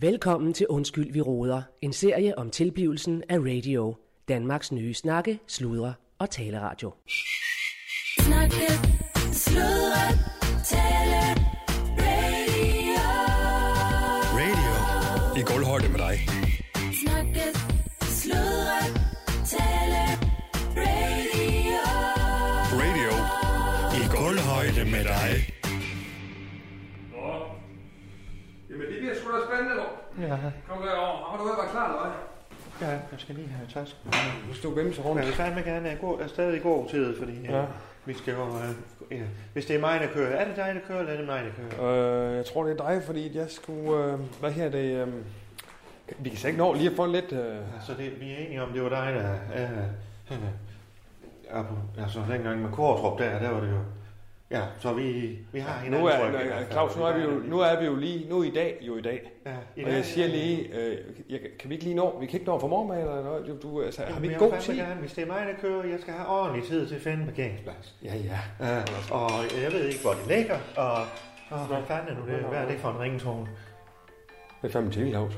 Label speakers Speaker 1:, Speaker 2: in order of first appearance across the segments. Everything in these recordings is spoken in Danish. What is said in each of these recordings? Speaker 1: Velkommen til Undskyld, vi råder. En serie om tilblivelsen af radio. Danmarks nye snakke, sludre og taleradio.
Speaker 2: Snakke, sludre, tale, radio.
Speaker 3: Radio i gulvhøjde med dig.
Speaker 2: Snakke, sludre, tale, radio.
Speaker 3: Radio i gulvhøjde med dig.
Speaker 4: Nå. Jamen, det bliver sgu da spændende, dog.
Speaker 5: Ja,
Speaker 4: Kom derover. Har du været klar, eller hvad?
Speaker 5: ja, jeg skal lige have tasken.
Speaker 4: Nu skal du gemme sig rundt.
Speaker 5: Jeg vil fandme gerne have gå, er stadig i god tid, fordi ja.
Speaker 6: Ja.
Speaker 5: øh, vi skal jo, øh, ja. hvis det er mig, der kører, er det dig, der kører, eller er det mig, der kører?
Speaker 6: Øh, jeg tror, det er dig, fordi jeg skulle... Øh, hvad her det... Øh, vi kan slet ikke nå lige at få lidt... Øh,
Speaker 5: Så Altså, det, vi er enige om, det var dig, der... Øh, øh, er på- altså, dengang med Kåretrup der, der var det jo... Ja, så vi, vi har hinanden,
Speaker 6: nu er,
Speaker 5: tror jeg, i
Speaker 6: øh,
Speaker 5: hvert fald.
Speaker 6: Claus, nu er, vi jo, nu er vi jo lige... Nu i dag, jo i dag.
Speaker 5: Ja, i
Speaker 6: Og
Speaker 5: dag-
Speaker 6: jeg siger lige... Øh, jeg, kan vi ikke lige nå... Vi kan ikke nå for morgenmad eller noget. Du, du, altså,
Speaker 5: Ja,
Speaker 6: har vi
Speaker 5: men
Speaker 6: ikke god
Speaker 5: jeg vil
Speaker 6: tid?
Speaker 5: fandme Gerne, hvis det er mig, der kører, jeg skal have ordentlig tid til at finde en parkeringsplads.
Speaker 6: Ja, ja.
Speaker 5: Ja, og jeg ved ikke, hvor det ligger, og... og hvad fanden er nu det? Hvad er det for en ringetone?
Speaker 6: Det er fandme til, Claus.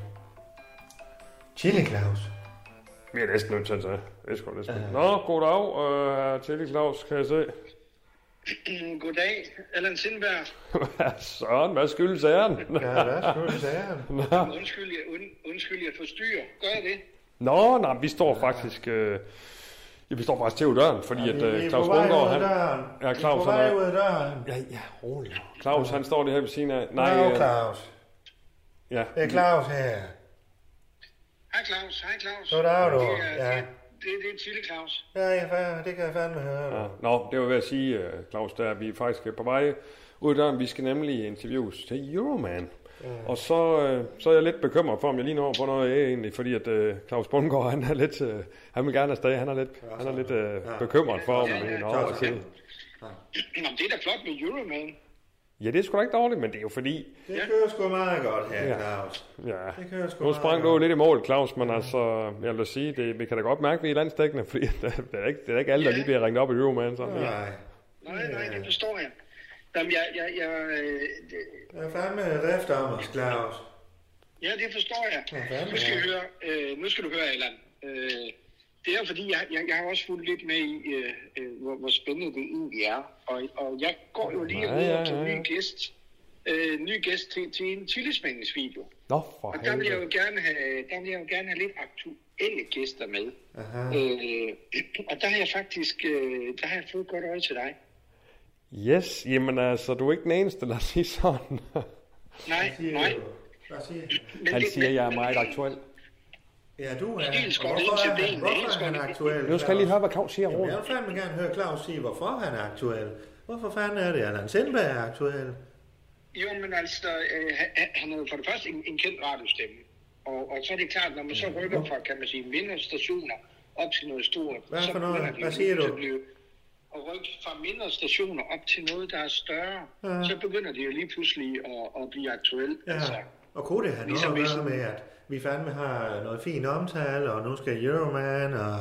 Speaker 5: Chili Claus.
Speaker 6: Vi er næsten nødt til at tage. Det er sgu næsten.
Speaker 5: Ja.
Speaker 6: Nå, goddag, øh, Tilly Claus, kan jeg se.
Speaker 7: Mm, Goddag, Allan Sindberg.
Speaker 6: Søren, hvad skyldes æren?
Speaker 5: Ja, hvad skulle det sige?
Speaker 7: Undskyld, jeg, und, undskyld, jeg forstyrrer. Gør jeg det?
Speaker 6: Nå, nej, vi står faktisk... Øh, ja, vi står faktisk til døren, fordi at øh, Claus Bungård, han... Ja, Claus,
Speaker 5: Vi er på
Speaker 6: han
Speaker 5: vej
Speaker 6: er-
Speaker 5: ud af døren.
Speaker 6: Ja, ja, rolig. Claus, han står det her ved siden af.
Speaker 5: Nej,
Speaker 6: Nej, øh,
Speaker 5: Claus.
Speaker 6: ja.
Speaker 5: Det er Claus her.
Speaker 7: Hej Claus, hej Claus.
Speaker 5: Goddag, du.
Speaker 7: Det er,
Speaker 5: Ja.
Speaker 7: det, det, det er Tille Claus.
Speaker 5: Ja, jeg, fa- det kan jeg fandme høre.
Speaker 6: ja.
Speaker 5: Ja.
Speaker 6: Nå, det var ved at sige, øh, Claus, der er vi faktisk øh, på vej ud af døren. Vi skal nemlig interviews til Euroman. Og så, øh, så er jeg lidt bekymret for, om jeg lige når på noget af egentlig, fordi at øh, Claus Bundgaard, han er lidt, øh, han vil gerne afsted, han er lidt, han er lidt øh, bekymret for, om vi når over til.
Speaker 7: Nå, men det er da flot med Euroman.
Speaker 6: Ja, det er sgu da ikke dårligt, men det er jo fordi,
Speaker 5: Det kører sgu meget godt her,
Speaker 6: Ja.
Speaker 5: Claus.
Speaker 6: ja,
Speaker 5: Det kører sgu
Speaker 6: nu
Speaker 5: meget
Speaker 6: sprang du jo
Speaker 5: godt.
Speaker 6: lidt i mål, Claus, men altså, jeg vil da sige, det, vi kan da godt mærke, at vi er landstækkende, fordi det er, ikke, det er ikke alle, der lige bliver ringet op i Euroman. Sådan. Ja.
Speaker 5: Nej.
Speaker 7: Nej, nej, det forstår jeg. Jamen, jeg, jeg, jeg, øh, det,
Speaker 5: Jeg er fandme rift om os, Claus.
Speaker 7: ja, det forstår jeg.
Speaker 5: hvad
Speaker 7: Nu skal, jeg høre, øh, nu skal du høre, Allan. Øh, det er fordi, jeg, jeg, jeg har også fulgt lidt med i, øh, øh, hvor, hvor spændende det egentlig er. Og, og jeg går jo lige
Speaker 6: Ja,
Speaker 7: ud
Speaker 6: ja,
Speaker 7: og til en
Speaker 6: ja,
Speaker 7: ny
Speaker 6: ja.
Speaker 7: gæst. Øh, ny gæst til, til en tillidspændings video.
Speaker 6: Nå, for
Speaker 7: Og der vil jeg
Speaker 6: helvede.
Speaker 7: jo gerne have, der vil jeg jo gerne have lidt aktuelle gæster med.
Speaker 5: Aha.
Speaker 7: Øh, og der har jeg faktisk øh, der har jeg fået et godt øje til dig.
Speaker 6: Yes, jamen altså, du er ikke den eneste, lad os sige sådan.
Speaker 7: Nej,
Speaker 5: Hvad siger
Speaker 7: nej.
Speaker 5: du? Hvad siger du?
Speaker 7: Men
Speaker 6: Han
Speaker 7: det-
Speaker 6: siger, at jeg er
Speaker 7: men-
Speaker 6: meget aktuel.
Speaker 5: Ja, du er...
Speaker 7: Helt skåret
Speaker 5: Hvorfor
Speaker 7: ind til
Speaker 5: er han,
Speaker 7: benet, helt
Speaker 5: hvorfor er
Speaker 7: skåret
Speaker 5: han
Speaker 7: ind.
Speaker 5: aktuel?
Speaker 6: Nu skal jeg lige
Speaker 5: Claus?
Speaker 6: høre, hvad Claus siger,
Speaker 5: Jamen, jeg
Speaker 6: Rune.
Speaker 5: vil fandme gerne høre Claus sige, hvorfor han er aktuel. Hvorfor fanden er det, Allan Sindberg er aktuel?
Speaker 7: Jo, men altså, øh, han- han er jo for det første en, en kendt radiostemme. Og, og så er det klart, når man så rykker fra, kan man sige, mindre stationer op til noget stort.
Speaker 5: Hvad
Speaker 7: så
Speaker 5: for noget?
Speaker 7: begynder det
Speaker 5: Hvad
Speaker 7: jo
Speaker 5: siger
Speaker 7: at
Speaker 5: du?
Speaker 7: blive- At rykke fra mindre stationer op til noget, der er større,
Speaker 5: Ja.
Speaker 7: ja. så begynder det jo lige pludselig at, at blive aktuelt.
Speaker 5: Ja,
Speaker 7: Altså,
Speaker 5: og kunne det have
Speaker 7: Ligesom
Speaker 5: noget at
Speaker 7: hvis-
Speaker 5: gøre med, at vi fandme har noget fin omtale, og nu skal Euroman, og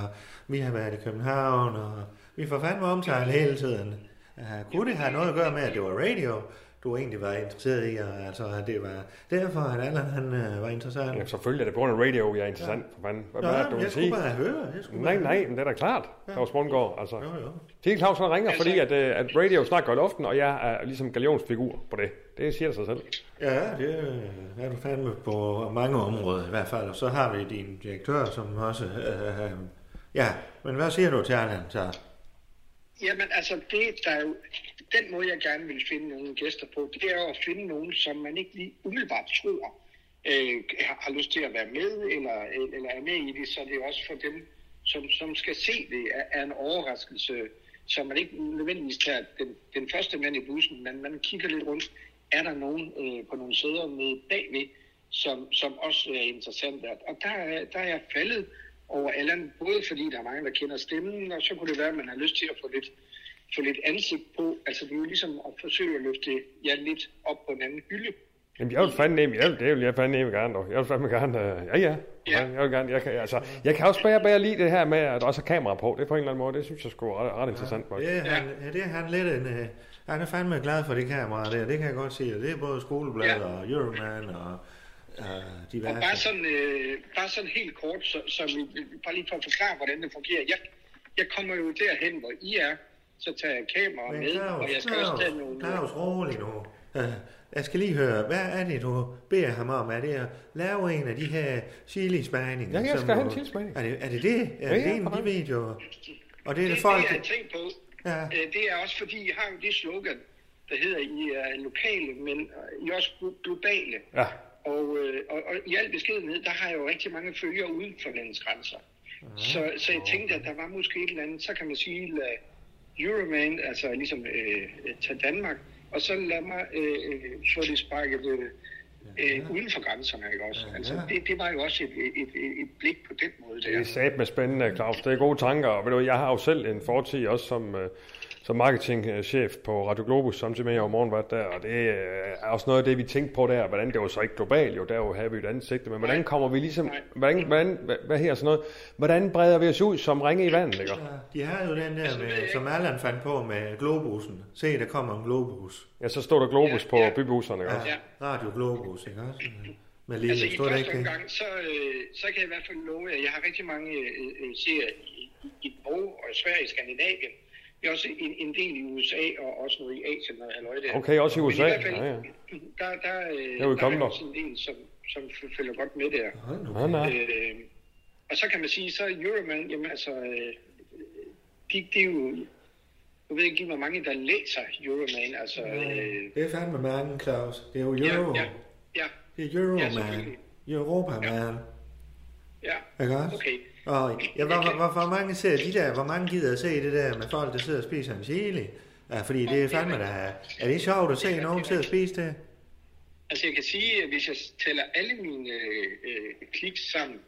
Speaker 5: vi har været i København, og vi får fandme omtale hele tiden. Uh, kunne det have noget at gøre med, at det var radio, du egentlig var interesseret i, og altså, at det var derfor, at Allan han, uh, var interessant?
Speaker 6: Ja, selvfølgelig er det på grund af radio, jeg er interessant. for fanden. Hvad
Speaker 5: Nå,
Speaker 6: er det, du
Speaker 5: men
Speaker 6: vil
Speaker 5: jeg skulle
Speaker 6: sige?
Speaker 5: bare høre. Jeg skulle
Speaker 6: Nej,
Speaker 5: bare
Speaker 6: nej,
Speaker 5: høre.
Speaker 6: men det er da klart. Claus Bundgaard, altså.
Speaker 5: Jo, jo.
Speaker 6: Til Claus, han ringer,
Speaker 7: Altså-
Speaker 6: fordi at, øh, at radio snakker i luften, og jeg er ligesom galionsfigur på det. Det siger det sig selv.
Speaker 5: Ja, det øh, er du fandme på mange områder i hvert fald, og så har vi din direktør, som også... Øh, øh, ja, men hvad siger du til Allan så?
Speaker 7: Jamen altså, det der er jo, den måde, jeg gerne vil finde nogle gæster på, det er jo at finde nogen, som man ikke lige umiddelbart tror øh, har har lyst til at være med, eller, eller er med i det, så det er også for dem, som, som skal se det, er, er en overraskelse, så man ikke nødvendigvis tager den, den første mand i bussen, men man kigger lidt rundt, er der nogen øh, på nogle sæder med bagved, som, som også er interessante. Og der, er- der er jeg faldet over Allan, både fordi der er mange, der kender stemmen, og så kunne det være, at man har lyst til at få lidt, få lidt ansigt på. Altså det er jo ligesom at forsøge at løfte jer lidt op på en anden hylde.
Speaker 6: Jamen, jeg vil fandme, jeg vil, det vil jeg fandme gerne, dog. Jeg vil fandme gerne, øh, ja, ja. ja. Jeg vil gerne, jeg kan, altså, jeg kan også bare, bare lide det her med, at der også er kamera på. Det er på en eller anden måde, det synes jeg sgu er ret, ret interessant. faktisk.
Speaker 5: Det er, han, ja, det er han lidt en... Øh, han er fandme glad for det kamera der, det kan jeg godt se. og Det er både skolebladet ja.
Speaker 7: Ja.
Speaker 5: og Euroman og øh,
Speaker 7: Og bare
Speaker 5: diverse.
Speaker 7: sådan, øh, bare sådan helt kort, så, så vi, vi- bare lige for at forklare, hvordan det fungerer. Jeg, jeg kommer jo derhen, hvor I er, så tager jeg kameraet
Speaker 5: Men
Speaker 7: med, og jeg
Speaker 5: Claus,
Speaker 7: skal også tage
Speaker 5: Claus,
Speaker 7: nogle... øh,
Speaker 5: Claus, rolig nu. Øh, Jeg skal lige høre, hvad er det, du beder ham om? Er det at lave en af de her
Speaker 6: Ja,
Speaker 5: chili-smagninger?
Speaker 6: jeg
Speaker 5: som
Speaker 6: skal have
Speaker 5: du-
Speaker 6: en chili-smagning.
Speaker 5: Er det, er det det? Er
Speaker 6: Ja,
Speaker 5: det
Speaker 6: ja,
Speaker 5: en af de
Speaker 6: korrekt.
Speaker 5: videoer? Og det er
Speaker 7: Det, altså-
Speaker 5: det
Speaker 7: det, jeg har
Speaker 5: folk...
Speaker 7: tænkt på,
Speaker 5: Ja.
Speaker 7: ja. Øh, det er også fordi, I har jo det slogan, der hedder, I er lokale, men øh, I er også glo- globale.
Speaker 6: Ja.
Speaker 7: Og, øh, og, og i al beskedenhed, der har jeg jo rigtig mange følgere uden for landets grænser.
Speaker 6: Mhm.
Speaker 7: Så, så jeg tænkte, at der var måske et eller andet, så kan man sige, lad Euroman, altså ligesom øh, øh, tage Danmark, og så lad mig øh, øh, få det sparket øh, øh, uden for grænserne, ikke også? Altså, det, det var jo også et, et, et, et blik på den måde der.
Speaker 6: Det er sat med spændende, Claus. Det er gode tanker. Og ved du, jeg har jo selv en fortid også som, øh, som marketingchef på Radio Globus, samtidig med at jeg om morgenen var der. Og det øh, er også noget af det, vi tænkte på der. Hvordan det var så ikke globalt, jo der jo havde vi et andet sigte. Men hvordan kommer vi ligesom...
Speaker 7: Nej.
Speaker 6: Hvordan, hvordan, hvad, hvad her sådan noget? Hvordan breder vi os ud som ringe i vandet, ikke?
Speaker 5: De har jo den der,
Speaker 7: Altså, det ved jeg
Speaker 5: med,
Speaker 7: ikke.
Speaker 5: som Allan fandt på med globusen. Se, der kommer en globus.
Speaker 6: Ja, så står der Globus
Speaker 7: Ja,
Speaker 6: på
Speaker 7: ja.
Speaker 6: bybuserne, ikke?
Speaker 5: Ja,
Speaker 7: Ja.
Speaker 5: Radio Globus, ikke også? Men lige
Speaker 7: Altså i
Speaker 5: stod det ikke
Speaker 7: første
Speaker 5: det?
Speaker 7: omgang, så, øh, så kan jeg i hvert fald love jer, jeg har rigtig mange øh, øh, serier i, i, i Norge og i Sverige, i Skandinavien. Jeg har også en, en del i USA og også noget i Asien og halløj der.
Speaker 6: Okay, også i
Speaker 7: Men
Speaker 6: USA.
Speaker 7: i hvert fald,
Speaker 6: Ja, ja.
Speaker 7: Der, der, øh,
Speaker 6: er vi
Speaker 7: der
Speaker 6: kommet
Speaker 7: er
Speaker 6: nok.
Speaker 7: også en del, som, som f- følger godt med der.
Speaker 5: Hold nu
Speaker 6: Nej, nej.
Speaker 7: Øh, og så kan man sige, så er Euroman, jamen altså, øh, de, de er jo, jeg ved ikke, hvor mange der læser Euroman, altså, øh,
Speaker 5: kæft. Det er fandme mange, Claus. Det er jo
Speaker 7: ja,
Speaker 5: Euro.
Speaker 7: ja, ja,
Speaker 5: Det er Euro,
Speaker 7: Ja,
Speaker 5: man.
Speaker 7: selvfølgelig.
Speaker 5: Europa, man.
Speaker 7: ja,
Speaker 5: Ikke også?
Speaker 7: okay.
Speaker 5: Og ja,
Speaker 7: Jeg
Speaker 5: hvor,
Speaker 7: kan-
Speaker 5: hvor, hvor mange ser de der, hvor mange gider at se det der med folk, der sidder og spiser en chili? Ja, fordi det er fandme da... Er det sjovt at se nogen sidde og spise det?
Speaker 7: Altså jeg kan sige, at hvis jeg tæller alle mine øh, øh, kliks sammen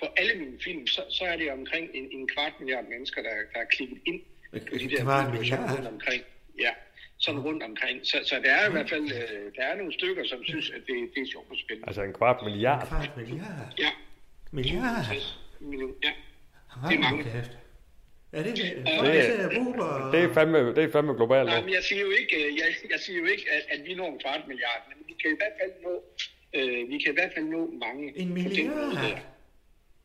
Speaker 7: på alle mine film, så, så er det omkring en, en kvart milliard mennesker, der, der er klikket ind på de
Speaker 5: En
Speaker 7: der
Speaker 5: kvart
Speaker 7: videoer, sådan
Speaker 5: milliard?
Speaker 7: rundt omkring. Ja, sådan rundt omkring. Så, så der er i hvert fald øh, der er nogle stykker, som synes, at det, det er sjovt og spændende.
Speaker 6: Altså en kvart milliard.
Speaker 5: Kvart milliard.
Speaker 7: Ja,
Speaker 5: Milliard?
Speaker 7: 60 millioner. Ja.
Speaker 5: Hold nu
Speaker 7: mange.
Speaker 5: kæft. Er det det? Folk der sidder og buber?
Speaker 6: Det er fandme, det er fandme globalt.
Speaker 7: Nej,
Speaker 6: jo.
Speaker 7: men jeg siger jo ikke, øh, jeg, jeg siger jo ikke at, at vi når en kvart milliard, men vi kan i hvert fald nå, øh, vi kan i hvert fald nå mange.
Speaker 5: En
Speaker 7: på den måde
Speaker 5: milliard?
Speaker 7: der.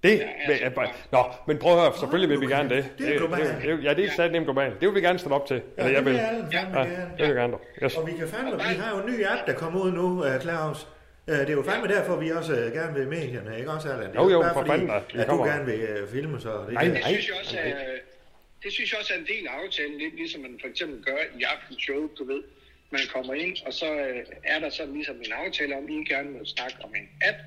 Speaker 6: Det,
Speaker 7: Ja,
Speaker 6: ja,
Speaker 7: altså,
Speaker 6: ja,
Speaker 7: bare-
Speaker 6: nå, men prøv at høre, selvfølgelig vil vi gerne det.
Speaker 5: Det er globalt.
Speaker 6: det- ja, det er sat nemt globalt. Det vil vi gerne stille op til. Eller
Speaker 5: det
Speaker 6: jeg
Speaker 5: vil
Speaker 6: vil.
Speaker 5: alle fandme gerne.
Speaker 6: det vil jeg gerne. dog. Yes.
Speaker 5: Og vi kan fandme, vi har jo en ny app, der kommer ud nu, øh, Claus. Øh, Det er jo fandme derfor, vi også øh, gerne vil i medierne, ikke også, Allan? Det er
Speaker 6: Jo, jo,
Speaker 5: ikke bare
Speaker 6: for
Speaker 5: fordi,
Speaker 6: fanden da. Vi
Speaker 5: At du
Speaker 6: kommer.
Speaker 5: gerne vil øh, filme, så... Det
Speaker 6: Nej,
Speaker 5: kan-
Speaker 7: Det
Speaker 6: nej.
Speaker 7: synes jeg også er, det synes jeg også er en del af aftalen, lidt ligesom man for eksempel gør i aftens show, du ved. Man kommer ind, og så øh, er der sådan ligesom en aftale om, I gerne må snakke om en app,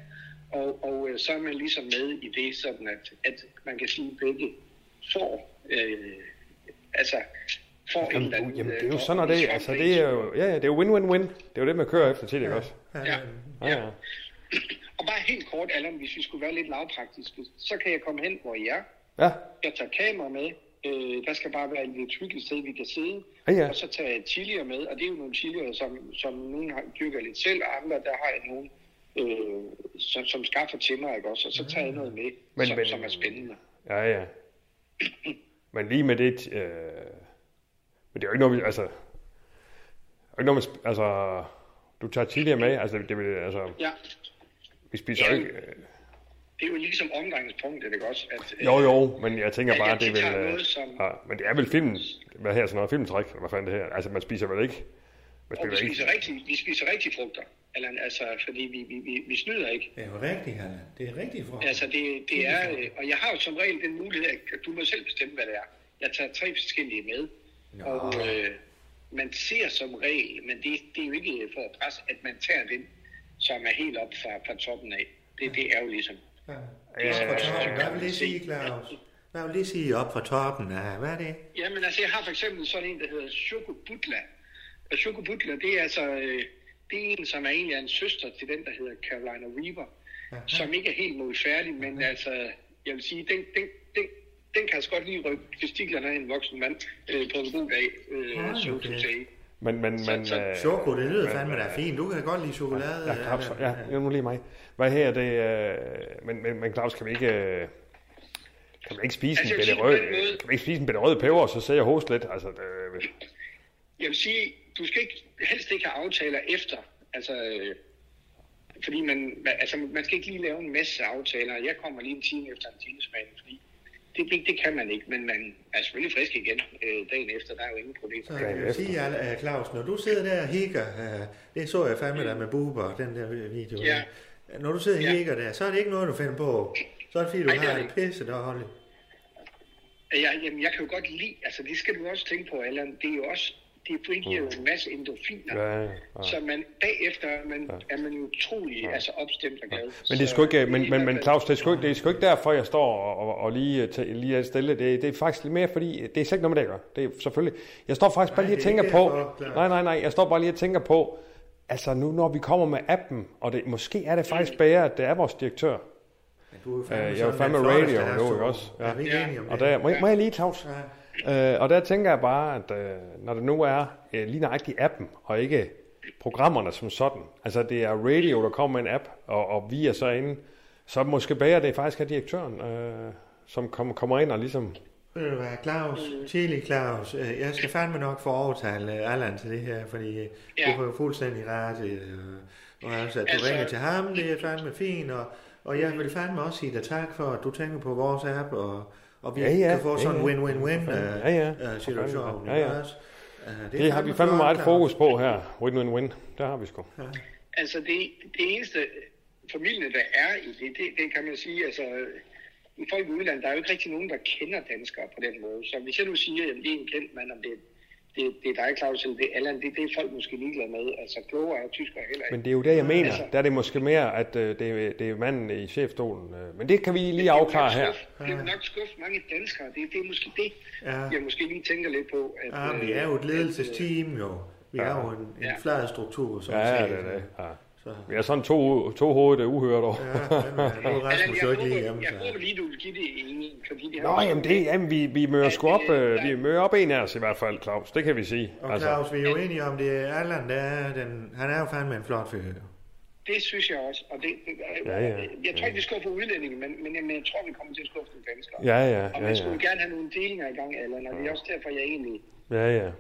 Speaker 7: og, og øh, så er man ligesom med i det, sådan at, at man kan sige, at begge får, øh, altså, får en
Speaker 6: Jamen,
Speaker 7: eller anden...
Speaker 6: du- jamen, det er jo
Speaker 7: øh,
Speaker 6: sådan noget det.
Speaker 7: form for
Speaker 6: Altså, det er jo, ja, ja, det er jo win-win-win. Det er jo det, man kører efter til, ikke også?
Speaker 7: Ja.
Speaker 6: Ja, ja.
Speaker 7: Og bare helt kort, Allan, hvis vi skulle være lidt lavpraktiske, så kan jeg komme hen, hvor I er,
Speaker 6: Ja,
Speaker 7: Jeg tager kamera med. Øh, der skal bare være et lidt hyggeligt sted, vi kan sidde.
Speaker 6: Ja, Ah, ja.
Speaker 7: Og så tager jeg chilier med, og det er jo nogle chilier, som, som nogen har, dyrker lidt selv, og andre, der har jeg nogen, øh, som, som skaffer til mig, ikke også? Og så tager jeg noget med,
Speaker 6: Men-
Speaker 7: men,
Speaker 6: men-
Speaker 7: som, men, som er spændende.
Speaker 6: ja, ja. Men lige med det... Øh, men det er jo ikke noget, vi... Altså... Det er jo ikke noget, man... sp- Altså... Du tager tidligere med. Altså, det vil... Altså,
Speaker 7: Ja,
Speaker 6: vi spiser jo
Speaker 7: Ja.
Speaker 6: ikke... Øh,
Speaker 7: det er jo ligesom omgangspunktet, ikke også? At, øh,
Speaker 6: Jo, jo, men jeg tænker
Speaker 7: Ja,
Speaker 6: bare,
Speaker 7: jeg
Speaker 6: det er
Speaker 7: tager
Speaker 6: vel... øh,
Speaker 7: noget, som-
Speaker 6: Ja, men det er vel filmen, hvad her, sådan noget filmtræk, eller hvad fanden det her? Altså, man spiser vel ikke... Man
Speaker 7: Og vi
Speaker 6: spiser
Speaker 7: spiser
Speaker 6: ikke...
Speaker 7: rigtig, vi spiser rigtig frugter, Allan, altså, fordi vi, vi, vi, vi snyder ikke.
Speaker 5: Det er jo rigtigt, Allan. Det er rigtigt, fra.
Speaker 7: Altså, det, det er, øh, og jeg har jo som regel den mulighed, at du må selv bestemme, hvad det er. Jeg tager tre forskellige med, og øh, man ser som regel, men det, det er jo ikke for at presse, at man tager den, som er helt op fra, fra toppen af. Det, det er jo ligesom. altså,
Speaker 5: Ja. Op fra toppen. Hvad vil det sige, Claus? Hvad vil det sige op fra toppen? Ja, hvad er det?
Speaker 7: Jamen altså, jeg har for eksempel sådan en, der hedder Chocobutla. Og Chocobutla, det er altså, øh, det er en, som er egentlig en søster til den, der hedder Carolina Reaper,
Speaker 5: Aha.
Speaker 7: som ikke er helt målfærdig, men altså, jeg vil sige, den, den, den, den kan altså godt lige rykke gestiklerne af en voksen mand øh, på en god dag, øh,
Speaker 5: Hold
Speaker 7: so
Speaker 5: nu
Speaker 7: to
Speaker 5: kæft.
Speaker 7: say.
Speaker 6: Men, men, men...
Speaker 7: så-
Speaker 6: øh,
Speaker 5: Choco, det lyder
Speaker 6: men-
Speaker 5: fandme da
Speaker 6: øh,
Speaker 5: fint. Du kan godt lide chokolade.
Speaker 6: Ja, Claus,
Speaker 5: Allan.
Speaker 6: ja, det er nu lige mig. Hvad her, det... Øh, men, men, men Claus, kan vi ikke... Øh, kan man ikke spise
Speaker 7: Altså,
Speaker 6: en
Speaker 7: jeg
Speaker 6: bitte
Speaker 7: vil
Speaker 6: rød,
Speaker 7: sige på den måde-
Speaker 6: kan man ikke spise en bitte rød peber, og så sidder jeg host lidt? Altså, øh,
Speaker 7: Jeg vil sige, du skal ikke, helst ikke have aftaler efter, altså, øh, Fordi man, altså, man skal ikke lige lave en masse aftaler. Jeg kommer lige en time efter en timesmag, fordi det, det, det kan man ikke, men man er selvfølgelig frisk igen øh, dagen efter. Der er jo ingen problemer.
Speaker 5: Så kan jeg sige, at Claus, når du sidder der og hikker, øh, det så jeg fandme der med Buber, den der video.
Speaker 7: Mm. Ja.
Speaker 5: Når du sidder og
Speaker 7: Ja.
Speaker 5: hikker der, så er det ikke noget, du finder på. Så er det fordi, du
Speaker 7: Nej, det er
Speaker 5: har
Speaker 7: det
Speaker 5: en
Speaker 7: ikke.
Speaker 5: pisse, der holder.
Speaker 7: Ja, jamen, jeg kan jo godt lide, altså det skal du også tænke på, Allan, det er jo også, det frigiver jo en masse endorfiner,
Speaker 6: Ja, ja.
Speaker 7: så man bagefter er man, er man jo utrolig altså opstemt og glad.
Speaker 6: Men det er sgu
Speaker 7: Så øh,
Speaker 6: ikke, øh, men,
Speaker 7: i
Speaker 6: men,
Speaker 7: hvert
Speaker 6: men
Speaker 7: fald-
Speaker 6: Claus, det er, sgu, ikke- det er sgu ikke derfor, jeg står og, og, og lige, øh, tæ- lige er stille. Det, det er faktisk lidt mere, fordi det er slet ikke noget med det, jeg gør. Det er selvfølgelig. Jeg står faktisk bare
Speaker 5: Nej,
Speaker 6: lige og
Speaker 5: det er
Speaker 6: tænker
Speaker 5: ikke
Speaker 6: på,
Speaker 5: derfor, Claus.
Speaker 6: nej, nej, nej, jeg står bare lige og tænker på, altså nu når vi kommer med appen, og det, måske er det
Speaker 5: Mm.
Speaker 6: faktisk bedre, at det er vores direktør.
Speaker 5: Du er jo
Speaker 6: Øh, jeg er
Speaker 5: sådan
Speaker 6: fandme
Speaker 5: den flotteste
Speaker 6: radio nu,
Speaker 5: herstol.
Speaker 6: ikke også? Ja.
Speaker 5: Er vi ikke
Speaker 7: Ja.
Speaker 5: enige om
Speaker 6: Og
Speaker 5: det?
Speaker 6: der, må, jeg- må jeg lige, Claus? Øh, og der tænker jeg bare, at øh, når det nu er øh, lige nøjagtigt appen, og ikke programmerne som sådan, altså det er radio, der kommer med en app, og, og vi er så inde, så måske bedre det faktisk er direktøren, øh, som kom, kommer ind og ligesom...
Speaker 5: Ved du hvad, Claus,
Speaker 7: Mm.
Speaker 5: Chili Claus, øh, jeg skal fandme nok få overtale øh, Allan til det her, fordi ja. du
Speaker 7: Ja.
Speaker 5: har jo fuldstændig ret. øh, Og altså, at du altså,
Speaker 7: Altså-
Speaker 5: ringer til ham, det er fandme fint, og, og jeg vil fandme også sige dig tak for, at du tænker på vores app, og, og vi
Speaker 6: Ja, ja,
Speaker 5: kan få
Speaker 6: ja,
Speaker 5: sådan en
Speaker 6: ja.
Speaker 5: win-win-win
Speaker 6: Ja, ja.
Speaker 5: øh, øh, situation.
Speaker 6: Ja, ja.
Speaker 5: ikke også? Øh, er
Speaker 6: Det har vi fandme
Speaker 5: flot,
Speaker 6: meget
Speaker 5: Claus.
Speaker 6: fokus på her. Win-win-win. Der har vi sgu.
Speaker 7: Altså det, det eneste familien, der er i det, det, det kan man sige, altså øh, i folk i udlandet, der er jo ikke rigtig nogen, der kender danskere på den måde. Så hvis jeg nu siger, at det er en kendt mand, om det, det, det er dig, Claus, eller det er Allan, det, det er folk måske ligeglade med. Altså klogere er tyskere heller ikke.
Speaker 6: Men det er jo det, jeg mener.
Speaker 7: Altså-
Speaker 6: Der er det måske mere, at øh, det, er, det er manden i chefstolen. øh, Men det kan vi lige afklare her.
Speaker 7: Det vil nok skuffe mange danskere. Det, det er måske det,
Speaker 5: Ja.
Speaker 7: ja. jeg måske lige tænker lidt på. At, øh,
Speaker 5: Ja, vi er jo et ledelsesteam, jo. Vi er jo en, en
Speaker 7: Ja.
Speaker 5: flad struktur, som
Speaker 6: Ja, ja,
Speaker 5: sagt.
Speaker 6: det er det. Ja.
Speaker 5: Så,
Speaker 6: Vi er sådan to, to hovedet uhørt over.
Speaker 5: ja, fandme, nu er
Speaker 7: Allan,
Speaker 5: Rasmus
Speaker 7: jeg,
Speaker 5: jo ikke
Speaker 7: håber,
Speaker 5: lige hjemme.
Speaker 7: jeg
Speaker 5: så-
Speaker 7: håber lige, du vil give det en, fordi det
Speaker 6: Nå, jamen, det, jamen vi, vi møder sgu op, øh, vi møder op en af os i hvert fald, Claus. Det kan vi sige.
Speaker 5: Og altså, Claus, vi er jo enige om, det er Allan, der er den, han er jo fandme en flot fyr.
Speaker 7: Det synes jeg også, og det, det
Speaker 6: Ja, ja.
Speaker 7: ja, ja, jeg tror ikke, vi skuffer udlændinge, men, men, jeg, men jeg tror, vi kommer til at skuffe nogle danskere.
Speaker 6: Ja, ja,
Speaker 7: og
Speaker 6: ja,
Speaker 7: man skulle
Speaker 6: ja.
Speaker 7: gerne have nogle delinger i gang, Allan, og det er også derfor, jeg egentlig
Speaker 6: Ja, ja.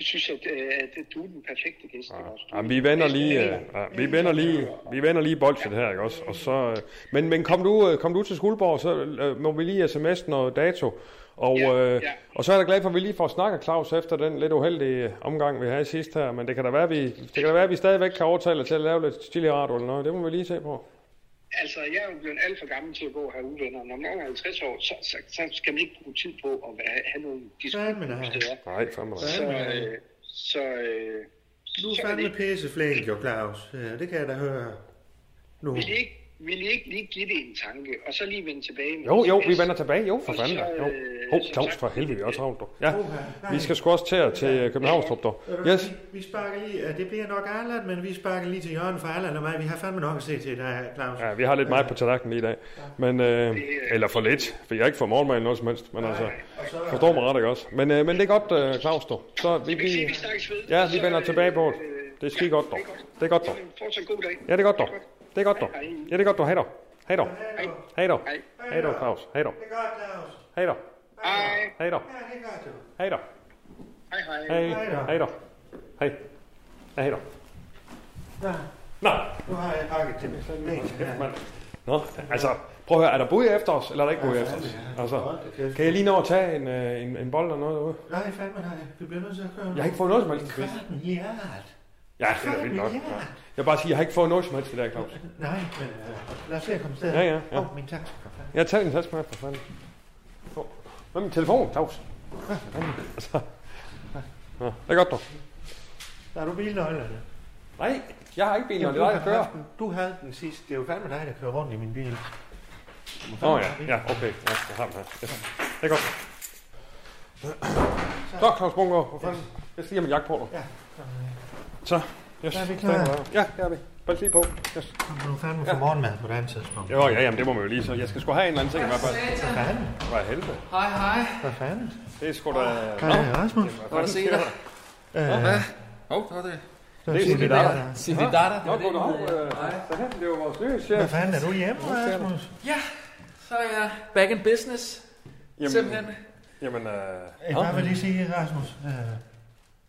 Speaker 7: synes, at, øh, at du er den perfekte gæst. Ja. Også.
Speaker 6: Jamen, vi
Speaker 7: Altså,
Speaker 6: vender lige, øh, ja, vi vender lige, vi vender lige bolden her, ikke også? Og så, øh, men, men kom du, øh, kom du til Skuldborg, så øh, må vi lige sms'en og dato. Og,
Speaker 7: Ja,
Speaker 6: øh,
Speaker 7: ja.
Speaker 6: og så er jeg da glad for, at vi lige får snakket, Claus, efter den lidt uheldige øh, omgang, vi havde sidst her. Men det kan da være, at vi, det kan da være, at vi stadigvæk kan overtale dig til at lave lidt chili radio eller noget. Det må vi lige se på.
Speaker 7: Altså, jeg er jo blevet alt for gammel til at gå og have uvenner. Når man er over 50 år, så, så, så skal man ikke bruge tid på at være, have nogle
Speaker 5: Fandme nej.
Speaker 7: diskussioner.
Speaker 6: Nej, fandme da.
Speaker 7: Så,
Speaker 5: Fandme nej.
Speaker 7: øh, så, øh,
Speaker 5: Du
Speaker 7: så
Speaker 5: er
Speaker 7: er det
Speaker 5: fandme
Speaker 7: ikke-
Speaker 5: pisseflink, jo, Claus. Ja, det kan jeg da høre. Nu.
Speaker 7: vil I ikke, vil I ikke lige give det en tanke, og så lige vende tilbage? med
Speaker 6: Jo,
Speaker 7: en
Speaker 6: jo, vi
Speaker 7: sms?
Speaker 6: vender tilbage. Jo, for fanden da. Jo.
Speaker 7: øh,
Speaker 6: Hov, Claus, for helvede, vi er også travlt, du. Øh, Ja, vi skal sgu også til, at- til Københavnstrup, dog.
Speaker 5: Ved du hvad,
Speaker 6: Yes.
Speaker 5: Vi, vi sparker lige, ja, det bliver nok Allan, men vi sparker lige til Jørgen for Allan og mig. Vi har fandme nok at se til dig, Claus.
Speaker 6: Ja, vi har lidt meget på tallerkenen lige i dag. Men, øh, eller for lidt, for jeg har ikke fået morgenmad noget som helst. Men altså, forstår mig ret, ikke også? Men, øh, men det er godt, øh, Claus, du. Så vi,
Speaker 7: Vi,
Speaker 6: vi,
Speaker 7: siger, vi snakkes ved.
Speaker 6: ja,
Speaker 7: og
Speaker 6: vi
Speaker 7: så,
Speaker 6: vender
Speaker 7: øh,
Speaker 6: tilbage på det.
Speaker 7: øh,
Speaker 6: Det er skide godt, dog.
Speaker 7: det er
Speaker 6: Det er godt, dog.
Speaker 7: Jamen, Fortsat god dag.
Speaker 6: Ja, det er godt, dog. Det er godt, dog. Ja, det er godt, dog. Hej, dog. Hej, dog. Hej, dog. Hej, dog, Claus. Hej, dog.
Speaker 5: Det er godt, Claus.
Speaker 6: Hej, dog.
Speaker 7: Hej,
Speaker 6: Hej, dog.
Speaker 5: Ja, det er godt, jo.
Speaker 6: Hej, dog.
Speaker 7: hej, hej.
Speaker 6: Hej,
Speaker 5: Hej dog.
Speaker 6: hej, dog. Hej. Ja, hej, dog.
Speaker 5: Nå,
Speaker 6: Nå,
Speaker 5: nu har jeg pakket til mig.
Speaker 6: mand. Nå, altså, prøv at høre, er der bud efter os, eller er der ikke bud efter os? Altså, kan jeg lige nå at tage en, øh, en, en bold eller noget derude?
Speaker 5: Nej, fandme nej. Vi bliver nødt til at køre.
Speaker 6: Jeg har ikke fået noget som helst til quiz.
Speaker 5: Kvart milliard.
Speaker 6: Ja, det er vildt nok. Ja. Jeg vil bare sige, jeg har ikke fået noget som helst til det her, Claus.
Speaker 5: Nej, men øh, lad os se at komme afsted.
Speaker 6: Ja, ja, ja.
Speaker 5: Åh, min tak.
Speaker 6: Jeg tager din taske med, for fanden. Åh, Hvad med min telefon, Claus? Hvad fanden? Altså, Nå, det er godt, dog.
Speaker 5: Har du bilnøglerne?
Speaker 6: Nej, jeg har ikke bilen, og det
Speaker 5: du
Speaker 6: er dig, der
Speaker 5: har
Speaker 6: kører.
Speaker 5: haft den- Du havde den sidst. Det er jo fandme dig, der kører rundt i min bil.
Speaker 6: Nå ja, ja, okay. Ja, jeg har den her. Ja. Det er godt. Så, Claus Bunker, for fanden. Jeg skal lige have min jakke på nu.
Speaker 5: Ja.
Speaker 6: Så, yes.
Speaker 5: Er vi klar?
Speaker 6: Ja, det er vi. Bare lige på. Yes.
Speaker 5: Kom nu fandme for morgenmad på et andet tidspunkt.
Speaker 6: Jo, ja, jamen, det må man jo lige så. Jeg skal sgu have en eller anden ting i hvert fald.
Speaker 5: Hvad fanden?
Speaker 6: Hvad helvede.
Speaker 8: Hej, hej.
Speaker 5: Hvad fanden?
Speaker 6: Det er sgu da...
Speaker 5: Hej, Rasmus.
Speaker 8: Godt at se dig.
Speaker 5: Øh,
Speaker 8: Hov, det var det.
Speaker 5: så
Speaker 6: det er
Speaker 5: siger de
Speaker 6: det der.
Speaker 5: der.
Speaker 8: Sig det der,
Speaker 6: Nå, goddag. øh, Så her, det er jo vores nye chef.
Speaker 5: Hvad fanden er du hjemme, Rasmus?
Speaker 8: Ja, så er jeg back in business. Simpelthen.
Speaker 6: Jamen, øh,
Speaker 5: Jeg bare vil lige sige, Rasmus. øh,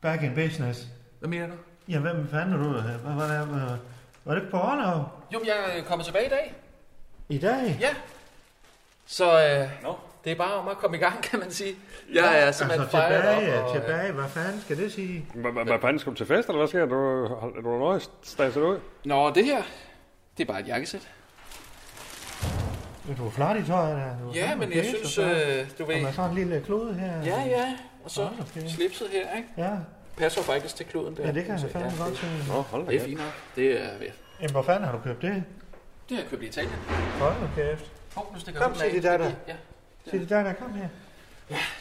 Speaker 5: Back in business.
Speaker 8: Hvad mener du?
Speaker 5: Ja, hvem fanden er du? Hvad var det? øh, Var det på Orlov?
Speaker 8: Jo, men jeg kommer tilbage i dag.
Speaker 5: I dag?
Speaker 8: Ja. Så øh,
Speaker 6: Nå.
Speaker 8: det er bare om at komme i gang, kan man sige. Jeg er simpelthen
Speaker 5: Altså
Speaker 8: fejret
Speaker 5: tilbage,
Speaker 8: op. Og, øh,
Speaker 5: tilbage, hvad fanden skal det sige?
Speaker 6: Hvad- Hvad hvad fanden skal du til fest, eller hvad sker der? Du, hold- er du nøjes stasset ud?
Speaker 8: Nå, det her, det er bare et jakkesæt.
Speaker 5: Men Du er flot i tøjet der. Du er
Speaker 8: Ja,
Speaker 5: fandme
Speaker 8: men jeg
Speaker 5: pæs,
Speaker 8: synes,
Speaker 5: og flot.
Speaker 8: øh, du
Speaker 5: Og med
Speaker 8: ved...
Speaker 5: sådan en lille klode her.
Speaker 8: Ja, ja, og så
Speaker 5: Ah, okay.
Speaker 8: slipset her, ikke?
Speaker 5: Ja,
Speaker 8: Passer faktisk til kloden der.
Speaker 5: ja det kan
Speaker 8: Så,
Speaker 5: jeg fandme godt se.
Speaker 6: Nå, hold da
Speaker 8: Det er
Speaker 6: kæft.
Speaker 8: fint nok. Det er ved.
Speaker 5: Jamen, hvor fanden har du købt det?
Speaker 8: Det har jeg købt i Italien.
Speaker 5: Hold nu kæft.
Speaker 8: Hov, nu stikker
Speaker 5: Kom,
Speaker 8: den
Speaker 5: se
Speaker 8: af.
Speaker 5: det der, der.
Speaker 8: Ja.
Speaker 5: Se det der, der. Kom her.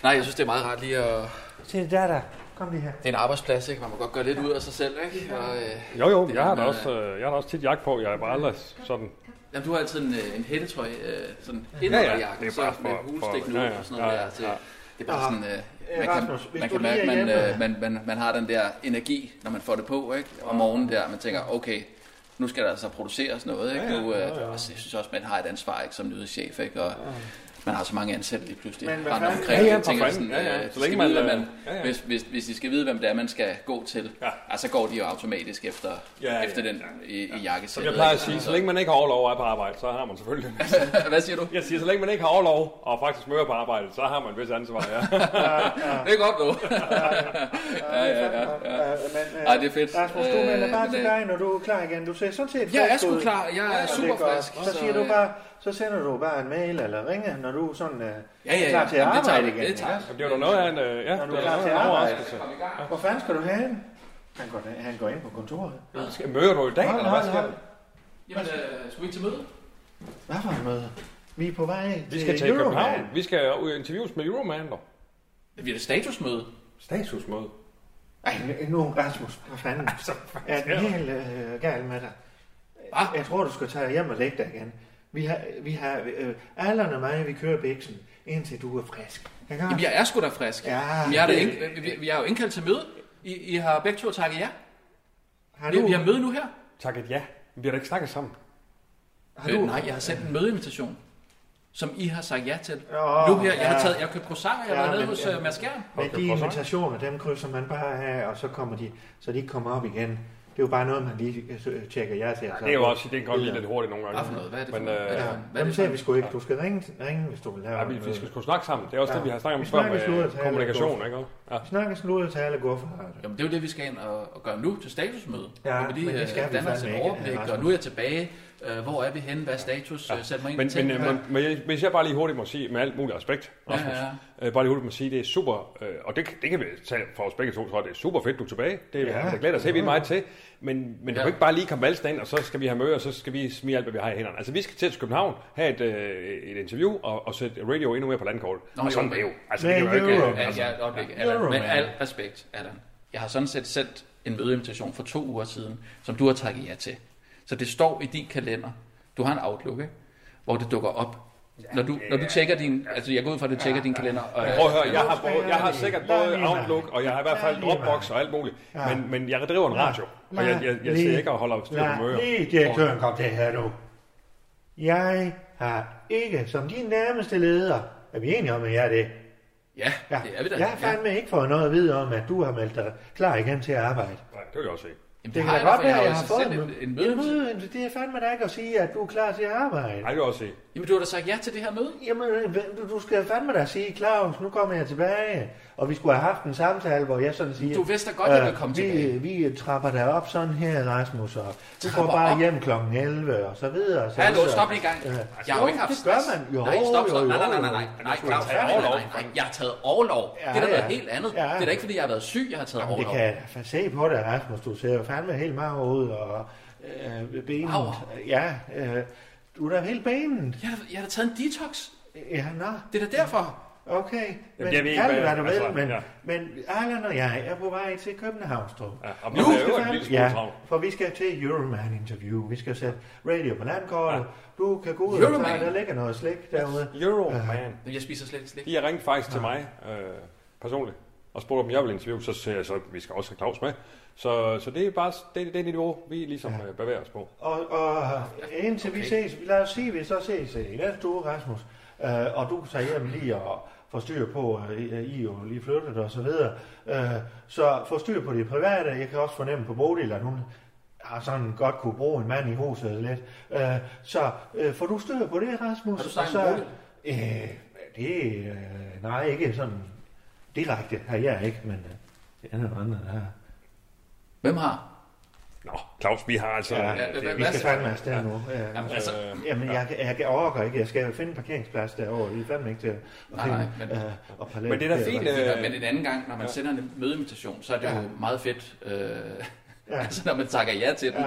Speaker 8: Nej, jeg synes, det er meget rart lige at...
Speaker 5: Se det der, der. Kom lige her.
Speaker 8: Det er en arbejdsplads, ikke? Man må godt gøre lidt ud af sig selv, ikke? Og, øh...
Speaker 6: Jo, jo,
Speaker 8: Det
Speaker 6: jeg har
Speaker 8: er-
Speaker 6: da også, øh, jeg har da også tit jakke på. Jeg er bare aldrig sådan...
Speaker 8: Jamen, du har altid en, øh, en hættetrøj, øh, sådan en
Speaker 6: ja,
Speaker 8: jakke,
Speaker 6: det er
Speaker 8: så
Speaker 6: bare
Speaker 8: med
Speaker 6: for-
Speaker 8: hulstik
Speaker 6: for-
Speaker 8: nu
Speaker 6: ja, ja,
Speaker 8: og sådan noget
Speaker 6: ja, ja,
Speaker 8: der. Til,
Speaker 6: ja.
Speaker 8: Det er bare sådan, øh, man
Speaker 5: Rasmus,
Speaker 8: kan,
Speaker 5: hvis
Speaker 8: man
Speaker 5: du
Speaker 8: kan
Speaker 5: lige
Speaker 8: mærke,
Speaker 5: er
Speaker 8: man,
Speaker 5: hjemme-
Speaker 8: øh, man, man, man har den der energi, når man får det på, ikke? Om morgenen der, man tænker, okay, nu skal der altså produceres noget, ikke? Nu, øh, og så- jeg synes også, man har et ansvar, ikke? Som nyhedschef, ikke? Og man har så mange ansatte lige pludselig. Men, omkring,
Speaker 6: Ja, ja,
Speaker 8: jeg tænker
Speaker 6: for
Speaker 8: sådan,
Speaker 6: fanden. Ja, ja.
Speaker 8: øh,
Speaker 6: Så
Speaker 8: de
Speaker 6: længe
Speaker 8: skal
Speaker 6: man,
Speaker 8: vide,
Speaker 6: øh,
Speaker 8: hvad man,
Speaker 6: ja, ja.
Speaker 8: hvis, hvis, hvis de skal vide, hvem det er, man skal gå til,
Speaker 6: Ja.
Speaker 8: altså går de jo automatisk efter,
Speaker 6: Ja, ja,
Speaker 8: efter den i, i jakkesættet.
Speaker 6: Jeg plejer at
Speaker 8: ikke?
Speaker 6: sige, så længe man ikke har overlov og er på arbejde, så har man selvfølgelig...
Speaker 8: Hvad siger du?
Speaker 6: Jeg siger, så længe man ikke har overlov og faktisk møder på arbejde, så har man et vist ansvar, ja.
Speaker 8: Det er godt nu.
Speaker 5: Ja, ja, ja. Men, øh,
Speaker 8: Ej, det er fedt.
Speaker 5: Rasmus, du melder
Speaker 8: Øh,
Speaker 5: bare
Speaker 8: men,
Speaker 5: til
Speaker 8: øh,
Speaker 5: dig, når du er klar igen. Du ser sådan set
Speaker 8: Jeg er
Speaker 5: frisk
Speaker 8: sgu
Speaker 5: ud.
Speaker 8: klar. Jeg er
Speaker 5: Ja, det
Speaker 8: super
Speaker 5: godt.
Speaker 8: frisk.
Speaker 5: Så
Speaker 8: Så,
Speaker 5: siger du
Speaker 8: øh,
Speaker 5: bare, så sender du bare en mail eller ringer, når du sådan øh,
Speaker 8: Ja, ja, ja.
Speaker 5: er klar til at
Speaker 8: Jamen, det tager
Speaker 5: arbejde
Speaker 8: vi.
Speaker 5: igen.
Speaker 8: Det tager
Speaker 5: ikke?
Speaker 8: vi.
Speaker 6: Det er jo noget af en... øh, Ja,
Speaker 5: Når du
Speaker 6: det er
Speaker 5: er klar
Speaker 6: noget
Speaker 5: til
Speaker 6: af
Speaker 5: at
Speaker 6: en
Speaker 5: arbejde.
Speaker 6: overraskelse.
Speaker 5: Hvor fanden skal du hen? Han går, han går ind på kontoret.
Speaker 6: Skal- Møder du i dag,
Speaker 5: Hold,
Speaker 6: eller hvad
Speaker 5: hold,
Speaker 6: sker
Speaker 5: hold.
Speaker 6: der?
Speaker 8: Jamen, øh, skal vi til møde?
Speaker 5: Hvad for et møde? Vi er på vej
Speaker 6: Vi skal til
Speaker 5: Euroman.
Speaker 6: København. Vi skal ud og interviews med Euroman, dog.
Speaker 8: Vi er et statusmøde.
Speaker 6: Statusmøde.
Speaker 5: Ej, nu Rasmus, hvad fanden? Jeg er den helt øh, gal med dig.
Speaker 8: Hva?
Speaker 5: Jeg tror, du skal tage hjem og lægge dig igen. Vi har, vi har, øh, Allan og mig, vi kører biksen, indtil du er frisk. Kan jeg
Speaker 8: Jamen, jeg er sgu da frisk.
Speaker 5: Ja.
Speaker 8: Jamen, jeg er da ind, vi- vi, vi er jo indkaldt til møde. I, I har begge to takket ja.
Speaker 5: har
Speaker 8: Vi,
Speaker 5: du,
Speaker 8: vi har møde nu her.
Speaker 6: Tak et ja. Vi har da ikke snakket sammen.
Speaker 5: har
Speaker 8: Øh,
Speaker 5: du,
Speaker 8: nej, jeg har sendt en mødeinvitation, som I har sagt ja til.
Speaker 5: Åh,
Speaker 8: nu her, jeg har
Speaker 5: ja.
Speaker 8: taget, jeg har købt croissanter,
Speaker 5: Ja,
Speaker 8: jeg har været nede
Speaker 5: men-
Speaker 8: hos
Speaker 5: ja.
Speaker 8: øh, Mads Skjern.
Speaker 5: Men
Speaker 6: Okay,
Speaker 5: de
Speaker 6: prøv så.
Speaker 5: invitationer, dem krydser man bare af, og så kommer de, så de ikke kommer op igen. Det er jo bare noget, man lige øh, tjekker jer til.
Speaker 6: Det er jo også, det kan godt blive lidt hurtigt nogle gange.
Speaker 8: Hvad for noget? Hvad er det for
Speaker 6: Men,
Speaker 8: noget?
Speaker 6: øh,
Speaker 8: Hvad er det
Speaker 5: Ja,
Speaker 8: for noget?
Speaker 5: dem
Speaker 8: det for
Speaker 5: ser vi
Speaker 8: noget?
Speaker 5: sgu ikke. Du skal ringe, ringe hvis du vil lave
Speaker 6: Ja, vi, vi skal sgu snakke sammen. Det er også
Speaker 5: Ja.
Speaker 6: det, vi har snakket om
Speaker 5: Vi
Speaker 6: før
Speaker 5: snakkes nu,
Speaker 6: med
Speaker 5: at tale
Speaker 6: kommunikation,
Speaker 5: går.
Speaker 6: ikke? Ja.
Speaker 5: Snakkes nu ud til alle guffer.
Speaker 8: Jamen, det er jo det, vi skal ind og, og gøre nu til statusmøde.
Speaker 5: Ja,
Speaker 8: Hvor vi
Speaker 5: men
Speaker 8: lige
Speaker 5: det
Speaker 8: øh,
Speaker 5: skal vi
Speaker 8: danner os
Speaker 5: fandme
Speaker 8: et
Speaker 5: ikke,
Speaker 8: overblik,
Speaker 5: Rasmus.
Speaker 8: og nu er jeg tilbage. Øh, hvor er vi henne? Hvad er status? Ja. Sæt mig ind
Speaker 6: Men, men,
Speaker 8: i tingene
Speaker 6: øh,
Speaker 8: her.
Speaker 6: men, men jeg, hvis jeg bare lige hurtigt må sige, med alt muligt respekt, Rasmus,
Speaker 8: Ja,
Speaker 6: Øh, bare lige hurtigt må sige, det er super, øh, og det, det kan vi tage for os begge to, tror jeg, det er super fedt, du er tilbage. Det er,
Speaker 5: Ja.
Speaker 6: ja. jeg glæder os helt vildt meget til. Men, men du
Speaker 8: Ja.
Speaker 6: kan ikke bare lige komme valsen ind, og så skal vi have møde, og så skal vi smide alt, hvad vi har i hænderne. Altså, vi skal til København, have et, øh, et interview, og, og sætte radio endnu mere på landkortet.
Speaker 8: Nå,
Speaker 6: og
Speaker 8: jo.
Speaker 6: sådan er det jo. Altså,
Speaker 5: Med
Speaker 6: det kan jo ikke...
Speaker 5: Europe.
Speaker 6: Øh,
Speaker 8: Ja,
Speaker 6: altså,
Speaker 8: ja, et øjeblik,
Speaker 5: You're
Speaker 8: Allan.
Speaker 5: a
Speaker 8: Men
Speaker 5: man.
Speaker 8: al respekt, Allan. Jeg har sådan set sendt en mødeinvitation for to uger siden, som du har takket ja til. Så det står i din kalender. Du har en Outlook, ikke? hvor det dukker op. Når du, når du tjekker din... Altså, jeg går ud fra, at du tjekker din kalender. Og,
Speaker 6: Prøv at høre, jeg har,
Speaker 5: Hvorfor
Speaker 6: både, jeg har
Speaker 5: er det?
Speaker 6: sikkert
Speaker 5: Der er
Speaker 6: både
Speaker 5: lige mig.
Speaker 6: Outlook, og jeg har i hvert
Speaker 5: Der
Speaker 6: fald
Speaker 5: er lige
Speaker 6: Dropbox
Speaker 5: mig.
Speaker 6: og alt muligt.
Speaker 5: Ja.
Speaker 6: Men, men jeg driver en radio, og jeg, jeg, jeg sidder ikke og holder styr på møder.
Speaker 5: Lige direktøren kom til her nu. Jeg har ikke, som din nærmeste leder, er vi enige om, at jeg er det.
Speaker 8: ja, det er vi da.
Speaker 5: Jeg har fandme ikke fået noget at vide om, at du har meldt dig klar igen til at arbejde.
Speaker 6: Nej, det vil jeg også se.
Speaker 8: Jamen,
Speaker 5: Det
Speaker 8: har
Speaker 5: kan
Speaker 8: da,
Speaker 5: da godt
Speaker 8: for
Speaker 5: være,
Speaker 8: jo
Speaker 5: at jeg har
Speaker 8: altså
Speaker 5: fået
Speaker 8: sendt en, en
Speaker 5: en
Speaker 8: møde.
Speaker 5: møde. Det er fandme da ikke at sige, at du er klar til at arbejde.
Speaker 6: Nej, det vil jeg også se.
Speaker 8: Jamen, du har da sagt ja til det her møde.
Speaker 5: Jamen, hvem- du, du skal fandme da sige, Claus, nu kommer jeg tilbage. Og vi skulle have haft en samtale, hvor jeg sådan siger...
Speaker 8: Du vidste da godt, jeg ville
Speaker 5: øh,
Speaker 8: komme
Speaker 5: vi,
Speaker 8: tilbage."
Speaker 5: Vi trapper dig op sådan her, Rasmus, og du går
Speaker 8: Trapper
Speaker 5: bare
Speaker 8: op?
Speaker 5: hjem kl. 11, og så videre. Og så
Speaker 8: Hallo,
Speaker 5: videre.
Speaker 8: stop lige i gang.
Speaker 5: Ja.
Speaker 8: Jeg har jo ikke haft
Speaker 5: det gør
Speaker 8: stress.
Speaker 5: man. Jo,
Speaker 8: nej, stop, stop.
Speaker 5: jo,
Speaker 8: Nej, nej,
Speaker 5: jo,
Speaker 8: nej, nej, nej,
Speaker 5: jo.
Speaker 8: nej, Claus,
Speaker 6: tage
Speaker 8: nej, nej,
Speaker 6: orlov.
Speaker 8: nej, nej, Jeg har taget overlov.
Speaker 5: Ja,
Speaker 8: det er da
Speaker 5: ja.
Speaker 8: noget helt andet.
Speaker 5: Ja.
Speaker 8: Det er da ikke, fordi jeg har været syg, jeg har taget
Speaker 5: Jamen, det
Speaker 8: overlov.
Speaker 5: kan jeg da se på dig, Rasmus. Du ser jo fandme helt meget ud, og øh, benet.
Speaker 8: Au.
Speaker 5: Ja, øh, du er da helt benet.
Speaker 8: Jeg har, jeg har da taget en detox.
Speaker 5: Ja, nå.
Speaker 8: Det er da derfor.
Speaker 5: Okay, men
Speaker 6: jeg ved ikke,
Speaker 5: kald det,
Speaker 6: hvad-
Speaker 5: hvad du vil,
Speaker 6: altså,
Speaker 5: men,
Speaker 6: ja.
Speaker 5: men Arlen og jeg er på vej til København, Strup.
Speaker 6: Ja, og
Speaker 5: Nu
Speaker 6: nu er
Speaker 5: skal
Speaker 6: jo en
Speaker 5: fandme-
Speaker 6: lille smule travlt.
Speaker 5: for vi skal til Euroman-interview. Vi skal sætte radio på landkortet. Ja. Du kan gå ud og
Speaker 8: Euroman?
Speaker 5: tage, der ligger noget slik derude. Øh,
Speaker 6: Euroman.
Speaker 8: Men jeg spiser slet ikke slik.
Speaker 6: De har ringet faktisk til mig øh, personligt og spurgte, om jeg ville interviewe, så sagde jeg så, at vi skal også have Claus med. Så, så det er bare det, det er det niveau, vi ligesom ja. bevæger os på.
Speaker 5: Og, og indtil okay. vi ses, lad os sige, at vi så ses øh, i næste uge, Rasmus, øh, og du tager hjem lige og får styr på, øh, I- I er jo lige flyttet Eh, og så videre, øh, så få styr på det private, jeg kan også fornemme på Bodil, at hun ah, sådan godt kunne bruge en mand i huset lidt. Øh, så øh, får du styr på det, Rasmus?
Speaker 8: Har du snakket
Speaker 5: Og så-
Speaker 8: med
Speaker 5: øh,
Speaker 8: Bodil?
Speaker 5: det, øh, nej, ikke sådan direkte har jeg ikke, men øh, det er noget andet, der har.
Speaker 8: Hvem har?
Speaker 6: Nå, Claus, vi har altså... Øh,
Speaker 5: Ja,
Speaker 8: ja, hvad-
Speaker 5: det, vi
Speaker 8: hvad-
Speaker 5: skal fandme afsted ja. nu. Ja.
Speaker 8: Jamen, altså,
Speaker 5: Jamen, jeg, jeg, jeg overgår ikke. Jeg skal finde en parkeringsplads derovre. Vi er fandme ikke til at
Speaker 8: Nej,
Speaker 5: finde,
Speaker 8: nej, men-
Speaker 5: øh, og parallelt-
Speaker 6: Men det er da fint, øh,
Speaker 5: Ja,
Speaker 8: men en anden gang, når man sender en mødeinvitation, så er det jo meget fedt, øh, altså når man takker ja til den,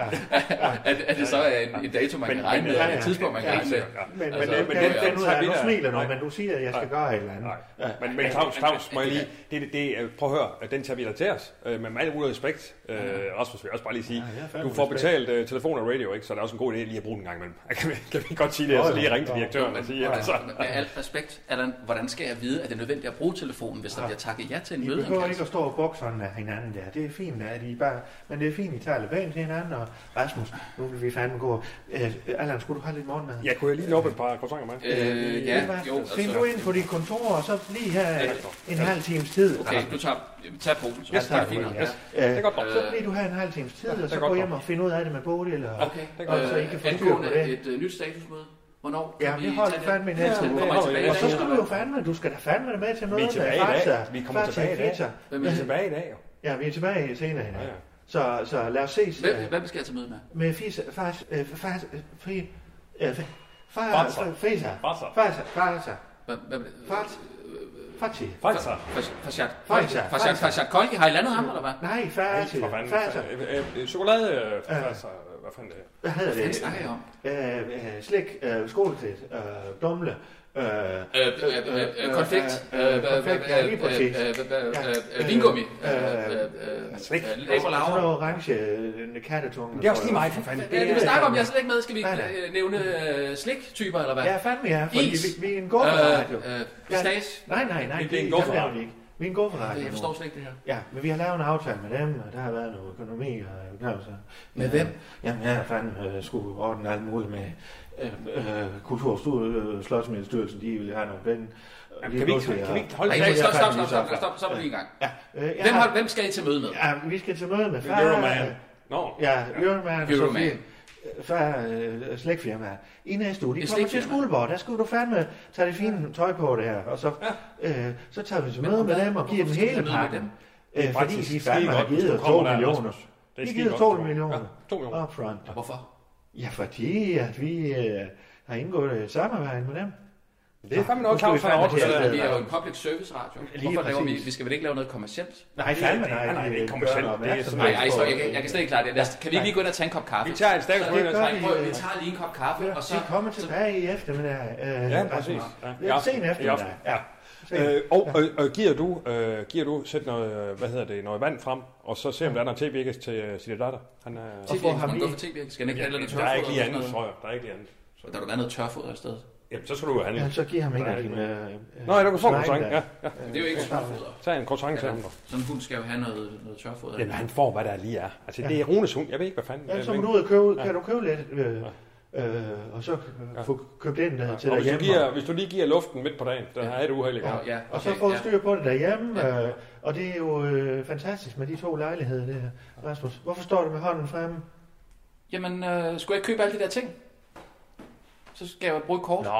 Speaker 8: at, at det så er en, en dato, man kan regne med,
Speaker 5: men-
Speaker 8: og
Speaker 5: ja,
Speaker 8: et tidspunkt, man kan
Speaker 5: ja,
Speaker 8: regne med.
Speaker 5: Men, men,
Speaker 8: Altså,
Speaker 5: den,
Speaker 8: men
Speaker 5: den,
Speaker 8: det-
Speaker 5: den,
Speaker 8: den
Speaker 5: den, ud
Speaker 6: tager
Speaker 5: af,
Speaker 6: vi
Speaker 5: nu
Speaker 6: da.
Speaker 5: smiler du,
Speaker 6: Nej.
Speaker 5: men du siger, at jeg skal gøre et eller andet.
Speaker 6: Nej. Men, men Claus, Claus, må jeg lige, det, det, det, er- prøv at høre, at den tager vi da til os, øh, men med al mulig respekt, øh, Rasmus vil jeg også bare lige sige,
Speaker 5: Ja, ja, fandme
Speaker 6: du får
Speaker 5: respekt.
Speaker 6: betalt øh, telefon og radio, ikke? så det er også en god idé lige at bruge den en gang imellem. Kan vi, kan vi godt sige det,
Speaker 5: Nå,
Speaker 6: og så
Speaker 5: ja.
Speaker 6: lige ringe til
Speaker 5: Nå.
Speaker 6: direktøren og sige, altså,
Speaker 8: Hvordan, med alt respekt, Allan, hvordan skal jeg vide, at det er nødvendigt at bruge telefonen, hvis der bliver takket ja til en
Speaker 5: I behøver ikke
Speaker 8: mødeindkaldelse?
Speaker 5: at stå og bukke sådan af hinanden der. Det er fint, at I bare... Men det er fint, I tager lidt vand til hinanden, og Rasmus, nu vil vi fandme gå. Øh, Allan, skulle du have lidt morgenmad?
Speaker 6: ja, kunne jeg lige lukke et par croissanter med?
Speaker 8: Øh,
Speaker 5: Ved du
Speaker 8: ja,
Speaker 5: hvad?
Speaker 8: jo,
Speaker 5: Find du
Speaker 8: altså,
Speaker 5: ind på dit kontor, og så lige her
Speaker 8: Ja.
Speaker 5: en halv times tid.
Speaker 8: okay, du tager, tag posen, så
Speaker 5: Ja,
Speaker 8: yes, tager
Speaker 5: tak,
Speaker 8: fint.
Speaker 5: ja. Øh,
Speaker 8: nok.
Speaker 6: Det er godt nok.
Speaker 5: Så bliver du her en halv times tid, og så
Speaker 6: er
Speaker 5: gå
Speaker 6: godt
Speaker 5: hjem og finde ud af det med Bodil, eller,
Speaker 8: Okay,
Speaker 5: og så I kan
Speaker 8: øh,
Speaker 5: få styr på
Speaker 8: angående
Speaker 5: det.
Speaker 8: et øh, nyt statusmøde, hvornår
Speaker 5: Ja, vi holder fandme i næste uge.
Speaker 8: Kommer jeg tilbage
Speaker 5: Og
Speaker 8: i
Speaker 5: så
Speaker 8: dag?
Speaker 5: skal du jo fandme, du skal da fandme med til mødet.
Speaker 6: Vi er tilbage i dag.
Speaker 5: Fakta.
Speaker 6: Vi kommer
Speaker 5: Fakta
Speaker 6: tilbage i dag.
Speaker 5: Fakta.
Speaker 8: Hvem er det?
Speaker 6: Tilbage i dag, jo.
Speaker 5: Ja, vi er tilbage senere i
Speaker 6: Ja,
Speaker 5: dag.
Speaker 6: ja.
Speaker 5: Så, så lad os ses
Speaker 8: Hvem,
Speaker 5: øh,
Speaker 8: hvem skal jeg tage møde med?
Speaker 5: med Fisa. Fars, øh, fars, øh, fri, øh, fa-
Speaker 6: Farsa.
Speaker 5: far- Fisa.
Speaker 6: Farsa.
Speaker 5: Farsa. Farsa.
Speaker 8: Hvem, hvem,
Speaker 5: Fars. Farsi.
Speaker 6: Faktisk.
Speaker 8: Fashad.
Speaker 5: Fajsa.
Speaker 8: Fashad. Fashad Kolki, har I landet ham, eller hvad?
Speaker 5: Nej, Farsi.
Speaker 6: For fanden.
Speaker 5: Farsa.
Speaker 6: Øh, øh, Chokolade, øh, farsa. hvad fanden det er?
Speaker 5: Hvad hedder
Speaker 8: Hvad
Speaker 5: det?
Speaker 8: snakker jeg om?
Speaker 5: Øh, øh, slik, øh, skoleklædt, øh, dumle, øh,
Speaker 8: Øh, øh, øh, øh, Konfekt. øh,
Speaker 5: øh, øh, konfekt, ja, lige præcis. Ja.
Speaker 8: Vingummi.
Speaker 5: Øh,
Speaker 6: slik.
Speaker 5: Sådan
Speaker 8: Laberlav.
Speaker 5: noget orange øh, kattetunge.
Speaker 6: Det er også lige mig, for fanden.
Speaker 8: Ja, det vi snakker om, jeg er slet ikke med. Skal vi
Speaker 5: Nej, nej.
Speaker 8: øh, nævne øh, sliktyper, eller hvad?
Speaker 5: Ja, fandme ja, fordi
Speaker 8: Is.
Speaker 5: vi, vi er en
Speaker 8: Øh,
Speaker 5: gufferradio.
Speaker 8: øh,
Speaker 5: Ja.
Speaker 8: Pistache.
Speaker 5: Nej, nej, nej,
Speaker 6: Vi- vi er en
Speaker 5: det
Speaker 6: gufferradio.
Speaker 5: laver vi ikke. Vi er en gufferradio.
Speaker 8: Jeg forstår slet ikke det her.
Speaker 5: Ja, men vi har lavet en aftale med dem, og der har været noget økonomi og knapser.
Speaker 8: Med hvem?
Speaker 5: Jamen, jeg har fandme øh, skulle ordne alt muligt med øh, øh, Kulturstyrelsen, de vil have nogle penge. Og
Speaker 6: Jamen,
Speaker 5: lige
Speaker 6: kan vi ikke-
Speaker 5: pludselig,
Speaker 6: kan vi
Speaker 5: ja.
Speaker 6: ikke holde
Speaker 8: Nej,
Speaker 6: sagen?
Speaker 8: nej, stop, stop,
Speaker 5: fandme
Speaker 8: stop, stop,
Speaker 5: lige så-
Speaker 8: stop, stop lige en gang.
Speaker 5: Ja, øh, jeg
Speaker 8: Hvem, har,
Speaker 5: har...
Speaker 8: hvem skal I tage møde med?
Speaker 5: Ja, vi skal til møde med far.
Speaker 6: Euroman. Nå.
Speaker 5: Ja, Euroman.
Speaker 8: Euroman.
Speaker 5: Fra øh, slægtfirmaet. I næste uge, de
Speaker 8: Et
Speaker 5: kommer til
Speaker 8: slægtfirma.
Speaker 5: Skuldborg. Der skulle du fandme tage det fine tøj på det her. Og så, øh, så tager vi til
Speaker 8: Men
Speaker 5: møde
Speaker 8: hvad?
Speaker 5: med dem og giver dem
Speaker 8: Hvorfor skal vi
Speaker 5: hele
Speaker 8: møde med
Speaker 5: pakken.
Speaker 8: dem?
Speaker 5: Øh, fordi
Speaker 6: faktisk
Speaker 5: de fandme
Speaker 6: skidegodt,
Speaker 5: har
Speaker 6: hvis du
Speaker 5: givet os
Speaker 6: kommer
Speaker 5: 2
Speaker 6: der,
Speaker 5: millioner.
Speaker 6: Rasmus. Det er
Speaker 5: De giver
Speaker 6: skidegodt,
Speaker 5: os 2
Speaker 6: du kommer. Ja,
Speaker 5: millioner.
Speaker 6: to millioner.
Speaker 5: Upfront.
Speaker 8: Hvorfor?
Speaker 5: Ja, fordi at vi øh, har indgået et samarbejde med dem.
Speaker 6: Det er fandme
Speaker 5: Nu
Speaker 6: noget,
Speaker 5: skal vi
Speaker 6: Claus har
Speaker 5: fandme
Speaker 6: ordnet.
Speaker 5: til at-
Speaker 6: det
Speaker 8: Vi
Speaker 6: der.
Speaker 8: er jo en public service radio.
Speaker 5: Lige
Speaker 8: Hvorfor laver vi?
Speaker 5: præcis.
Speaker 8: Vi skal vel ikke lave noget kommercielt?
Speaker 5: Nej, fandme nej.
Speaker 6: nej, nej, det er
Speaker 5: øh,
Speaker 6: kommercielt.
Speaker 5: gør
Speaker 6: Det er sådan
Speaker 8: Nej,
Speaker 6: noget-
Speaker 8: nej, så jeg, kan- jeg kan slet ikke klare det. Lad os, kan vi ikke lige gå ind og tage en kop kaffe?
Speaker 6: Vi tager en stakkels
Speaker 5: det gør
Speaker 8: Nej,
Speaker 5: vi.
Speaker 8: prøv, vi tager lige en kop kaffe, og så...
Speaker 5: De kommer tilbage i eftermiddag. Øh,
Speaker 6: Ja,
Speaker 5: Rasmus.
Speaker 6: præcis.
Speaker 5: Lidt
Speaker 6: Ja.
Speaker 5: sen
Speaker 6: Ja.
Speaker 5: eftermiddag.
Speaker 6: Ja. Øh, og, og, og giver du, øh, giver du sæt noget, øh, hvad hedder det, noget vand frem, og så se om der er noget tv til øh, sin datter. Han, øh,
Speaker 8: TV,
Speaker 5: får ham
Speaker 8: man går
Speaker 5: i.
Speaker 8: for TV, skal den ikke
Speaker 6: ja,
Speaker 8: have noget
Speaker 6: der er ikke lige
Speaker 8: eller
Speaker 6: andet,
Speaker 8: sådan noget?
Speaker 6: tror jeg. Der er ikke lige andet. Så,
Speaker 8: Der vil være noget tørfoder i stedet.
Speaker 6: jamen, så skal du jo handle.
Speaker 5: Ja, så giver ham ikke
Speaker 6: Nej,
Speaker 5: af din...
Speaker 6: det
Speaker 5: Øh, øh,
Speaker 6: Nå, ja, du kan få en
Speaker 5: nej, Øh,
Speaker 6: croissant.
Speaker 5: der.
Speaker 6: Ja, ja.
Speaker 8: Det er jo ikke tørfoder.
Speaker 6: Tag en croissant til ham. dog.
Speaker 8: Sådan en hund skal jo have noget, noget tørfoder.
Speaker 6: Jamen, han får, hvad der lige er. Altså, det er Runes hund. Jeg ved ikke, hvad fanden. øh,
Speaker 5: Ja,
Speaker 6: jeg
Speaker 5: så
Speaker 6: ved
Speaker 5: må du
Speaker 6: ikke.
Speaker 5: ud og købe, kan du købe lidt, øh, øh, og så øh, få købt ind der til
Speaker 6: Og hvis, du
Speaker 5: derhjemme.
Speaker 6: giver, hvis du lige giver luften midt på dagen, der er et uheld i
Speaker 8: Ja,
Speaker 6: gang.
Speaker 8: ja,
Speaker 5: Og så
Speaker 8: okay,
Speaker 5: får du
Speaker 8: ja.
Speaker 5: styr på det derhjemme, øh, og det er jo øh, fantastisk med de to lejligheder der, Rasmus. Hvorfor står du med hånden fremme?
Speaker 8: Jamen, øh, skulle jeg ikke købe alle de der ting? Så skal jeg bruge et kort.
Speaker 5: Nå,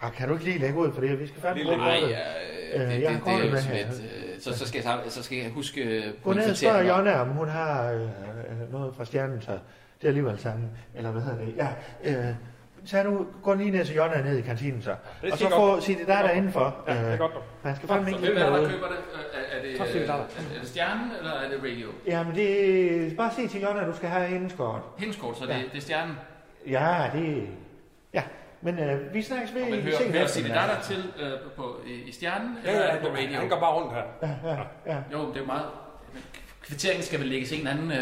Speaker 5: ah, kan du ikke lige lægge ud for det? Vi skal fandme
Speaker 6: Lige lægge
Speaker 5: bruge
Speaker 8: Nej,
Speaker 5: det.
Speaker 8: ja, øh,
Speaker 5: Øh,
Speaker 8: det,
Speaker 5: jeg
Speaker 8: det,
Speaker 5: går
Speaker 8: det, er
Speaker 5: med
Speaker 8: jo sådan
Speaker 5: her.
Speaker 8: lidt... øh, Så, så, skal jeg, så skal jeg huske... øh,
Speaker 5: Gå ned og spørg
Speaker 8: pointsateringen.
Speaker 5: Jonna, om hun har øh, øh, noget fra stjernen, så det er alligevel samme. Eller hvad hedder det? Ja, øh, så nu, gå lige ned til Jonna ned i kantinen så.
Speaker 6: Det er
Speaker 5: Og så
Speaker 6: fint
Speaker 5: få
Speaker 6: nok.
Speaker 5: sit der
Speaker 6: nok.
Speaker 5: indenfor.
Speaker 6: Ja, det er godt nok.
Speaker 5: Man skal fandme
Speaker 8: Så
Speaker 5: ikke
Speaker 8: hvem
Speaker 5: lide
Speaker 8: er det, der
Speaker 5: noget.
Speaker 8: køber det? Er, er, det,
Speaker 6: Tak,
Speaker 8: øh,
Speaker 6: Stine
Speaker 8: er,
Speaker 6: Dahl.
Speaker 8: er det stjernen, eller er det radio?
Speaker 5: Jamen det er bare se til Jonna, du skal have indskåret.
Speaker 8: Hendes kort, så er det, det er stjernen.
Speaker 5: Ja, det Ja, men øh, vi snakkes ved
Speaker 8: Men
Speaker 5: i
Speaker 8: hører,
Speaker 5: sent
Speaker 8: hører Sine
Speaker 5: eftermiddag.
Speaker 8: Datter til øh, på, i, i stjernen,
Speaker 6: Ja,
Speaker 8: eller
Speaker 6: ja,
Speaker 8: er det på radio?
Speaker 6: han går bare rundt her.
Speaker 8: Jo, men det er jo meget... Kvitteringen skal vel lægges i en anden øh,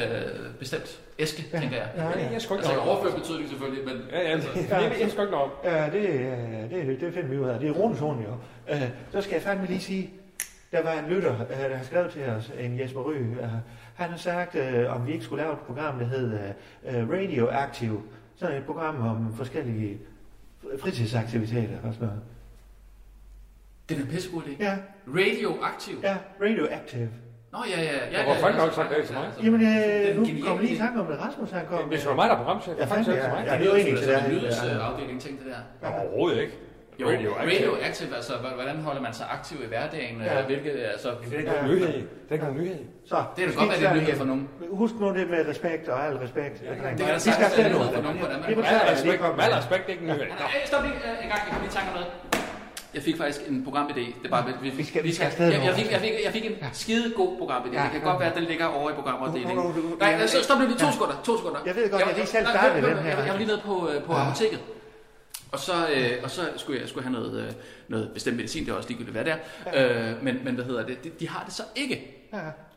Speaker 8: bestemt æske, ja, tænker jeg. Ja,
Speaker 6: Ja, jeg skal ikke
Speaker 8: altså i
Speaker 6: noget om.
Speaker 8: overført betydning selvfølgelig, men...
Speaker 6: Ja, ja,
Speaker 8: altså,
Speaker 6: det ved jeg sgu ikke noget om.
Speaker 5: Ja, det, øh, det, det finder vi ud af. Det er Ronesonen jo. Øh, så skal jeg fandme lige sige, der var en lytter, øh, der har skrevet til os, en Jesper Ry. Øh, han har sagt, øh, om vi ikke skulle lave et program, der hed øh, øh, Radioaktiv. Sådan et program om forskellige fritidsaktiviteter og sådan noget.
Speaker 8: det er en pissegod idé.
Speaker 5: Ja,
Speaker 8: Radioaktiv.
Speaker 5: ja, Radioaktiv.
Speaker 8: Nå, ja, ja. ja,
Speaker 6: Hvor
Speaker 8: ja,
Speaker 6: fanden
Speaker 8: ja,
Speaker 6: har du sagt det til mig?
Speaker 5: Jamen,
Speaker 8: Den
Speaker 5: øh, nu
Speaker 8: geniale
Speaker 5: kom lige i
Speaker 8: idé.
Speaker 5: tanke om, at Rasmus han kom.
Speaker 6: Hvis det var mig, der er programchef,
Speaker 5: Ja,
Speaker 6: jeg fandt det
Speaker 5: fandme,
Speaker 6: til mig.
Speaker 5: ja.
Speaker 8: Ja, det
Speaker 5: Det
Speaker 8: er
Speaker 5: er
Speaker 8: jo
Speaker 5: jo egentlig
Speaker 8: egentlig
Speaker 5: til det her.
Speaker 8: nyhedsafdeling, tænk det der.
Speaker 6: Overhovedet ikke.
Speaker 8: Jo,
Speaker 6: Radio
Speaker 8: radioaktiv,
Speaker 6: Active.
Speaker 8: altså h- hvordan holder man sig aktiv i hverdagen?
Speaker 5: Ja.
Speaker 8: Ja. Hvilket, altså,
Speaker 6: Det er ikke nogen nyhed. Det er ikke nogen nyhed.
Speaker 5: Så,
Speaker 8: det er da
Speaker 5: skal
Speaker 8: godt,
Speaker 5: I
Speaker 8: at det
Speaker 5: klare
Speaker 8: er nyhed
Speaker 5: igen.
Speaker 8: for nogen.
Speaker 5: Husk nu det med respekt og al respekt. Ja,
Speaker 8: Det kan da sagtens være nyhed for nogen, hvordan man
Speaker 5: Vi
Speaker 6: Med
Speaker 8: holder
Speaker 5: betaler
Speaker 6: al
Speaker 5: altså
Speaker 6: respekt,
Speaker 5: ikke om
Speaker 6: med al respekt, det er ikke en nyhed.
Speaker 8: Nej, nej, stop lige øh, en gang, jeg kom lige i tanke om noget. Jeg fik faktisk en programidé. Det er bare, vi,
Speaker 5: Vi skal- vi skal afsted
Speaker 8: jeg,
Speaker 5: nu.
Speaker 8: jeg, fik, jeg, fik, jeg fik en skide god programidé.
Speaker 5: Ja.
Speaker 8: Det kan godt være, at den ligger over i
Speaker 5: Nu- nu- nu-
Speaker 8: programafdelingen.
Speaker 5: nu-
Speaker 8: Nej,
Speaker 5: ja,
Speaker 8: nej, så
Speaker 5: ja.
Speaker 8: stop lige to sekunder. To sekunder.
Speaker 5: Jeg ved godt, jeg lige selv
Speaker 8: nej,
Speaker 5: startede
Speaker 8: vent, vent,
Speaker 5: den her.
Speaker 8: jeg- Jeg var lige nede på, øh, på apoteket. Og så, øh, og så skulle jeg skulle jeg have noget, øh, noget bestemt medicin, det er også ligegyldigt, hvad det er. Øh, men, men hvad hedder det? De, de har det så ikke.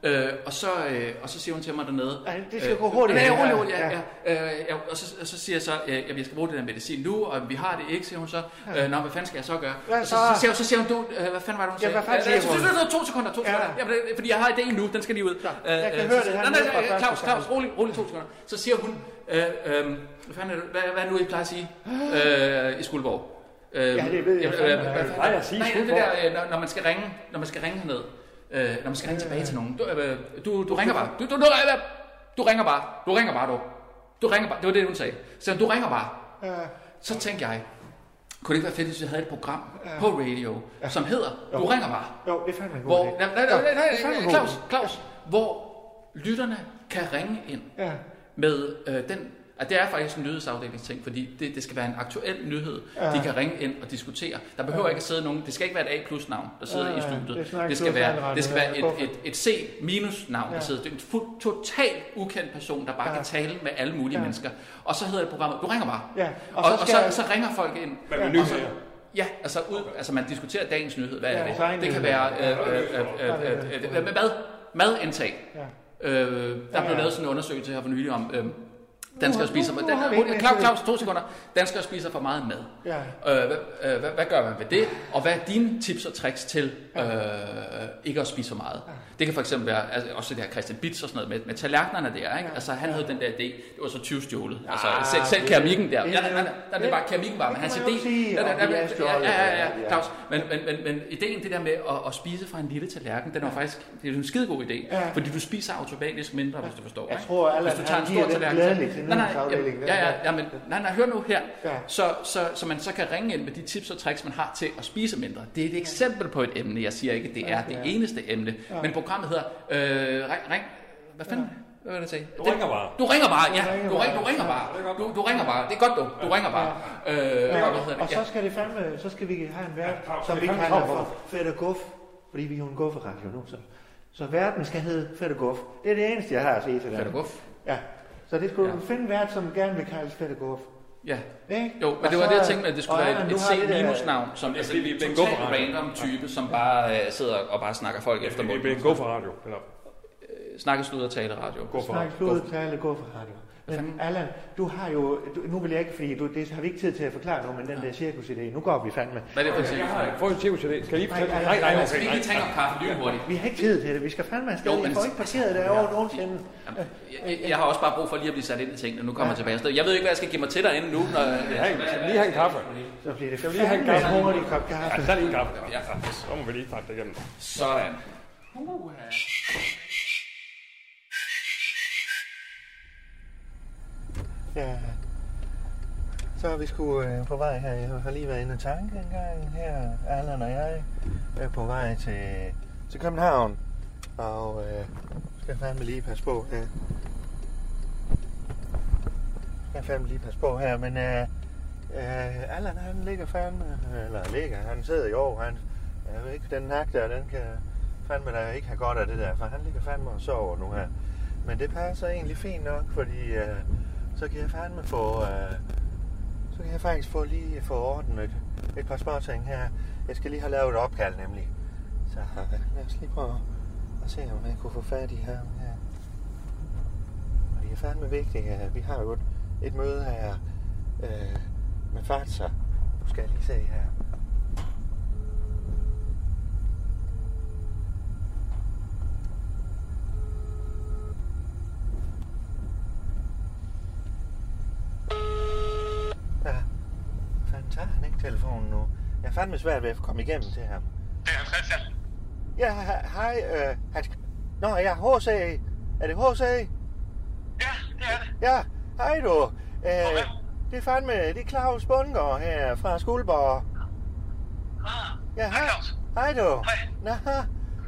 Speaker 8: Øh, og, så, øh, og så siger hun til mig dernede...
Speaker 5: Ej, det skal gå hurtigt.
Speaker 8: Nej, roligt, roligt, ja, ja. Øh, ja, og, så, og så siger jeg så, øh, jamen, jeg skal bruge den der medicin nu, og vi har det ikke, siger hun så. Øh, nå, hvad fanden skal jeg så gøre?
Speaker 5: Hvad
Speaker 8: og så,
Speaker 5: så?
Speaker 8: så, siger, hun- så siger hun, du, øh, hvad fanden var det, hun
Speaker 5: Ja, hvad fanden
Speaker 8: Øh,
Speaker 5: siger hun?
Speaker 8: så- så- så- så- To sekunder, to
Speaker 5: Ja.
Speaker 8: sekunder. Jamen, det- fordi jeg har idéen nu, den skal lige ud.
Speaker 5: jeg
Speaker 8: Øh,
Speaker 5: kan
Speaker 8: øh,
Speaker 5: høre
Speaker 8: så-
Speaker 5: det her
Speaker 8: nej, nej,
Speaker 5: nede fra
Speaker 8: øh,
Speaker 5: første
Speaker 8: Claus,
Speaker 5: gang.
Speaker 8: Claus, rolig, rolig to sekunder. Så siger hun, øh, øh, hvad, fanden er det, hvad, hvad er det nu, I plejer at sige øh, i Skuldborg? Øh, ja,
Speaker 5: det ved jeg fandme, ja.
Speaker 6: Plejer at sige
Speaker 8: Nej, det
Speaker 6: Skuldborg.
Speaker 8: der, øh, når, når man skal ringe, når man skal ringe herned, øh, når man skal ringe tilbage til nogen. Du, øh, du, du ringer bare. Du, du, du, øh, du ringer bare. Du ringer bare, du. Du ringer bare. Det var det, hun sagde. Så du ringer bare. Så tænkte jeg, kunne det ikke være fedt, hvis vi havde et program på radio, som hedder Du ringer bare.
Speaker 5: Jo, det er fandme en god
Speaker 8: Hvor,
Speaker 5: idé.
Speaker 8: nej, nej, nej, nej,
Speaker 5: det er fandme
Speaker 8: nej,
Speaker 5: en
Speaker 8: nej,
Speaker 5: god
Speaker 8: Claus,
Speaker 5: idé.
Speaker 8: Claus, hvor lytterne kan ringe ind
Speaker 5: Ja.
Speaker 8: med øh, den... At det er faktisk en nyhedsafdelingsting, fordi det, det skal være en aktuel nyhed,
Speaker 5: Ja.
Speaker 8: de kan ringe ind og diskutere. Der behøver ikke at sidde nogen... Det skal ikke være et A-plus-navn, der sidder
Speaker 5: Ja,
Speaker 8: i
Speaker 5: ja, det er
Speaker 8: studiet.
Speaker 5: sådan en
Speaker 8: Det, skal være,
Speaker 5: aktuel
Speaker 8: det skal være et,
Speaker 5: radioradiofaglig.
Speaker 8: et, et C-minus-navn,
Speaker 5: Ja.
Speaker 8: der sidder. Det er en fu- totalt ukendt person, der bare
Speaker 5: Ja.
Speaker 8: kan tale med alle mulige
Speaker 5: Ja.
Speaker 8: mennesker. Og så hedder det programmet, du ringer bare.
Speaker 5: Ja, og
Speaker 8: Og,
Speaker 5: så
Speaker 8: og, så, og
Speaker 5: skal-
Speaker 8: så, så ringer folk ind.
Speaker 6: Men med nyheder.
Speaker 8: Ja, altså, ud, altså man diskuterer dagens nyhed. Hvad
Speaker 5: Ja,
Speaker 8: er
Speaker 5: så er en
Speaker 8: det? Det kan
Speaker 5: nyhed.
Speaker 8: være øh, øh, øh, øh, øh, øh, øh, mad, madindtag.
Speaker 5: Ja.
Speaker 8: Øh, der
Speaker 5: Ja,
Speaker 8: blev
Speaker 5: ja.
Speaker 8: lavet sådan en undersøgelse her for nylig om, øh, danskere
Speaker 5: Nu-
Speaker 8: spiser
Speaker 5: nu-
Speaker 8: for...
Speaker 5: nu har vi
Speaker 8: Dan,
Speaker 5: ikke
Speaker 8: Claus,
Speaker 5: mere
Speaker 8: Claus,
Speaker 5: tid.
Speaker 8: Claus, to sekunder. Danskere spiser for meget mad.
Speaker 5: Ja.
Speaker 8: Øh, hvad, øh, hvad, hvad gør man ved det? Og hvad er dine tips og tricks til øh, ikke at spise for meget? Det kan for eksempel være altså, også det her Christian Bitz og sådan noget med, med tallerkenerne der. Ikke? Altså han havde den der idé. Det var så 20 stjålet. Altså selv, selv keramikken der. Ja, nej, nej, nej, nej, det er bare keramikken var, men
Speaker 5: Det
Speaker 8: hans
Speaker 5: kan man jo
Speaker 8: idé...
Speaker 5: sige,
Speaker 8: Ja,
Speaker 5: og
Speaker 8: ja,
Speaker 5: vi
Speaker 8: ja,
Speaker 5: er stjålet,
Speaker 8: ja, ja, ja,
Speaker 5: ja, ja.
Speaker 8: Claus, men, men, men, men ideen det der med at, at spise fra en lille tallerken, den er jo faktisk det er jo en skidegod idé,
Speaker 5: Ja.
Speaker 8: fordi du spiser automatisk mindre, hvis du forstår.
Speaker 5: Jeg
Speaker 8: ikke?
Speaker 5: tror, Allan,
Speaker 8: hvis du tager en
Speaker 5: han giver
Speaker 8: stor
Speaker 5: den
Speaker 8: tallerken.
Speaker 5: glædeligt til
Speaker 8: nej, nej,
Speaker 5: nyhedsafdelingen,
Speaker 8: ja, ja,
Speaker 5: den
Speaker 8: ja, ja, men, nej, nej, hør nu her.
Speaker 5: Ja.
Speaker 8: Så, så, så man så kan ringe ind med de tips og tricks, man har til at spise mindre. Det er et eksempel på et emne. Jeg siger ikke, det er det eneste emne. Men programmet hedder... Øh, ring, ring, hvad fanden? Hvad var det, jeg sagde?
Speaker 6: Du ringer bare.
Speaker 8: Du ringer bare, ja. Du, ring, du ringer bare. Du, du ringer bare. Det er godt, du. Du ringer bare. Øh, hvad hedder det?
Speaker 5: Og
Speaker 8: Ja.
Speaker 5: så skal det fandme, så skal vi have en vært,
Speaker 6: Claus,
Speaker 5: som
Speaker 6: det
Speaker 5: vi
Speaker 6: kan
Speaker 5: kalder
Speaker 6: Claus.
Speaker 5: for Fedt og Guf, fordi vi er jo en gufferadio nu, så. Så verden skal hedde Fedt og Guf. Det er det eneste, jeg har at sige til dig.
Speaker 8: Fedt og guf.
Speaker 5: Ja. Så det skulle
Speaker 8: Ja.
Speaker 5: du finde en vært, som gerne vil kaldes Fedt og Guf.
Speaker 8: Ja.
Speaker 5: Ikke?
Speaker 8: Jo, men
Speaker 5: Og
Speaker 8: det var
Speaker 5: så-
Speaker 8: det, jeg tænkte med, at det skulle
Speaker 5: og
Speaker 8: være
Speaker 5: Allan,
Speaker 8: et,
Speaker 5: du
Speaker 8: et
Speaker 5: har det der-
Speaker 8: C-minus-navn, som
Speaker 6: Det er
Speaker 8: altså,
Speaker 6: fordi, vi er
Speaker 8: en
Speaker 6: blevet
Speaker 8: totalt
Speaker 6: guffer.
Speaker 8: random type, som bare øh, sidder og bare snakker folk efter
Speaker 6: Det
Speaker 8: munden.
Speaker 6: bliver en god for radio. Eller
Speaker 8: Snakker, sluder, taler, radio.
Speaker 6: god for
Speaker 5: Snak slut, tale, gå for radio.
Speaker 8: fanden?
Speaker 5: Men Allan, du har jo, du, nu vil jeg ikke, fordi du, det har vi ikke tid til at forklare nu, men den der cirkusidé, nu går vi fandme.
Speaker 8: Hvad er det for et
Speaker 6: Jeg
Speaker 8: cirkus?
Speaker 6: har en positiv til det. Skal jeg lige fortælle?
Speaker 5: Nej,
Speaker 6: Nej, nej,
Speaker 8: Altså,
Speaker 6: okay.
Speaker 8: vi kan
Speaker 6: Nej,
Speaker 8: lige tage en kop kaffe lige hurtigt.
Speaker 5: Vi har ikke tid til det, vi skal fandme afsted,
Speaker 8: Jo,
Speaker 5: jo,
Speaker 8: men-
Speaker 5: vi får ikke parkeret derovre nogensinde.
Speaker 8: Jamen, jeg, jeg, jeg har også bare brug for lige at blive sat ind i tingene. Nu kommer jeg tilbage afsted. Jeg ved ikke, hvad jeg skal give mig til derinde nu. Når,
Speaker 6: nej, nej, skal vi lige have en kaffe.
Speaker 5: Så bliver det
Speaker 6: lige have en
Speaker 5: fandme en hurtig kop
Speaker 6: Ja,
Speaker 5: kaffe.
Speaker 6: tag lige en kaffe.
Speaker 8: Ja.
Speaker 6: Så må vi lige pakke det igennem.
Speaker 8: Sådan. Uha.
Speaker 5: Ja. Så er vi sgu øh, på vej her. Jeg har lige været inde og tanke en gang her. Allan og jeg er på vej til, til København. Og øh, skal jeg fandme lige passe på her. Skal jeg fandme lige passe på her. Men øh, øh, Allan han ligger fandme, eller ligger, han sidder i år. Han, jeg ved ikke, den nak der, den kan fandme da ikke have godt af det der. For han ligger fandme og sover nu her. Men det passer egentlig fint nok, fordi... Øh, så kan jeg fandme få, øh, så kan jeg faktisk få lige få ordnet et par små ting her. Jeg skal lige have lavet et opkald nemlig. Så øh, lad os lige prøve at se, om jeg kunne få fat i ham her. Og det er fandme vigtigt, at vi har jo et, et møde her øh, med Fatser. Nu skal jeg lige se her. Ja, fanden tager han ikke telefonen nu? Jeg er fandme svært ved at komme igennem til ham.
Speaker 9: Det er Christian.
Speaker 5: Ja, he- hej, øh, han, sk- Nå, ja, HC. Er det E? HC?
Speaker 7: Ja, det er det.
Speaker 5: Ja, hej du. Øh,
Speaker 7: Goddag.
Speaker 5: det er fandme, det er Claus Bundgaard her fra Skuldborg.
Speaker 7: Ah,
Speaker 5: Ja, hej.
Speaker 7: Claus.
Speaker 5: Hej du.
Speaker 7: Hej.
Speaker 5: Nå,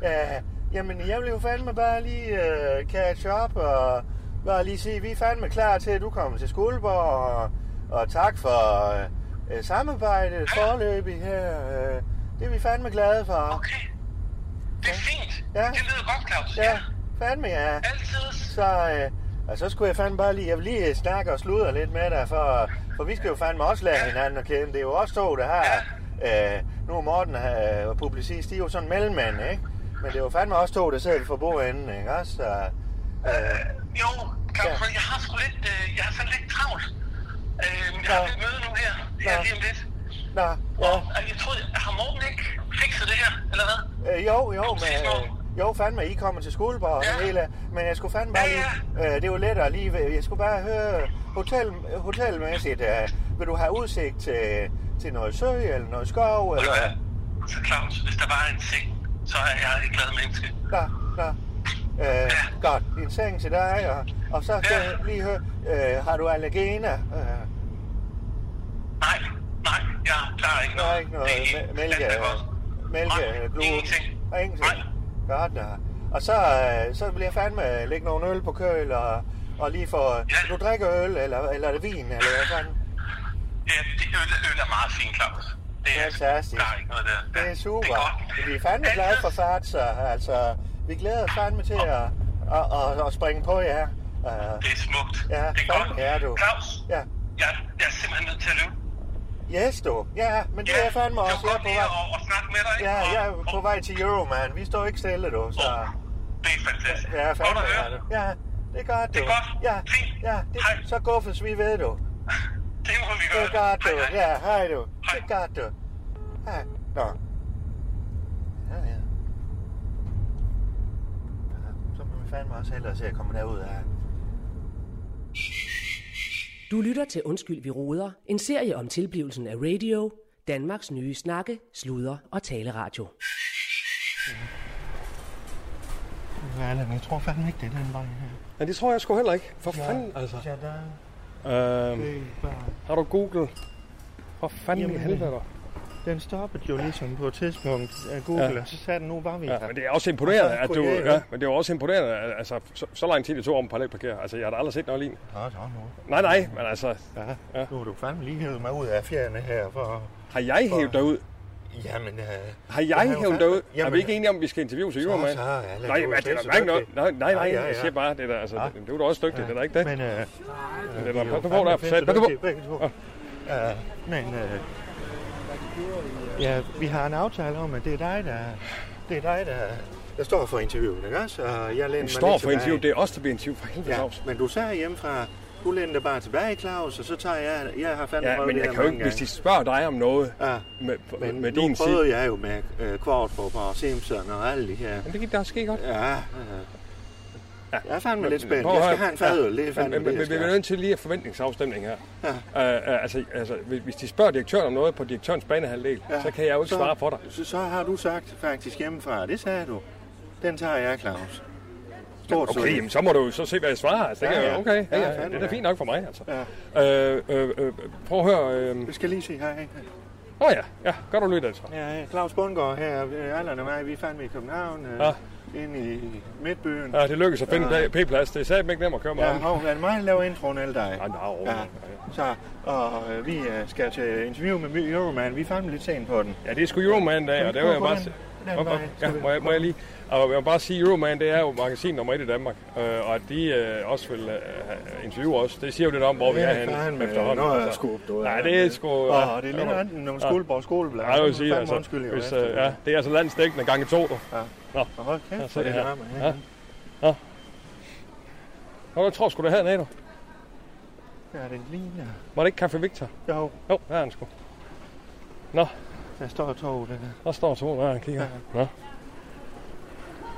Speaker 5: ja, jamen jeg vil jo fandme bare lige øh, catch up og bare lige sige, vi er fandme klar til, at du kommer til Skuldborg, og, og tak for øh, øh, samarbejdet forløbig her. Øh, det er vi fandme glade for.
Speaker 7: okay. Det er fint.
Speaker 5: Ja.
Speaker 7: Det lyder godt, Claus.
Speaker 5: Ja, fandme ja.
Speaker 7: Altid.
Speaker 5: Så, øh, og så skulle jeg fandme bare lige, jeg vil lige snakke og sludre lidt med dig, for, for vi skal jo fandme også lære hinanden at kende. Det er jo også to, der har, øh, nu er Morten øh, og publicist, de er jo sådan mellemmænd, ikke? Men det er jo fandme også to, der sidder for bordenden, ikke også? Så, øh,
Speaker 7: Jo, Claus,
Speaker 5: Ja.
Speaker 7: jeg har sgu lidt, øh, jeg har sådan lidt travlt. Øh, jeg har
Speaker 5: Nå.
Speaker 7: et møde nu her, her
Speaker 5: Nå.
Speaker 7: lige om lidt.
Speaker 5: nå,
Speaker 7: Og
Speaker 5: ja,
Speaker 7: jeg troede, har Morten ikke fikset det her, eller hvad?
Speaker 5: øh, jo, jo, men, øh, jo, fandme, I kommer til Skuldborg og det hele, men jeg skulle fandme bare lige, øh, det er jo lettere lige, ved- jeg skulle bare høre, hotel, hotelmæssigt, øh, vil du have udsigt til, til noget sø eller noget skov, eller...
Speaker 7: Ja. Så Claus, hvis der var en seng, så er jeg et glad menneske.
Speaker 5: Nå, nå. Øh, godt, en seng til dig, og, og så skal jeg lige høre, øh, har du allergener? Øh,
Speaker 7: Nej, nej, jeg klarer ikke
Speaker 5: der
Speaker 7: noget.
Speaker 5: er ikke noget
Speaker 7: Det
Speaker 5: mæ- mælke,
Speaker 7: ganske godt. Nej,
Speaker 5: mælke,
Speaker 7: ingenting.
Speaker 5: og ingenting?
Speaker 7: Nej.
Speaker 5: Godt, nå. Og så, øh, så bliver jeg fandme lægge nogle øl på køl, og, og lige få,
Speaker 7: Ja.
Speaker 5: du drikker øl, eller, eller er det vin, eller hvad fanden?
Speaker 7: Ja, det øl, øl er meget fint, Claus. Det er,
Speaker 5: Fantastisk.
Speaker 7: Der er ikke noget der. Ja,
Speaker 5: Det er super.
Speaker 7: Det er godt.
Speaker 5: vi er fandme glade for
Speaker 7: Altid.
Speaker 5: fart, så altså, vi glæder os fandme til at, at, at, at springe på jer. Øh,
Speaker 7: Det er smukt.
Speaker 5: Ja,
Speaker 7: det er
Speaker 5: fandme
Speaker 7: godt.
Speaker 5: er du.
Speaker 7: Claus,
Speaker 5: ja.
Speaker 7: jeg, jeg er simpelthen nødt til at løbe.
Speaker 5: Yes, du. Ja, men det er jeg fandme også.
Speaker 7: Det
Speaker 5: Jeg
Speaker 7: var
Speaker 5: er
Speaker 7: godt
Speaker 5: på
Speaker 7: lige
Speaker 5: vej.
Speaker 7: at, at snakke med dig.
Speaker 5: Ja,
Speaker 7: og-
Speaker 5: jeg er på
Speaker 7: og-
Speaker 5: vej til Euroman. Vi står ikke stille, du. Så
Speaker 7: Det er fantastisk.
Speaker 5: jeg er
Speaker 7: Godt
Speaker 5: fandme
Speaker 7: at høre.
Speaker 5: er det. Ja, det er godt, du.
Speaker 7: Det er godt.
Speaker 5: Ja,
Speaker 7: Fint.
Speaker 5: ja det,
Speaker 7: Hej.
Speaker 5: så guffes vi ved, du.
Speaker 7: Det må vi
Speaker 5: Det
Speaker 7: gøre.
Speaker 5: er godt,
Speaker 7: Hej,
Speaker 5: du.
Speaker 7: hej.
Speaker 5: Ja, hej, du.
Speaker 7: Hej.
Speaker 5: Det er godt, du. Hej. Nå. Ja, ja. Ja, Så må vi fandme også hellere se at komme derud af.
Speaker 1: Du lytter til Undskyld, vi roder, en serie om tilblivelsen af radio, Danmarks nye snakke, sludre og taleradio.
Speaker 5: Hvad er det? Jeg tror fandme ikke, det er den vej her.
Speaker 6: Ja, det tror jeg sgu heller ikke. For fanden, altså.
Speaker 5: Ja, der er
Speaker 6: Øhm,
Speaker 5: det bare...
Speaker 6: har du Google? For fanden i
Speaker 5: Jamen,
Speaker 6: helvede der.
Speaker 5: Den stoppede jo ligesom på et tidspunkt af Google,
Speaker 6: Ja.
Speaker 5: ja. og så sagde den, nu var vi
Speaker 6: Ja,
Speaker 5: her.
Speaker 6: men det er også imponerende, at du...
Speaker 5: Ja, ja.
Speaker 6: Ja, men det er jo også imponerende, at- altså, så, så lang tid det tog om at parallelparkere. Altså, jeg har da aldrig set noget lignende.
Speaker 5: Nå, nå, nu.
Speaker 6: Nej, nej, men altså,
Speaker 5: Ja.
Speaker 6: Ja.
Speaker 5: Nu har du fandme lige hævet mig ud af fjerne her for...
Speaker 6: har jeg hævet dig ud?
Speaker 5: Jamen, øh,
Speaker 6: Har
Speaker 5: har jo
Speaker 6: jeg hævet dig
Speaker 5: fandme-
Speaker 6: ud? Er
Speaker 5: Jamen-
Speaker 6: vi ikke enige om, at vi skal interviewe til
Speaker 5: Så-
Speaker 6: Euroman?
Speaker 5: så, ja, lad
Speaker 6: Nej,
Speaker 5: gå,
Speaker 6: men det
Speaker 5: det er
Speaker 6: er
Speaker 5: så
Speaker 6: da ikke noget.
Speaker 5: dygtigt.
Speaker 6: Nej, nej, nej,
Speaker 5: Ja, ja,
Speaker 6: jeg
Speaker 5: ja.
Speaker 6: siger bare, det er da, altså,
Speaker 5: Ja.
Speaker 6: det er du da også dygtig, det er da ikke det.
Speaker 5: men... Øh,
Speaker 6: Det er
Speaker 5: vi
Speaker 6: da,
Speaker 5: jo
Speaker 6: pas nu på
Speaker 5: fandme
Speaker 6: der,
Speaker 5: pisse
Speaker 6: sat, pas nu på.
Speaker 5: dygtige begge to. Ja, men... Øh, ja, vi har en aftale om, at det er dig, der... Det er dig, der... Jeg står for interviewet, ikke også? Og jeg læner
Speaker 6: Du
Speaker 5: mig
Speaker 6: står
Speaker 5: lidt
Speaker 6: for
Speaker 5: tilbage.
Speaker 6: interview, det er os, der bliver interview for helvede
Speaker 5: Ja,
Speaker 6: Claus.
Speaker 5: men du sagde hjemmefra, du læner dig bare tilbage, Claus, og så tager jeg... Jeg har fandme
Speaker 6: Ja,
Speaker 5: prøvet
Speaker 6: men
Speaker 5: det
Speaker 6: jeg
Speaker 5: her
Speaker 6: kan jo ikke,
Speaker 5: mange
Speaker 6: hvis de
Speaker 5: gange.
Speaker 6: spørger dig om noget
Speaker 5: Ja.
Speaker 6: med,
Speaker 5: Men
Speaker 6: med
Speaker 5: nu
Speaker 6: din side.
Speaker 5: prøvede jeg jo med øh, Kvartrup og Simpson og alle de her.
Speaker 6: Jamen, det gik da skide godt.
Speaker 5: Ja, øh. jeg er fandme lidt spændt.
Speaker 6: Prøv at
Speaker 5: Jeg skal
Speaker 6: høre.
Speaker 5: have en fadøl, det
Speaker 6: Ja,
Speaker 5: er fandme
Speaker 6: men, men,
Speaker 5: det, jeg
Speaker 6: men, vi er
Speaker 5: skal.
Speaker 6: nødt til lige at forventningsafstemning her. Ja. Uh, altså, altså, hvis hvis de spørger direktøren om noget på direktørens banehalvdel, ja. så kan jeg jo ikke svare for dig.
Speaker 5: Så, så har du sagt faktisk hjemmefra, det sagde du. Den tager jeg, Claus. Stort
Speaker 6: Okay,
Speaker 5: set.
Speaker 6: jamen, så må du jo så se, hvad jeg svarer. Altså, det
Speaker 5: Ja,
Speaker 6: kan jeg jo-
Speaker 5: ja.
Speaker 6: okay, ja,
Speaker 5: Ja,
Speaker 6: ja,
Speaker 5: fandme,
Speaker 6: det er da
Speaker 5: ja.
Speaker 6: fint nok for mig. Altså.
Speaker 5: Ja.
Speaker 6: Øh, øh, øh, prøv at høre. Øh...
Speaker 5: Vi skal lige se hej.
Speaker 6: Nå ja, ja, gør du lidt altså.
Speaker 5: Ja, Claus Bundgaard her, øh, Allan og mig, vi er fandme i København, øh,
Speaker 6: Ja.
Speaker 5: inde i midtbyen.
Speaker 6: Ja, det lykkedes at finde ja. P-plads. Det er satme ikke nemt at køre med
Speaker 5: Ja,
Speaker 6: ham.
Speaker 5: hov, er det mig, der laver introen eller dig?
Speaker 6: Nej, nej, overhovedet
Speaker 5: ja.
Speaker 6: ikke.
Speaker 5: Så, og øh, vi øh, skal til interview med Euroman, vi er fandme lidt sent på den.
Speaker 6: Ja, det er sgu Euroman dag, og det vil jeg bare sige.
Speaker 5: Den
Speaker 6: Op, op.
Speaker 5: vej skal
Speaker 6: Ja,
Speaker 5: vi-
Speaker 6: må, jeg, må jeg lige. Og jeg vil bare sige, Euroman, det er jo magasin nummer et i Danmark. Øh, og at de øh, også vil øh, interviewe os, det siger jo lidt om, hvor vi er henne efterhånden.
Speaker 5: Øh, Nå,
Speaker 6: altså.
Speaker 5: jeg skubt, du. øh,
Speaker 6: Nej, det er sgu...
Speaker 5: Åh, det er lidt
Speaker 6: ja.
Speaker 5: andet nogle skoleborg skoleblad.
Speaker 6: Ja, jeg vil sige, altså,
Speaker 5: Undskyld, jeg
Speaker 6: hvis, øh, ja, det er altså landsdækkende gange to. du.
Speaker 5: Og hold
Speaker 6: Ja,
Speaker 5: kæft,
Speaker 6: så
Speaker 5: så
Speaker 6: er
Speaker 5: det
Speaker 6: det her.
Speaker 5: larmer.
Speaker 6: Ja.
Speaker 5: Ja.
Speaker 6: Nå, jeg tror sgu, det er hernede, du.
Speaker 5: ja, det ligner.
Speaker 6: Var det ikke Café Victor?
Speaker 5: Jo,
Speaker 6: Jo, der er han sgu.
Speaker 5: der står toget der.
Speaker 6: Der står to, der og kigger. Nå.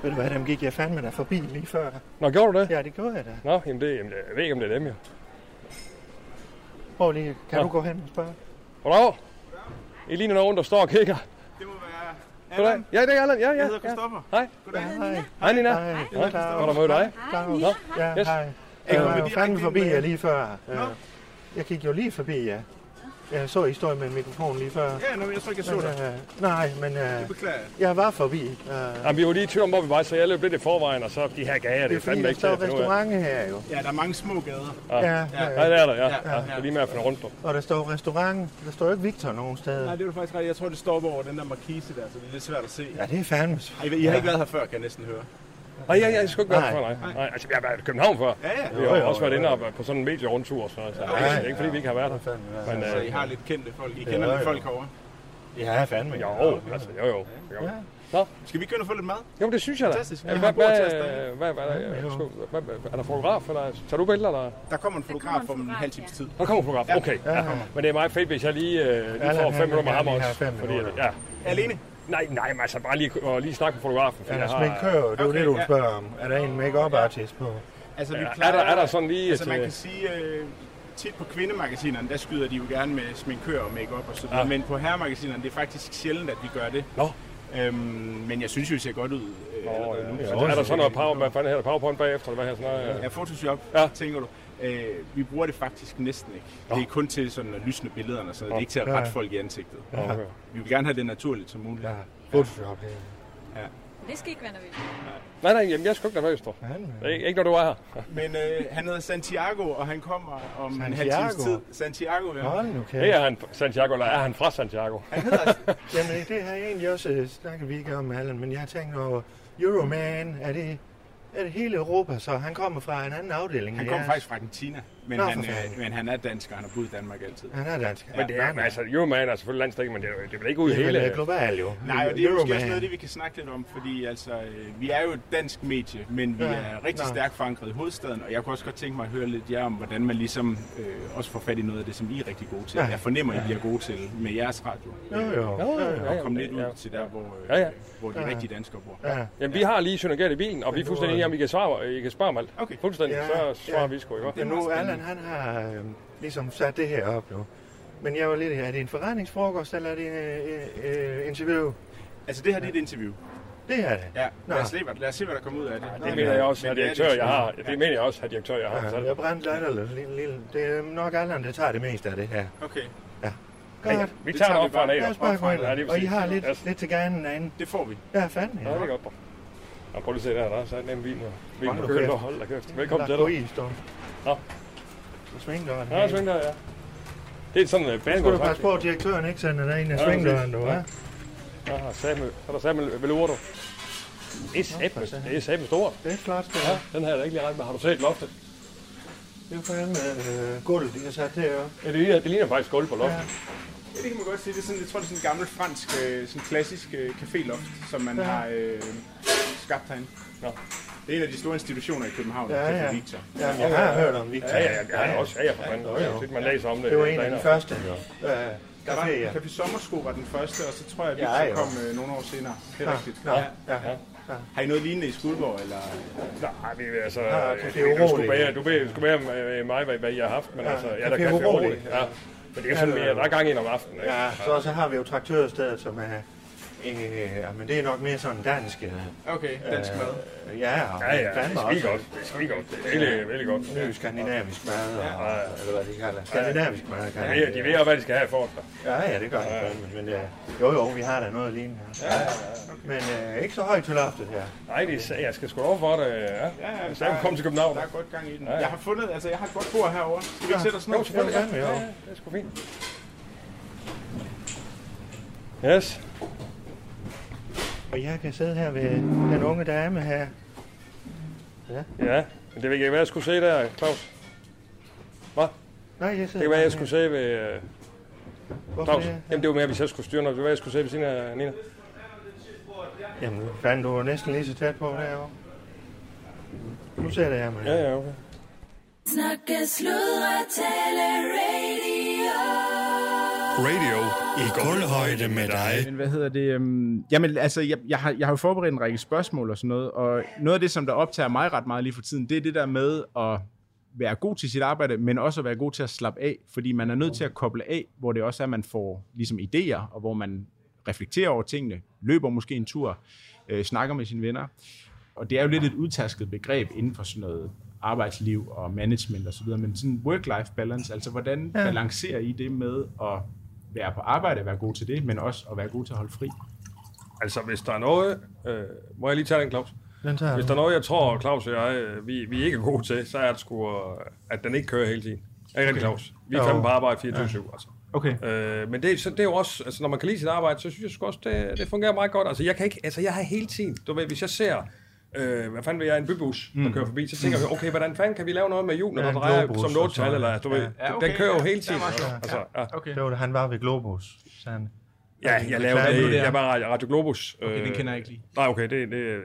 Speaker 5: Ved du hvad, dem gik jeg fandme der forbi lige før.
Speaker 6: Nå, gjorde du det?
Speaker 5: Ja, det gjorde jeg da.
Speaker 6: Nå, jamen det, jamen, jeg ved ikke, om det er dem, jo.
Speaker 5: Prøv lige, kan
Speaker 6: Nå.
Speaker 5: du gå hen og spørge?
Speaker 6: Goddag. I ligner nogen, der står og kigger.
Speaker 9: Det må være
Speaker 6: Goddag. Ja, det er Allan. Ja, ja.
Speaker 9: Jeg hedder
Speaker 6: ja.
Speaker 9: Christoffer.
Speaker 6: Hej.
Speaker 9: Goddag.
Speaker 5: Hej.
Speaker 6: Hej, Nina.
Speaker 5: Hej.
Speaker 6: Hej. Godt at møde dig.
Speaker 5: Claus.
Speaker 6: Nå.
Speaker 5: Ja,
Speaker 6: Yes.
Speaker 5: hej.
Speaker 9: Jeg
Speaker 5: Jeg
Speaker 9: kom
Speaker 5: var jo
Speaker 9: direkte
Speaker 5: fandme
Speaker 9: ind
Speaker 5: forbi
Speaker 9: med-
Speaker 5: jer lige før.
Speaker 9: Nå.
Speaker 5: Øh, Jeg gik jo lige forbi jer. Jeg så I stod med mikrofonen lige før.
Speaker 9: Ja, nå, jeg tror ikke, jeg så
Speaker 5: Men,
Speaker 9: dig.
Speaker 5: øh, nej, men
Speaker 9: Jeg
Speaker 5: øh,
Speaker 9: beklager.
Speaker 5: jeg var forbi. Øh,
Speaker 6: Jamen, vi var lige i tvivl om, hvor vi var, så jeg løb lidt i forvejen, og så de her gager,
Speaker 5: det
Speaker 6: det
Speaker 5: er
Speaker 6: er
Speaker 5: fordi,
Speaker 6: fandme
Speaker 5: der
Speaker 6: ikke til
Speaker 5: står
Speaker 6: at finde ud af.
Speaker 5: restauranter her jo.
Speaker 9: Ja, der er mange små gader.
Speaker 5: Ja,
Speaker 6: Ja,
Speaker 5: ja,
Speaker 6: det er der,
Speaker 9: Ja.
Speaker 6: ja. ja. Det er lige med at finde rundt på.
Speaker 5: og der står restaurant. Der står jo ikke Victor nogen
Speaker 9: Nej,
Speaker 5: steder.
Speaker 9: det er du faktisk ret. i. Jeg tror, det stopper over den der markise der, så det er lidt svært at se.
Speaker 5: Ja, det er fandme.
Speaker 9: Ej, I har ikke været her før, kan jeg næsten høre.
Speaker 6: Nej, ja, ja, jeg skulle ikke være
Speaker 5: Nej.
Speaker 6: før, nej. nej. Altså, jeg har været i København før.
Speaker 9: Ja, ja.
Speaker 6: Vi har jo også været inde og- på sådan en medierundtur, så altså, det er ikke- ikke fordi, vi ikke har været der. Men
Speaker 9: Så I
Speaker 6: øh,
Speaker 9: har lidt kendte folk. I kender lidt folk herovre.
Speaker 5: Ja, fandme.
Speaker 6: jo, altså, jo, jo. Det gør vi.
Speaker 9: Skal vi ikke begynde at få lidt mad?
Speaker 6: Jo, men det synes jeg da.
Speaker 9: Fantastisk.
Speaker 6: Ja,
Speaker 9: Vi
Speaker 6: Hvad,
Speaker 9: har bord til
Speaker 6: hvad,
Speaker 9: os derinde.
Speaker 6: hvad, hvad, er der- jeg skulle- hvad, hvad, er der fotograf, eller tager du billeder, eller?
Speaker 9: Der kommer en fotograf
Speaker 2: kommer
Speaker 9: om
Speaker 2: en
Speaker 9: en
Speaker 2: fotograf,
Speaker 9: halv times
Speaker 2: ja.
Speaker 9: tid.
Speaker 6: Der kommer fotograf, okay. Ja. Men det er meget fedt, hvis jeg lige, øh, lige
Speaker 5: lad-
Speaker 6: får
Speaker 5: lad-
Speaker 6: fem minutter med
Speaker 5: lad-
Speaker 6: ham
Speaker 5: lad-
Speaker 6: også.
Speaker 5: lad- fem
Speaker 6: Fordi, at-
Speaker 5: minutter.
Speaker 6: ja.
Speaker 9: Alene?
Speaker 6: Nej, nej, men altså bare lige, og lige snakke med fotografen. fordi
Speaker 5: Er der
Speaker 6: jeg har-
Speaker 5: sminkør? altså, Det er jo
Speaker 9: Okay,
Speaker 5: det, du
Speaker 9: ja.
Speaker 5: spørger om. Er der en make-up artist på?
Speaker 9: Altså, vi
Speaker 6: Ja,
Speaker 9: plejer,
Speaker 6: er der- er der sådan lige
Speaker 9: Altså,
Speaker 6: et,
Speaker 9: man
Speaker 6: øh,
Speaker 9: kan sige, øh, tit på kvindemagasinerne, der skyder de jo gerne med sminkør og makeup og sådan
Speaker 6: Ja.
Speaker 9: ja. Men på herremagasinerne, det er faktisk sjældent, at vi gør det.
Speaker 6: Nå.
Speaker 9: Øhm, men jeg synes jo, det ser godt ud. Øh,
Speaker 6: Nå,
Speaker 9: allerede
Speaker 6: ja.
Speaker 9: nu.
Speaker 6: Altså, er der sådan noget power, hvad fanden hedder det, powerpoint bagefter, eller hvad her sådan noget?
Speaker 9: Ja, Photoshop,
Speaker 6: Ja.
Speaker 9: ja. tænker du. Øh, vi bruger det faktisk næsten ikke. Nå. Det er kun til sådan at lysne billederne, så det er ikke til at rette folk i ansigtet.
Speaker 6: Ja. Okay.
Speaker 9: Vi vil gerne have det naturligt som muligt.
Speaker 5: Ja, Photoshop her.
Speaker 2: Det skal ikke være nervøst.
Speaker 6: Nej, nej, jamen, jeg er sgu ikke nervøs, tror
Speaker 5: Fandme.
Speaker 6: ikke, ikke når du er her.
Speaker 9: Men øh, han hedder Santiago, og han kommer om en halv
Speaker 5: Santiago?
Speaker 9: times tid. Santiago, ja.
Speaker 5: Hold nu
Speaker 6: Det
Speaker 5: kæft.
Speaker 6: er han fra Santiago, eller er han fra Santiago?
Speaker 5: Jamen, det har jeg egentlig også øh, snakket vi ikke om, Allan, men jeg har tænkt over, Euroman, er det, er det hele Europa, så han kommer fra en anden afdeling?
Speaker 9: Han
Speaker 5: end
Speaker 9: kommer
Speaker 5: jeres?
Speaker 9: faktisk fra Argentina, men,
Speaker 5: Nå,
Speaker 9: han,
Speaker 5: for fanden.
Speaker 9: øh, men han er dansker, han har boet i Danmark altid.
Speaker 5: Han er dansk.
Speaker 6: Men det er, altså, Euroman er selvfølgelig landstække, men det er, jo- det er vel ikke ude i
Speaker 5: Det er
Speaker 6: hele...
Speaker 5: vel, øh, global jo.
Speaker 9: Nej, og det er måske også
Speaker 5: Euroman.
Speaker 9: noget, af det vi kan snakke lidt om, fordi altså, øh, vi er jo et dansk medie, men vi
Speaker 5: Ja,
Speaker 9: er rigtig
Speaker 5: nå.
Speaker 9: stærkt forankret i hovedstaden, og jeg kunne også godt tænke mig at høre lidt jer om, hvordan man ligesom øh, også får fat i noget af det, som I er rigtig gode til.
Speaker 5: Ja.
Speaker 9: Jeg fornemmer, I bliver gode til med jeres radio.
Speaker 5: Jo, jo.
Speaker 6: Jo, jo,
Speaker 9: Og
Speaker 6: jo,
Speaker 9: komme lidt
Speaker 6: ja.
Speaker 9: ud til der, hvor, øh,
Speaker 6: Ja, ja.
Speaker 9: hvor de rigtige danskere bor.
Speaker 5: Ja.
Speaker 6: Jamen, vi har lige synergeret i bilen, og vi er fuldstændig enige om, I kan svare, I kan spare om alt.
Speaker 9: Okay.
Speaker 6: Fuldstændig,
Speaker 5: Ja,
Speaker 6: så svarer
Speaker 5: ja.
Speaker 6: vi sgu, ikke?
Speaker 5: Men nu, Allan, han har øh, ligesom sat det her op nu. Men jeg var lidt, er det en forretningsfrokost, eller er det en øh, øh, interview?
Speaker 9: Altså, det her det er et interview.
Speaker 5: Det er det.
Speaker 9: Ja,
Speaker 5: Nå.
Speaker 9: lad os, se, hvad- lad os se, hvad der kommer ud af det.
Speaker 6: Det mener jeg også,
Speaker 9: Men
Speaker 6: at
Speaker 9: det er et
Speaker 6: direktør, jeg har.
Speaker 9: interview.
Speaker 6: Det mener jeg også, at direktør, jeg har.
Speaker 5: Ja, jeg
Speaker 6: Så-
Speaker 5: brændte lidt, eller lille, lille. Det er nok Allan, der tager det meste af det her.
Speaker 9: Ja, Okay,
Speaker 5: Godt. Ja,
Speaker 6: Vi
Speaker 9: Det
Speaker 6: tager
Speaker 9: tager
Speaker 6: det
Speaker 9: vi
Speaker 6: op fra en
Speaker 9: bare.
Speaker 5: Lad os
Speaker 6: af.
Speaker 5: bare gå ind.
Speaker 6: Ja, det er
Speaker 5: Og I
Speaker 6: præcis.
Speaker 5: har lidt,
Speaker 6: Ja, så-
Speaker 5: lidt til gerne derinde.
Speaker 9: det får vi.
Speaker 5: Ja, fanden.
Speaker 6: Ja,
Speaker 5: Ja.
Speaker 6: det er godt, bro. Og prøv lige at se der, der er sådan en vin. og Vinen
Speaker 5: Hold
Speaker 6: er
Speaker 5: nu
Speaker 6: kølet,
Speaker 5: kæft.
Speaker 6: og hold da kæft. Velkommen til
Speaker 5: dig.
Speaker 6: dig.
Speaker 5: i, står.
Speaker 6: Nå.
Speaker 5: Du svinger døren.
Speaker 6: Ja, sving der, ja. Det er sådan øh, en
Speaker 5: Nu skal du
Speaker 6: banegård.
Speaker 5: passe på, at direktøren ikke sender dig ind af
Speaker 6: Ja,
Speaker 5: svingdøren, du,
Speaker 6: præcis.
Speaker 5: hva'?
Speaker 6: Ja, Samuel. Så er der Samuel Velordo. Det er sæbne, det er sæbne stort.
Speaker 5: Det er flot, det
Speaker 6: Ja,
Speaker 5: er.
Speaker 6: den her er der ikke lige ret med. Har du set loftet?
Speaker 5: Det er fandme øh, gulvet, de har sat deroppe.
Speaker 6: Ja, det ligner, det ligner faktisk gulv på loftet.
Speaker 9: Ja, det kan man godt sige. Det er sådan, jeg tror, det er sådan en gammel fransk, øh, sådan klassisk øh, caféloft, som man ja. har øh, skabt herinde.
Speaker 6: Nå.
Speaker 9: Det er en af de store institutioner i København,
Speaker 5: Ja,
Speaker 9: ja,
Speaker 5: ja.
Speaker 9: ja. Victor.
Speaker 5: Ja, jeg har hørt om Victor.
Speaker 6: Ja, ja, ja, det har jeg også. Ja, ja, for fanden. Det er jo tit, man læser om det.
Speaker 5: Det var en af de
Speaker 6: derinde.
Speaker 5: første øh,
Speaker 9: Der var
Speaker 5: caféer.
Speaker 9: Café Sommersko var den første, og så tror jeg, at
Speaker 5: Ja,
Speaker 9: Victor ja,
Speaker 5: ja.
Speaker 9: kom øh, nogle år senere. Det er rigtigt.
Speaker 5: Ja, ja.
Speaker 9: Har I noget lignende i Skuldborg? Eller?
Speaker 6: Nej, vi, altså,
Speaker 5: Ja, Café
Speaker 6: det er
Speaker 5: Urolig.
Speaker 6: jo Du ved sgu mere med med mig, hvad, hvad I har haft, men
Speaker 5: Ja,
Speaker 6: altså, ja,
Speaker 5: Café
Speaker 6: der kan være
Speaker 5: Urolig.
Speaker 6: roligt. Ja. Men det er sådan
Speaker 5: Ja, det er
Speaker 6: mere,
Speaker 5: jo.
Speaker 6: der er gang ind om aftenen. Ikke?
Speaker 5: Ja, så, så har vi jo traktørstedet, som er... Øh, ja, men det er nok mere sådan dansk. Øh,
Speaker 9: Okay, dansk mad.
Speaker 5: ja, og
Speaker 6: Ja, ja, det
Speaker 5: fandme
Speaker 6: er
Speaker 5: også
Speaker 6: skide godt. Det er skide godt. Det er virkelig, virkelig godt.
Speaker 5: Ny skandinavisk mad, og, eller hvad de kalder. Skandinavisk mad, kalder
Speaker 6: Ja,
Speaker 5: de
Speaker 6: de
Speaker 5: det.
Speaker 6: ved også, hvad de skal have for sig.
Speaker 5: Ja, ja, det gør de fandme, Men ja, jo, jo, vi har da noget lignende her. Ja, Men øh, ikke så højt til loftet her.
Speaker 6: Nej, det er, jeg skal sgu over for det. Ja,
Speaker 9: ja,
Speaker 6: ja, ja,
Speaker 9: der-
Speaker 6: kom til København.
Speaker 9: Der er godt gang i den.
Speaker 6: ja.
Speaker 9: Jeg har fundet, altså jeg har et godt bord herovre. Skal vi ikke sætte os ned?
Speaker 6: Jo, selvfølgelig.
Speaker 5: Jo, fandme, jo.
Speaker 6: Ja, ja, det er sgu fint. Yes.
Speaker 5: Og jeg kan sidde her ved den unge dame her.
Speaker 6: Ja, men det ved jeg ikke, hvad jeg skulle se der, Claus.
Speaker 5: Nej, jeg
Speaker 6: Det
Speaker 5: sidder
Speaker 6: kan være, jeg
Speaker 5: her.
Speaker 6: skulle se ved... øh,
Speaker 5: Hvorfor
Speaker 6: Claus.
Speaker 5: det?
Speaker 6: Jamen, det var mere, hvis jeg skulle styre noget. Det var, jeg skulle se ved siden af Nina.
Speaker 5: Jamen, fanden, du er næsten lige så tæt på derovre. Nu sætter jeg mig.
Speaker 6: Ja, ja, okay.
Speaker 2: Snakke, sludre, tale, radio.
Speaker 3: Radio i gulvhøjde med dig.
Speaker 9: Men hvad hedder det? øhm, Jamen, altså, jeg, jeg, har, jeg har jo forberedt en række spørgsmål og sådan noget, og noget af det, som der optager mig ret meget lige for tiden, det er det der med at være god til sit arbejde, men også at være god til at slappe af, fordi man er nødt til at koble af, hvor det også er, at man får ligesom idéer, og hvor man reflekterer over tingene, løber måske en tur, øh, snakker med sine venner. Og det er jo lidt et udtasket begreb inden for sådan noget arbejdsliv og management osv., men sådan work-life balance, altså hvordan ja. balancerer I det med at være på arbejde, være god til det, men også at være god til at holde fri?
Speaker 6: Altså, hvis der er noget... Øh, må jeg lige tage den, Claus?
Speaker 5: Den tager
Speaker 6: Hvis
Speaker 5: du.
Speaker 6: der er noget, jeg tror, Claus og jeg, øh, vi, vi ikke er gode til, så er det sgu, øh, at den ikke kører hele tiden. Er ikke rigtig, Claus? Vi er
Speaker 5: Jo.
Speaker 6: fandme på arbejde 24-7, altså.
Speaker 9: Okay.
Speaker 6: Øh, men det, så det er jo også, altså når man kan lide sit arbejde, så synes jeg sgu også, det, det fungerer meget godt. Altså jeg kan ikke, altså jeg har hele tiden, du ved, hvis jeg ser, øh, hvad fanden vil jeg, en bybus, der kører forbi, så tænker jeg, okay, hvordan fanden kan vi lave noget med hjulene,
Speaker 5: Mm. Ja,
Speaker 6: der
Speaker 5: en
Speaker 6: drejer
Speaker 5: globus
Speaker 6: som
Speaker 5: og sådan.
Speaker 6: låtal, eller du ved,
Speaker 9: Ja,
Speaker 6: ja,
Speaker 9: okay,
Speaker 6: okay, den kører jo
Speaker 9: ja.
Speaker 6: hele tiden.
Speaker 9: Det er meget
Speaker 6: altså, ja.
Speaker 9: Okay.
Speaker 5: Det var, da han var ved Globus. Så han,
Speaker 6: ja, jeg lavede
Speaker 5: Hvad er
Speaker 9: det
Speaker 6: det,
Speaker 9: der?
Speaker 6: jeg var Radio- Radio Globus. Okay,
Speaker 9: den kender jeg ikke lige.
Speaker 6: Nej, okay, det, det er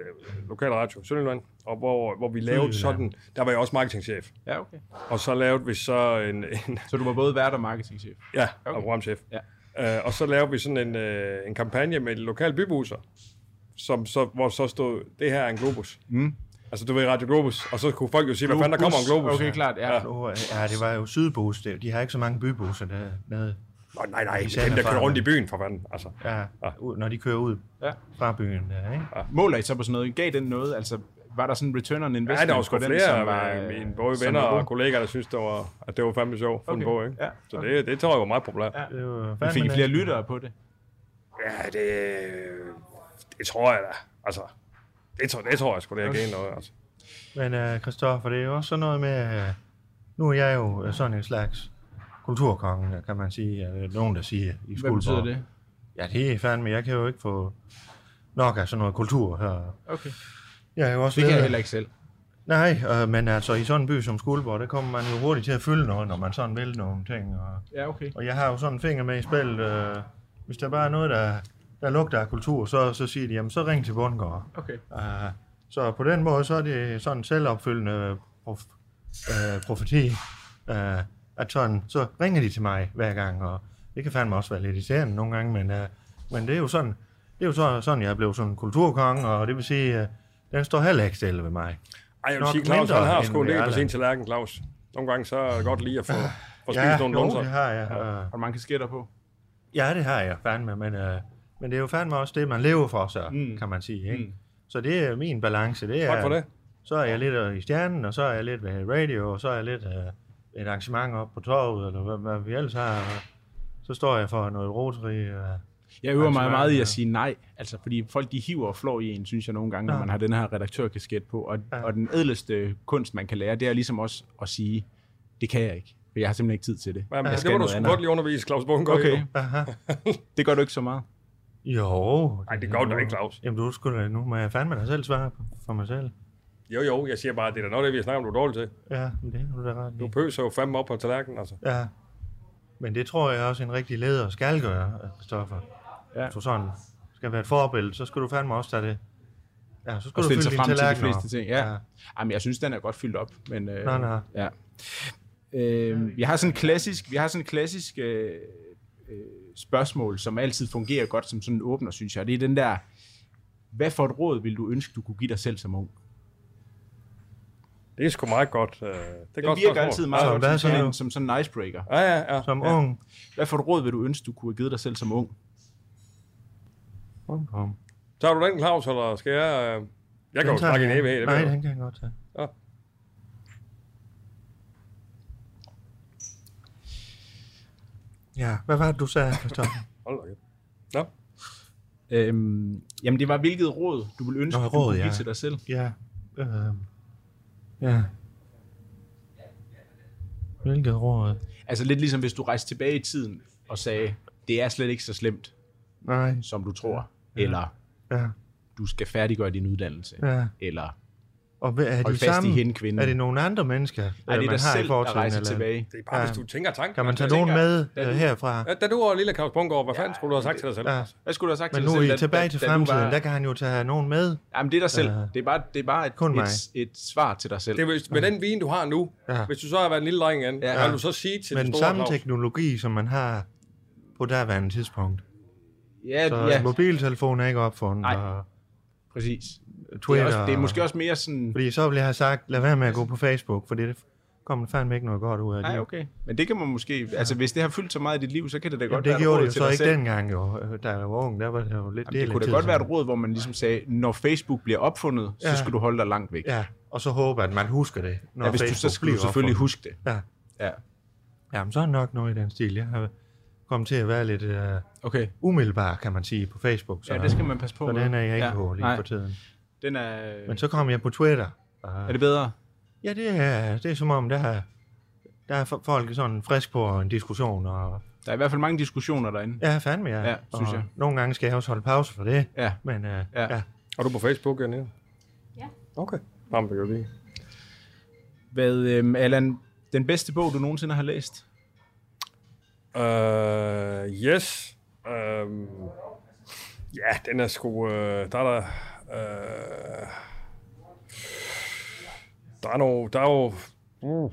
Speaker 6: lokal radio, Sønderjylland, og hvor, hvor vi lavede sådan,
Speaker 5: Sønderjylland.
Speaker 6: der var jeg også marketingchef,
Speaker 9: Ja, okay.
Speaker 6: og så lavede vi så en, en
Speaker 9: Så du var både vært og marketingchef?
Speaker 6: Ja,
Speaker 9: Okay.
Speaker 6: okay. og programchef. Ja. Øh, og så lavede vi sådan en, øh, en kampagne med lokale bybuser, som så, hvor så stod, det her er en globus. Mm. Altså, du ved Radio Globus, og så kunne folk jo sige, hvad fanden der kommer en globus?
Speaker 9: Okay, klart. Ja.
Speaker 6: Ja.
Speaker 5: oh, ja, det var jo Sydbus. Det, de har ikke så mange bybusser dernede.
Speaker 6: Nå, nej, nej,
Speaker 5: Især
Speaker 6: dem, der kører
Speaker 5: erfaring.
Speaker 6: rundt i byen, for fanden. Altså.
Speaker 5: Ja, ud, når de kører ud
Speaker 9: Ja.
Speaker 5: fra byen. Der, ikke?
Speaker 6: Ah.
Speaker 9: Måler I så på sådan noget? Gav den noget? Altså, var der sådan en return on investment?
Speaker 6: Ja, der var sgu
Speaker 9: på den,
Speaker 6: flere
Speaker 9: som
Speaker 6: af
Speaker 9: øh,
Speaker 6: mine både
Speaker 9: som
Speaker 6: venner
Speaker 9: var god?
Speaker 6: og kollegaer, der synes, det var, at det var fandme sjovt okay. på, ikke?
Speaker 9: Ja,
Speaker 6: Så det, det tror jeg var meget populært. Ja,
Speaker 5: Det var
Speaker 9: Men
Speaker 5: fandme
Speaker 9: fik I
Speaker 5: da-
Speaker 9: flere lyttere på det?
Speaker 6: ja det, øh, det tror jeg da. Altså, det, tror, det tror jeg sgu, det er okay. noget. Altså.
Speaker 5: Men øh, Christoffer, det er jo også sådan noget med... Øh, nu er jeg jo øh, sådan en slags kulturkonge, kan man sige. Øh, nogen, der siger i
Speaker 9: Hvad
Speaker 5: Skuldborg.
Speaker 9: betyder det?
Speaker 5: Ja, det er fandme. Jeg kan jo ikke få nok af sådan noget kultur her.
Speaker 9: Okay.
Speaker 5: Jeg er jo også
Speaker 9: Det kan jeg
Speaker 5: leder.
Speaker 9: heller ikke selv.
Speaker 5: Nej, øh, men altså i sådan en by som Skuldborg, der kommer man jo hurtigt til at fylde noget, når man sådan vil nogle ting. Og,
Speaker 9: Ja, okay.
Speaker 5: og jeg har jo sådan en finger med i spil. Øh, hvis der bare er noget, der, der lugter af kultur, så, så siger de, jamen så ring til Bundgaard.
Speaker 9: Okay.
Speaker 5: Uh, så på den måde, så er det sådan en selvopfyldende prof, uh, profeti, uh, at sådan, så ringer de til mig hver gang, og det kan fandme også være lidt irriterende nogle gange, men, uh, men det er jo sådan, det er jo så, sådan, jeg blev sådan en kulturkonge, og det vil sige, uh, den står heller ikke stille ved mig.
Speaker 6: Ej, jeg vil
Speaker 5: Nok
Speaker 6: sige, Claus,
Speaker 5: mindre
Speaker 6: han har
Speaker 5: end
Speaker 6: sgu en del på
Speaker 5: Erland.
Speaker 6: sin tallerken, Claus. Nogle gange så er det godt lige at få, få spist
Speaker 5: Ja,
Speaker 6: nogle
Speaker 5: jo,
Speaker 6: lunser.
Speaker 5: det har jeg. Uh,
Speaker 9: Har du mange kasketter på?
Speaker 5: ja, det har jeg fandme, men, uh, men det er jo fandme også det, man lever for, så mm. kan man sige. Ikke? Mm. Så det er min balance. Det er,
Speaker 6: Tak for det.
Speaker 5: så er jeg lidt øh, i stjernen, og så er jeg lidt ved radio, og så er jeg lidt øh, et arrangement op på torvet, eller hvad, hvad vi ellers har. Og så står jeg for noget rotary. Øh.
Speaker 9: Jeg øver mig
Speaker 5: Arrangementer.
Speaker 9: meget i at sige nej, altså fordi folk de hiver og flår i en, synes jeg nogle gange, når man har den her redaktørkasket på. Og,
Speaker 5: Ja.
Speaker 9: og den ædleste kunst, man kan lære, det er ligesom også at sige, det kan jeg ikke, for jeg har simpelthen ikke tid til det.
Speaker 6: Ja, men
Speaker 9: jeg
Speaker 6: det må du sgu godt lige undervise, Claus Bunker.
Speaker 9: Okay,
Speaker 5: Aha.
Speaker 9: det gør du ikke så meget.
Speaker 5: Jo.
Speaker 6: Nej, det gør du ikke, Claus.
Speaker 5: Jamen du skulle da nu, må jeg fandme dig selv svare på, for mig selv.
Speaker 6: Jo, jo, jeg siger bare, det er da noget, af det vi har snakket om, du er dårlig til.
Speaker 5: Ja, men det har du da ret i.
Speaker 6: Du pøser jo fandme op på tallerkenen, altså.
Speaker 5: Ja. Men det tror jeg også en rigtig leder skal gøre, øh, Christoffer.
Speaker 9: Ja.
Speaker 5: Hvis du sådan skal være et forbillede, så skal du fandme også tage det. Ja, så skal
Speaker 9: Og
Speaker 5: du
Speaker 9: stille
Speaker 5: fylde
Speaker 9: sig
Speaker 5: din
Speaker 9: frem til de
Speaker 5: tallerken
Speaker 9: fleste
Speaker 5: op.
Speaker 9: ting. Ja. ja. Jamen, jeg synes, den er godt fyldt op. Men, øh,
Speaker 5: Nå, nå.
Speaker 9: Ja. Øh, vi har sådan en klassisk, vi har sådan en klassisk øh, øh, spørgsmål, som altid fungerer godt som sådan en åbner, synes jeg. Og Det er den der, hvad for et råd vil du ønske, du kunne give dig selv som ung?
Speaker 6: Det er sgu meget godt. Øh, det er
Speaker 9: Den
Speaker 6: godt
Speaker 9: virker
Speaker 6: spørgsmål. Altså,
Speaker 9: altid meget
Speaker 5: Så
Speaker 9: godt
Speaker 5: hvad
Speaker 9: som,
Speaker 5: så
Speaker 9: sådan
Speaker 5: nu?
Speaker 9: en, som sådan en icebreaker.
Speaker 6: Ja, ja, ja.
Speaker 5: Som ung.
Speaker 9: Hvad for et råd vil du ønske, du kunne have givet dig selv som ung?
Speaker 5: Bum, bum.
Speaker 6: Tager du den, Claus, eller skal jeg... Øh... Jeg kan
Speaker 5: Den
Speaker 6: jo
Speaker 5: tager
Speaker 6: snakke i en
Speaker 5: jeg.
Speaker 6: evighed, det
Speaker 5: Nej,
Speaker 6: ved du.
Speaker 5: den kan jeg godt tage. Ja, hvad var det, du sagde, Christoffer?
Speaker 6: Hold da kæft.
Speaker 9: Øhm, jamen, det var hvilket råd, du ville ønske,
Speaker 5: Nå,
Speaker 9: Nå, du
Speaker 5: råd,
Speaker 9: kunne give
Speaker 5: ja.
Speaker 9: til dig selv.
Speaker 5: ja, øh, ja. Hvilket råd?
Speaker 9: Altså lidt ligesom, hvis du rejste tilbage i tiden og sagde, det er slet ikke så slemt,
Speaker 5: Nej,
Speaker 9: som du tror, ja. eller
Speaker 5: ja,
Speaker 9: du skal færdiggøre din uddannelse, ja.
Speaker 5: ja.
Speaker 9: eller
Speaker 5: Og hvad- er
Speaker 9: Hold
Speaker 5: de
Speaker 9: fast i
Speaker 5: samme?
Speaker 9: hende, kvinde.
Speaker 5: Er det nogle andre mennesker,
Speaker 9: er
Speaker 5: øh,
Speaker 9: det dig
Speaker 5: man har
Speaker 9: selv,
Speaker 5: i
Speaker 9: der
Speaker 5: fortiden?
Speaker 9: rejser
Speaker 5: eller-
Speaker 9: tilbage?
Speaker 6: Det er bare,
Speaker 5: Ja.
Speaker 6: hvis du tænker tanken.
Speaker 5: Kan man tage
Speaker 6: altså.
Speaker 5: nogen
Speaker 9: tænker,
Speaker 5: med
Speaker 9: da
Speaker 5: øh,
Speaker 9: du-
Speaker 5: herfra?
Speaker 6: Ja, da du var lille Claus Bunker, hvad fanden skulle du have sagt til dig selv?
Speaker 5: Ja.
Speaker 9: Hvad skulle du have sagt
Speaker 5: Men
Speaker 9: til
Speaker 5: nu
Speaker 9: dig selv?
Speaker 5: er
Speaker 9: da-
Speaker 5: I tilbage
Speaker 9: da-
Speaker 5: til
Speaker 9: da du
Speaker 5: fremtiden.
Speaker 9: var-
Speaker 5: Der kan han jo tage nogen med.
Speaker 9: Jamen, det er dig selv.
Speaker 5: Ja.
Speaker 9: Det er bare, det er bare et,
Speaker 5: Kun mig.
Speaker 9: et, et svar til dig selv.
Speaker 6: Det er, hvis- med den vin, du har nu,
Speaker 5: Ja.
Speaker 6: hvis du så har været en lille dreng igen,
Speaker 9: Ja.
Speaker 6: ja. kan du så sige til
Speaker 5: Med
Speaker 6: den
Speaker 5: den
Speaker 6: store
Speaker 5: samme
Speaker 6: Claus?
Speaker 5: teknologi, som man har på derværende tidspunkt.
Speaker 9: ja,
Speaker 5: Så
Speaker 9: ja,
Speaker 5: mobiltelefonen er ikke opfundet,
Speaker 9: Nej.
Speaker 5: og
Speaker 9: præcis. Det
Speaker 5: Twitter...
Speaker 9: er, også, det er
Speaker 5: og-
Speaker 9: måske også mere sådan...
Speaker 5: Fordi så ville jeg have sagt, lad være med at gå på Facebook, for det, kom der fandme ikke noget godt ud af det.
Speaker 9: Nej, okay. Men det kan man måske... Altså, hvis det har fyldt så meget i dit liv, så kan det da godt
Speaker 5: Jamen, det
Speaker 9: være
Speaker 5: gjorde
Speaker 9: et
Speaker 5: det
Speaker 9: råd
Speaker 5: jo
Speaker 9: til
Speaker 5: så
Speaker 9: dig
Speaker 5: ikke
Speaker 9: selv.
Speaker 5: dengang, jo. Da jeg var ung, der var det jo
Speaker 9: Jamen,
Speaker 5: lidt... er
Speaker 9: det kunne
Speaker 5: lidt
Speaker 9: da
Speaker 5: tid
Speaker 9: godt være et
Speaker 5: siden.
Speaker 9: råd, hvor man ligesom sagde, når Facebook bliver opfundet, ja. så
Speaker 5: Ja.
Speaker 9: skal du holde dig langt væk.
Speaker 5: Ja, og så håber at man husker det. Når
Speaker 9: ja, hvis du, så
Speaker 5: Facebook
Speaker 9: skal du
Speaker 5: bliver
Speaker 9: selvfølgelig
Speaker 5: opfundet.
Speaker 9: huske det.
Speaker 5: Ja.
Speaker 9: Ja,
Speaker 5: Jamen, så er det nok noget i den stil. Jeg har kommet til at være lidt uh,
Speaker 9: okay.
Speaker 5: umiddelbar, kan man sige, på Facebook. Så,
Speaker 9: Ja, det skal man passe på
Speaker 5: Så
Speaker 9: med.
Speaker 5: den er jeg ikke
Speaker 9: Ja,
Speaker 5: ja. på lige
Speaker 9: nej. Øh.
Speaker 5: for tiden.
Speaker 9: Den er...
Speaker 5: Men så kom jeg på Twitter. Og,
Speaker 9: Er det bedre?
Speaker 5: Ja, det er, det er som om, der er, der er fo- folk sådan frisk på en diskussion. Og,
Speaker 9: Der er i hvert fald mange diskussioner derinde.
Speaker 5: ja, fandme ja.
Speaker 9: Ja, synes
Speaker 5: og
Speaker 9: jeg.
Speaker 5: Nogle gange skal jeg også holde pause for det.
Speaker 9: Ja.
Speaker 5: Men uh, ja.
Speaker 9: Ja.
Speaker 5: ja.
Speaker 6: Er du på Facebook, Janne?
Speaker 2: Ja.
Speaker 6: Okay. Jamen, det kan vi.
Speaker 9: Hvad, øhm, Allan, den bedste bog, du nogensinde har læst?
Speaker 6: Uh, yes. Um, ja, den er sgu... Uh, der er der... Uh, der er no, Der er jo... Uh,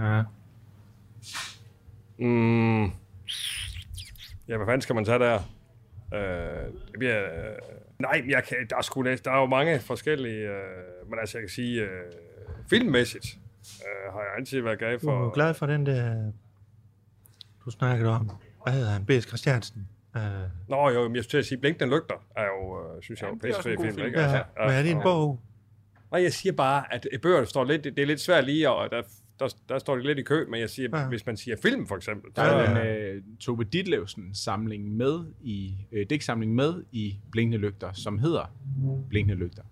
Speaker 5: Ja.
Speaker 6: mm, ja, hvad fanden skal man tage der? Uh, det bliver... Uh, nej, jeg kan, der, er sgu, læ- der er jo mange forskellige... Uh, men altså, jeg kan sige... Uh, filmmæssigt uh, har jeg altid været glad
Speaker 5: Du er jo
Speaker 6: for...
Speaker 5: glad for den der, du snakkede om. Hvad hedder han? B.S. Christiansen. Uh,
Speaker 6: Nå, jo, men jeg skulle til at sige, Blink den lygter er jo, øh, synes jeg, ja,
Speaker 9: det er
Speaker 6: pisse
Speaker 9: også en
Speaker 6: fed
Speaker 9: god
Speaker 6: film,
Speaker 9: film.
Speaker 6: ikke? Altså,
Speaker 5: ja, men er det en
Speaker 6: og-
Speaker 5: bog?
Speaker 6: Nej, jeg siger bare, at bøger står lidt, det er lidt svært lige, og der, der, der står det lidt i kø, men jeg siger, ja.
Speaker 5: Ja.
Speaker 6: hvis man siger film, for eksempel,
Speaker 9: Der
Speaker 6: så,
Speaker 9: er
Speaker 5: Ja.
Speaker 9: ja. en øh, Tove Ditlevsen samling med i, øh, digtsamling med i Blinkende Lygter, som hedder Blinkende Lygter.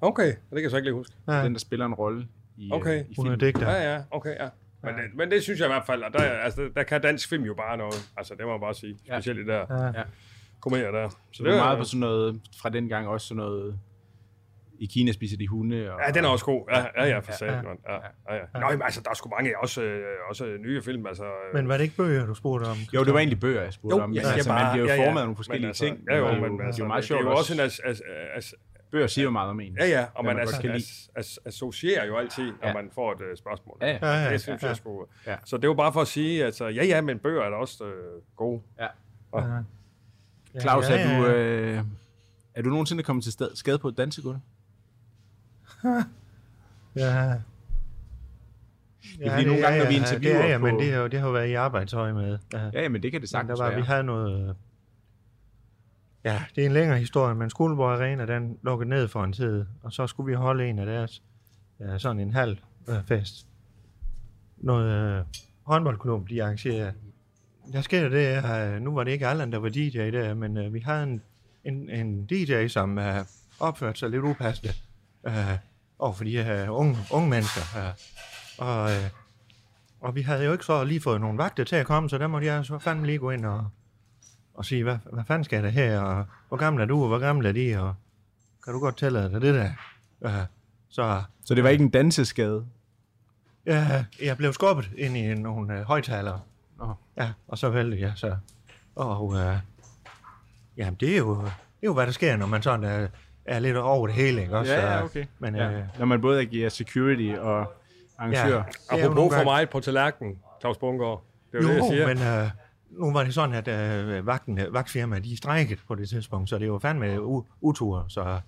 Speaker 6: okay, det kan jeg så ikke lige huske.
Speaker 5: Ja,
Speaker 9: Den, der spiller en rolle i, øh,
Speaker 6: Okay.
Speaker 9: i
Speaker 5: hun er
Speaker 9: filmen.
Speaker 5: digter.
Speaker 6: Ja, ja, okay, ja. Men, det, men det synes jeg i hvert fald, og der, altså, der kan dansk film jo bare noget, altså det må jeg bare sige,
Speaker 9: Ja.
Speaker 6: specielt det der
Speaker 5: Ja.
Speaker 9: Ja.
Speaker 6: komedier der.
Speaker 9: Så det er meget på sådan noget, fra dengang også sådan noget, i Kina spiser de hunde. Og,
Speaker 6: Ja, den er også god. Ja, ja, ja, for satan. mand. Ja, ja, ja.
Speaker 5: Ja.
Speaker 6: Nå, jamen, altså, der er sgu mange, også, øh, også nye film, altså... øh,
Speaker 5: Men var det ikke bøger, du spurgte om?
Speaker 9: Jo, det var egentlig bøger, jeg spurgte
Speaker 6: Jo,
Speaker 9: om. Men
Speaker 6: jeg siger
Speaker 9: altså, man
Speaker 6: bare-
Speaker 9: bliver jo
Speaker 6: ja, ja.
Speaker 9: formet af nogle forskellige
Speaker 6: men altså,
Speaker 9: ting.
Speaker 6: Ja,
Speaker 9: Det
Speaker 6: jo,
Speaker 9: er
Speaker 6: men altså,
Speaker 9: det er jo meget sjovt
Speaker 6: Det er jo også en...
Speaker 9: også.
Speaker 6: As, as, as,
Speaker 9: Bøger siger jo meget om en.
Speaker 6: Ja, ja, og
Speaker 9: Hvad
Speaker 6: man,
Speaker 9: man
Speaker 6: as,
Speaker 9: godt kan
Speaker 6: as, as, associerer jo altid, når
Speaker 9: Ja.
Speaker 6: man får et øh, spørgsmål.
Speaker 9: Ja, ja.
Speaker 5: Ja, ja,
Speaker 6: det synes
Speaker 5: ja.
Speaker 6: jeg sgu.
Speaker 9: Ja.
Speaker 6: Så det var bare for at sige, altså, ja, ja, men bøger er da også øh, gode.
Speaker 9: Claus,
Speaker 5: Ja, ja,
Speaker 9: er
Speaker 5: ja.
Speaker 9: du... Øh, er du nogensinde kommet til sted, skade på et dansegulv?
Speaker 5: Ja.
Speaker 9: er fordi nogle gange, når vi interviewer
Speaker 5: det er, ja,
Speaker 9: på-
Speaker 5: men det har, jo- det har jo været i arbejdshøj med. Ja,
Speaker 9: Ja, men det kan det
Speaker 5: men der
Speaker 9: sagtens
Speaker 5: var, vi
Speaker 9: være.
Speaker 5: havde noget... øh, Ja, det er en længere historie, men Skuldborg Arena, den lukkede ned for en tid, og så skulle vi holde en af deres, ja, sådan en halv øh, fest. Noget øh, håndboldklub, de arrangerer. Der sker det, at øh, nu var det ikke Allan, der var DJ der, men øh, vi havde en, en, en DJ, som øh, opførte sig lidt upassende øh, over for de her unge, unge mennesker. Øh, og, øh, og vi havde jo ikke så lige fået nogle vagter til at komme, så der måtte jeg så fandme lige gå ind og, og sige, hvad, hvad fanden skal det her, og hvor gammel er du, og hvor gammel er de, og kan du godt tillade dig det der? Øh, så
Speaker 9: Så det var ikke en danseskade?
Speaker 5: ja, jeg blev skubbet ind i nogle øh, højtalere,
Speaker 9: Nå.
Speaker 5: ja, og så væltede jeg så. Og øh, jamen, det er, jo, det er jo, hvad der sker, når man sådan er, er lidt over det hele, ikke også?
Speaker 9: Ja, ja,
Speaker 5: Øh,
Speaker 9: okay.
Speaker 5: Men, øh,
Speaker 9: Ja. Når man både agiver security og arrangør. Ja.
Speaker 5: det er jo nogle
Speaker 6: Apropos for
Speaker 5: gange-
Speaker 6: mig på tallerkenen, Claus Bungård. Det er jo,
Speaker 5: Jo,
Speaker 6: det, jeg siger.
Speaker 5: men øh, nu var det sådan, at øh, vagten, øh, vagtfirmaet, de strækkede på det tidspunkt, så det var fandme u- utur, så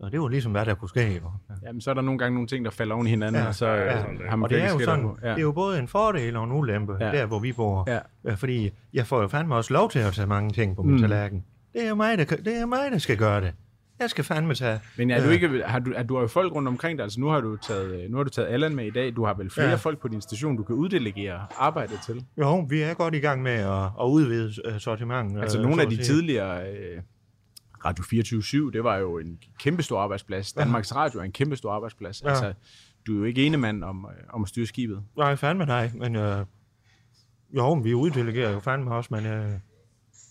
Speaker 5: og det var ligesom, hvad der kunne ske. Jo.
Speaker 9: Jamen, så er der nogle gange nogle ting, der falder oven i hinanden, ja.
Speaker 5: Ja.
Speaker 9: og så øh,
Speaker 6: Ja.
Speaker 9: har man
Speaker 5: Og det er jo
Speaker 9: flækkeskætter
Speaker 5: sådan,
Speaker 9: på.
Speaker 5: ja.
Speaker 9: Ja.
Speaker 5: det er jo både en fordel og en ulempe,
Speaker 9: Ja.
Speaker 5: ja. der hvor vi bor.
Speaker 9: Ja.
Speaker 5: Øh, Fordi jeg får jo fandme også lov til at tage mange ting på min
Speaker 9: Mm.
Speaker 5: mm. tallerken. Det er, jo mig, der, kan- det er mig, der skal gøre det. Jeg skal fandme tage...
Speaker 9: Men er
Speaker 5: øh,
Speaker 9: du ikke, har du, er, du har jo folk rundt omkring dig, altså nu har du taget, øh, nu har du taget Allan med i dag, du har vel flere ja.
Speaker 5: Ja.
Speaker 9: folk på din station, du kan uddelegere arbejdet til.
Speaker 5: Jo, vi er godt i gang med at, at udvide øh, sortimentet.
Speaker 9: Altså
Speaker 5: øh,
Speaker 9: nogle
Speaker 5: så
Speaker 9: af
Speaker 5: at
Speaker 9: de
Speaker 5: sige.
Speaker 9: tidligere, øh, Radio 24 det var jo en kæmpestor arbejdsplads, Danmarks Radio er en kæmpestor arbejdsplads,
Speaker 5: Ja.
Speaker 9: altså du er jo ikke ene mand om, øh, om at styre skibet.
Speaker 5: Nej, fandme nej, men øh, jo, men vi uddelegerer jo fandme også, men øh,